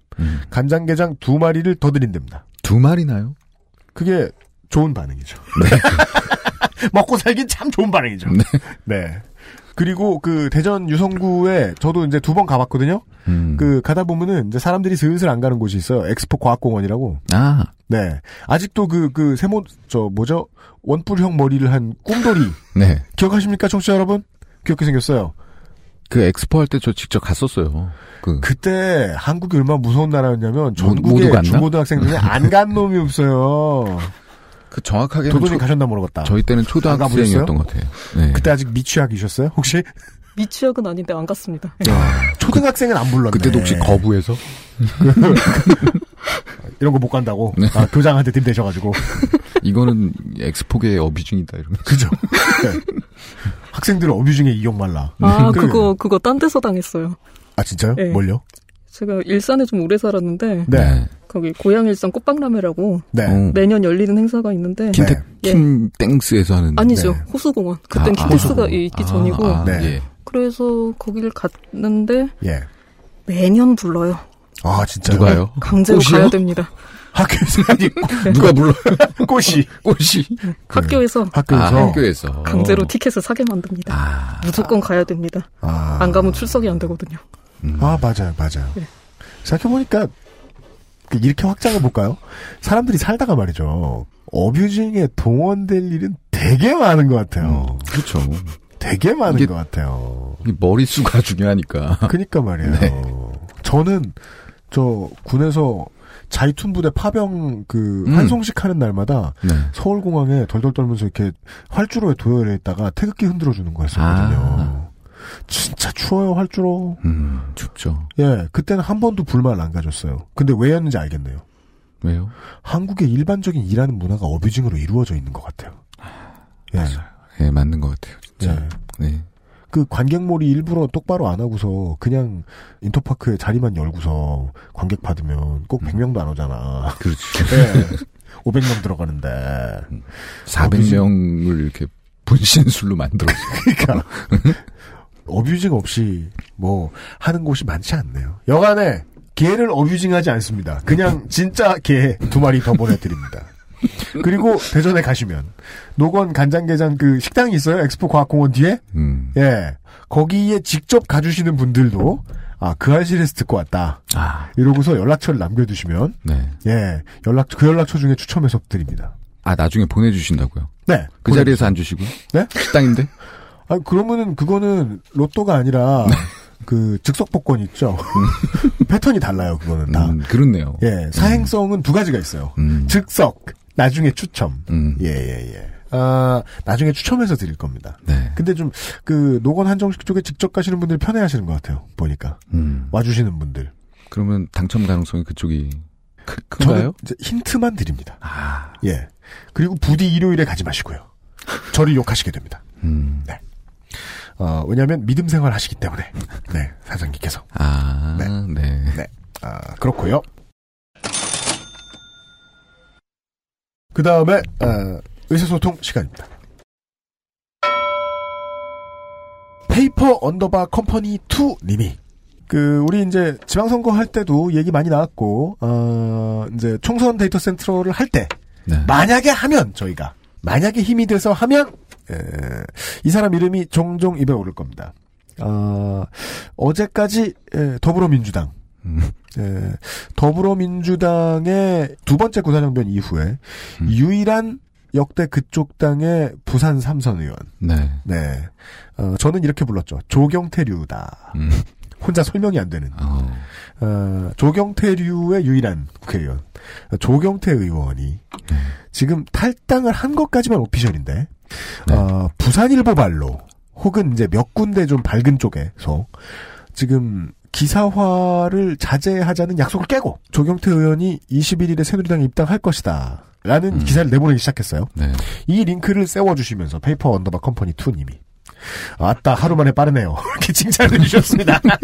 S2: 간장게장 두 마리를 더 드린답니다.
S4: 두 마리나요?
S2: 그게 좋은 반응이죠. 먹고 살긴 참 좋은 반응이죠. 네. 그리고 그 대전 유성구에 저도 이제 두 번 가봤거든요.
S4: 음.
S2: 그 가다 보면은 이제 사람들이 슬슬 안 가는 곳이 있어요. 엑스포 과학공원이라고.
S4: 아,
S2: 네. 아직도 그, 그, 세모, 저, 뭐죠? 원뿔형 머리를 한 꿈돌이.
S4: 네.
S2: 기억하십니까, 청취자 여러분? 귀엽게 생겼어요.
S4: 그 엑스포 할 때 저 직접 갔었어요. 그
S2: 그때 한국이 얼마나 무서운 나라였냐면
S4: 모두
S2: 전국의
S4: 갔나?
S2: 중고등학생 중에 안 간 놈이 없어요.
S4: 그 정확하게
S2: 도돈이 가셨나 모르겠다.
S4: 저희 때는
S2: 안 가보셨어요?
S4: 초등학생이었던 것 같아요. 네.
S2: 그때 아직 미취학이셨어요? 혹시?
S9: 미취학은 아닌데 안 갔습니다.
S2: 초등학생은 안 불렀네.
S4: 그때도 혹시 거부해서?
S2: 이런 거 못 간다고?
S4: 네.
S2: 아, 교장한테 딥 대셔가지고.
S4: 이거는 엑스포계의 어비중이다 이러면서.
S2: 그죠. 학생들 어뷰중에 이용 말라.
S9: 아,
S2: 그-
S9: 그거, 그거 딴 데서 당했어요.
S2: 아, 진짜요?
S9: 네.
S2: 뭘요?
S9: 제가 일산에 좀 오래 살았는데,
S2: 네.
S9: 거기 고향 일산 꽃박람회라고
S2: 네.
S4: 어,
S9: 매년 열리는 행사가 있는데,
S4: 킨텍
S9: 예.
S4: 킹땡스에서 하는
S9: 아니죠. 호수공원. 그땐
S4: 음, 네. 아,
S9: 키텍스가
S4: 아,
S9: 있기
S4: 아,
S9: 전이고,
S4: 아,
S2: 네.
S4: 예.
S9: 그래서 거기를 갔는데,
S2: 예.
S9: 매년 불러요.
S2: 아, 진짜요?
S4: 누가요?
S9: 강제로 가야 됩니다.
S2: 학교에서 아니
S4: 누가 불러?
S2: 꽃이
S4: 꽃이
S9: 학교에서
S2: 학교에서
S4: 네. 아, 학교에서
S9: 강제로 티켓을 사게 만듭니다. 무조건 가야 됩니다.
S2: 아.
S9: 안 가면 출석이 안 되거든요.
S2: 아 맞아요 맞아요 생각해보니까 그 이렇게 확장해 볼까요 사람들이 살다가 말이죠 어뷰징에 동원될 일은 되게 많은 것 같아요
S4: 그렇죠.
S2: 되게 많은
S4: 이게- 아.
S2: 것 같아요
S4: 이 머리수가 중요하니까.
S2: 그니까 말이에요
S4: 네.
S2: 저는 저 군에서 자이툰 부대 파병 그
S4: 음.
S2: 한송식 하는 날마다
S4: 네.
S2: 서울공항에 덜덜 떨면서 이렇게 활주로에 도열해 있다가 태극기 흔들어 주는 거였었거든요.
S4: 아.
S2: 진짜 추워요 활주로.
S4: 음, 춥죠.
S2: 예, 그때는 한 번도 불만 안 가졌어요. 근데 왜였는지 알겠네요.
S4: 왜요?
S2: 한국의 일반적인 일하는 문화가 어뷰징으로 이루어져 있는 것 같아요. 예.
S4: 예, 맞는 것 같아요. 진짜. 네.
S2: 그 관객몰이 일부러 똑바로 안 하고서 그냥 인터파크에 자리만 열고서 관객 받으면 꼭 100명도 안 오잖아.
S4: 음.
S2: 예,
S4: 그렇죠.
S2: 500명 들어가는데.
S4: 400명을 이렇게 분신술로 만들었어.
S2: 그러니까 어뷰징 없이 뭐 하는 곳이 많지 않네요. 여간에 개를 어뷰징하지 않습니다. 그냥 진짜 개 두 마리 더 보내드립니다. 그리고 대전에 가시면 노건 간장게장 그 식당이 있어요. 엑스포 과학공원 뒤에.
S4: 음.
S2: 예. 거기에 직접 가주시는 분들도 아 그 알실에서 듣고 왔다.
S4: 아.
S2: 이러고서 연락처를 남겨두시면
S4: 네.
S2: 예 연락 그 연락처 중에 추첨해서 드립니다.
S4: 아, 나중에 보내주신다고요?
S2: 네.
S4: 그 자리에서 안 주시고요?
S2: 네?
S4: 식당인데?
S2: 아 그러면은 그거는 로또가 아니라 그 즉석 복권 있죠. 패턴이 달라요 그거는 다.
S4: 음, 그렇네요. 음.
S2: 예 사행성은 두 가지가 있어요. 즉석 나중에 추첨. 예예예. 아 나중에 추첨해서 드릴 겁니다.
S4: 네.
S2: 근데 좀 그 노건 한정식 쪽에 직접 가시는 분들 편해하시는 것 같아요. 보니까
S4: 음.
S2: 와주시는 분들.
S4: 그러면 당첨 가능성이 그쪽이 크,
S2: 저는
S4: 큰가요?
S2: 이제 힌트만 드립니다.
S4: 아.
S2: 예. 그리고 부디 일요일에 가지 마시고요. 저를 욕하시게 됩니다.
S4: 음.
S2: 네. 어, 왜냐하면 믿음 생활 하시기 때문에. 네, 사장님께서.
S4: 아, 네.
S2: 네. 아, 그렇고요. 그 다음에 어, 의사소통 시간입니다. 페이퍼 언더바 컴퍼니 2 님이 그 우리 이제 지방선거 할 때도 얘기 많이 나왔고 어, 이제 총선 데이터 센트럴을 할 때
S4: 네.
S2: 만약에 하면 저희가 만약에 힘이 돼서 하면 에, 이 사람 이름이 종종 입에 오를 겁니다. 아, 어제까지 에, 더불어민주당 예, 더불어민주당의 두 번째 구사정변 이후에 유일한 역대 그쪽 당의 부산 삼선 의원.
S4: 네.
S2: 네. 어, 저는 이렇게 불렀죠. 조경태류다. 혼자 설명이 안 되는. 어, 조경태류의 유일한 국회의원. 어, 조경태 의원이 지금 탈당을 한 것까지만 오피셜인데, 어, 부산일보발로 혹은 이제 몇 군데 좀 밝은 쪽에서 지금 기사화를 자제하자는 약속을 깨고 조경태 의원이 21일에 새누리당에 입당할 것이다. 라는 기사를 내보내기 시작했어요.
S4: 네.
S2: 이 링크를 세워주시면서 페이퍼 언더바 컴퍼니 2님이 아따 하루 만에 빠르네요. 이렇게 칭찬을 해주셨습니다.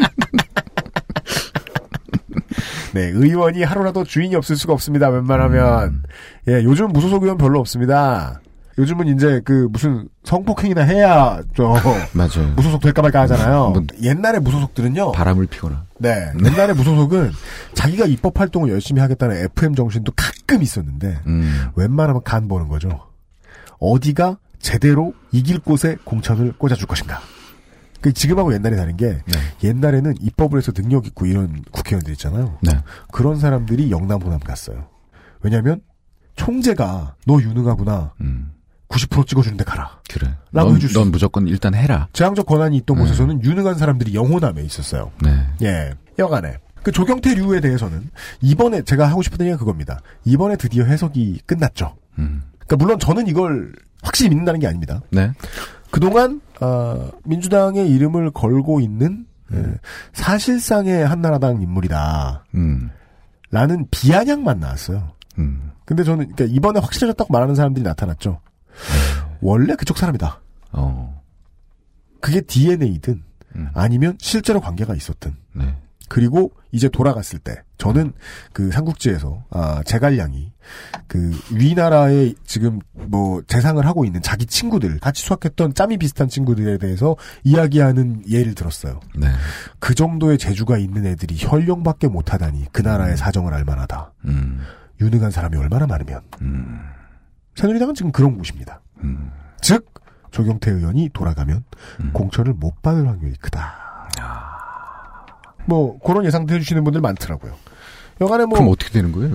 S2: 네, 의원이 하루라도 주인이 없을 수가 없습니다. 웬만하면 예, 요즘 무소속 의원 별로 없습니다. 요즘은 이제 그 무슨 성폭행이나 해야 저
S4: 맞아요.
S2: 무소속 될까 말까 하잖아요. 옛날에 무소속들은요.
S4: 바람을 피거나.
S2: 네. 옛날에 무소속은 자기가 입법 활동을 열심히 하겠다는 FM 정신도 가끔 있었는데
S4: 음.
S2: 웬만하면 간 보는 거죠. 어디가 제대로 이길 곳에 공천을 꽂아줄 것인가. 그 지금하고 옛날이 다른 게
S4: 네.
S2: 옛날에는 입법을 해서 능력 있고 이런 국회의원들 있잖아요.
S4: 네.
S2: 그런 사람들이 영남 호남 갔어요. 왜냐하면 총재가 너 유능하구나. 90% 찍어주는데 가라.
S4: 음. 그래.
S2: 라고
S4: 넌,
S2: 해줄 수
S4: 넌 무조건 일단 해라.
S2: 재앙적 권한이 있던 곳에서는 유능한 사람들이 영혼함에 있었어요.
S4: 네.
S2: 예. 여간에. 그 조경태류에 대해서는 이번에 제가 하고 싶은 얘기가 그겁니다. 이번에 드디어 해석이 끝났죠. 그러니까 물론 저는 이걸 확실히 믿는다는 게 아닙니다.
S4: 음. 네.
S2: 그동안 어, 민주당의 이름을 걸고 있는 예, 사실상의 한나라당 인물이다.
S4: 음.
S2: 라는 비아냥만 나왔어요. 근데 저는 그러니까 이번에 확실해졌다고 말하는 사람들이 나타났죠. 원래 그쪽 사람이다.
S4: 어.
S2: 그게 DNA든 아니면 실제로 관계가 있었든.
S4: 네.
S2: 그리고 이제 돌아갔을 때 저는 그 삼국지에서 아 제갈량이 그 위나라에 지금 뭐 재상을 하고 있는 자기 친구들 같이 수학했던 짬이 비슷한 친구들에 대해서 이야기하는 예를 들었어요.
S4: 네.
S2: 그 정도의 재주가 있는 애들이 현령밖에 못하다니 그 나라의 사정을 알만하다. 유능한 사람이 얼마나 많으면 음, 새누리당은 지금 그런 곳입니다. 즉 조경태 의원이 돌아가면 공천을 못 받을 확률이 크다. 뭐 그런 예상도 해주시는 분들 많더라고요. 여간에 뭐
S4: 그럼 어떻게 되는 거예요?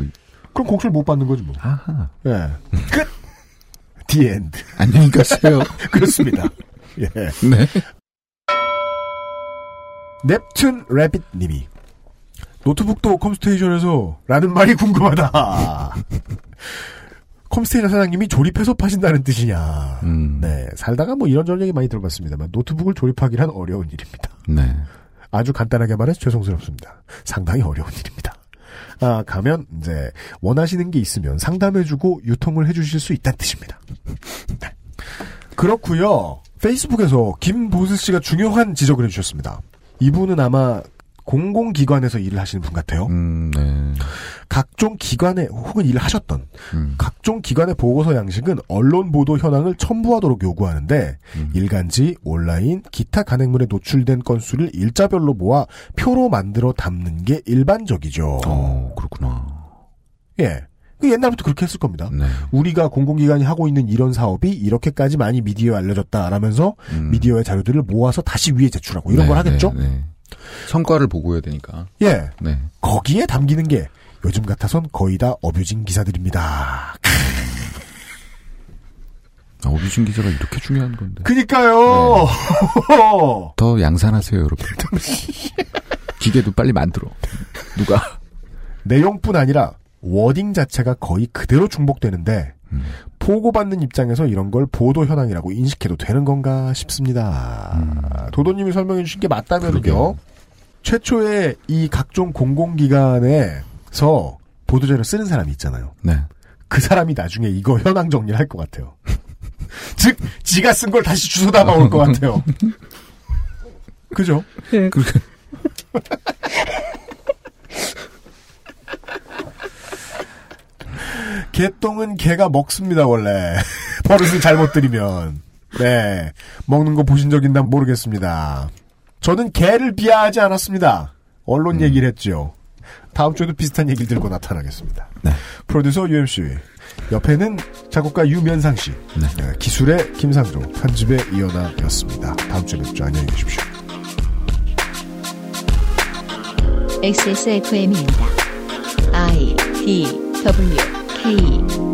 S2: 그럼 공천을 못 받는 거지 뭐.
S4: 아하.
S2: 예. 끝. 디 엔드.
S4: 안녕히 가세요.
S2: 그렇습니다. 예.
S4: 네.
S2: 넵튠 래빗님이 노트북도 컴스테이션에서 라는 말이 궁금하다. 컴스테이션 사장님이 조립해서 파신다는 뜻이냐.
S4: 음.
S2: 네. 살다가 뭐 이런저런 얘기 많이 들어봤습니다만 노트북을 조립하기란 어려운 일입니다.
S4: 네.
S2: 아주 간단하게 말해서 죄송스럽습니다. 상당히 어려운 일입니다. 아, 가면 이제 원하시는 게 있으면 상담해주고 유통을 해주실 수 있다는 뜻입니다. 네. 그렇고요. 페이스북에서 김보스 씨가 중요한 지적을 해주셨습니다. 이분은 아마 공공기관에서 일을 하시는 분 같아요.
S4: 음, 네.
S2: 각종 기관에 혹은 일을 하셨던
S4: 음.
S2: 각종 기관의 보고서 양식은 언론 보도 현황을 첨부하도록 요구하는데
S4: 음.
S2: 일간지, 온라인, 기타 간행물에 노출된 건수를 일자별로 모아 표로 만들어 담는 게 일반적이죠.
S4: 어. 그렇구나. 네.
S2: 예. 그 옛날부터 그렇게 했을 겁니다. 우리가 공공기관이 하고 있는 이런 사업이 이렇게까지 많이 미디어에 알려졌다라면서 미디어의 자료들을 모아서 다시 위에 제출하고 이런
S4: 음. 네,
S2: 걸 하겠죠?
S4: 네, 네. 성과를 보고해야 되니까.
S2: 예.
S4: 네.
S2: 거기에 담기는 게 요즘 같아선 거의 다 어뷰징 기사들입니다.
S4: 아, 오비준 기자가 이렇게 중요한 건데.
S2: 그니까요. 네.
S4: 더 양산하세요, 여러분. 기계도 빨리 만들어. 누가?
S2: 내용뿐 아니라 워딩 자체가 거의 그대로 중복되는데 보고받는 입장에서 이런 걸 보도 현황이라고 인식해도 되는 건가 싶습니다. 도도님이 설명해 주신 게 맞다면요. 최초에 이 각종 공공기관에서 보도자료 쓰는 사람이 있잖아요.
S4: 네.
S2: 그 사람이 나중에 이거 현황 정리를 할 것 같아요. 즉, 지가 쓴 걸 다시 주워 담아올 것 같아요. 그죠?
S9: 예.
S2: 개똥은 개가 먹습니다 원래 버릇을 잘못 들이면 네 먹는 거 보신 적 있나 모르겠습니다 저는 개를 비하하지 않았습니다 언론 얘기를 했죠 다음 주에도 비슷한 얘기를 들고 나타나겠습니다 프로듀서 UMC 옆에는 작곡가 유면상 씨 네, 기술의 김상조 편집의 이현아였습니다 다음 주에 뵙죠 안녕히 계십시오
S1: XSFM입니다. I D W K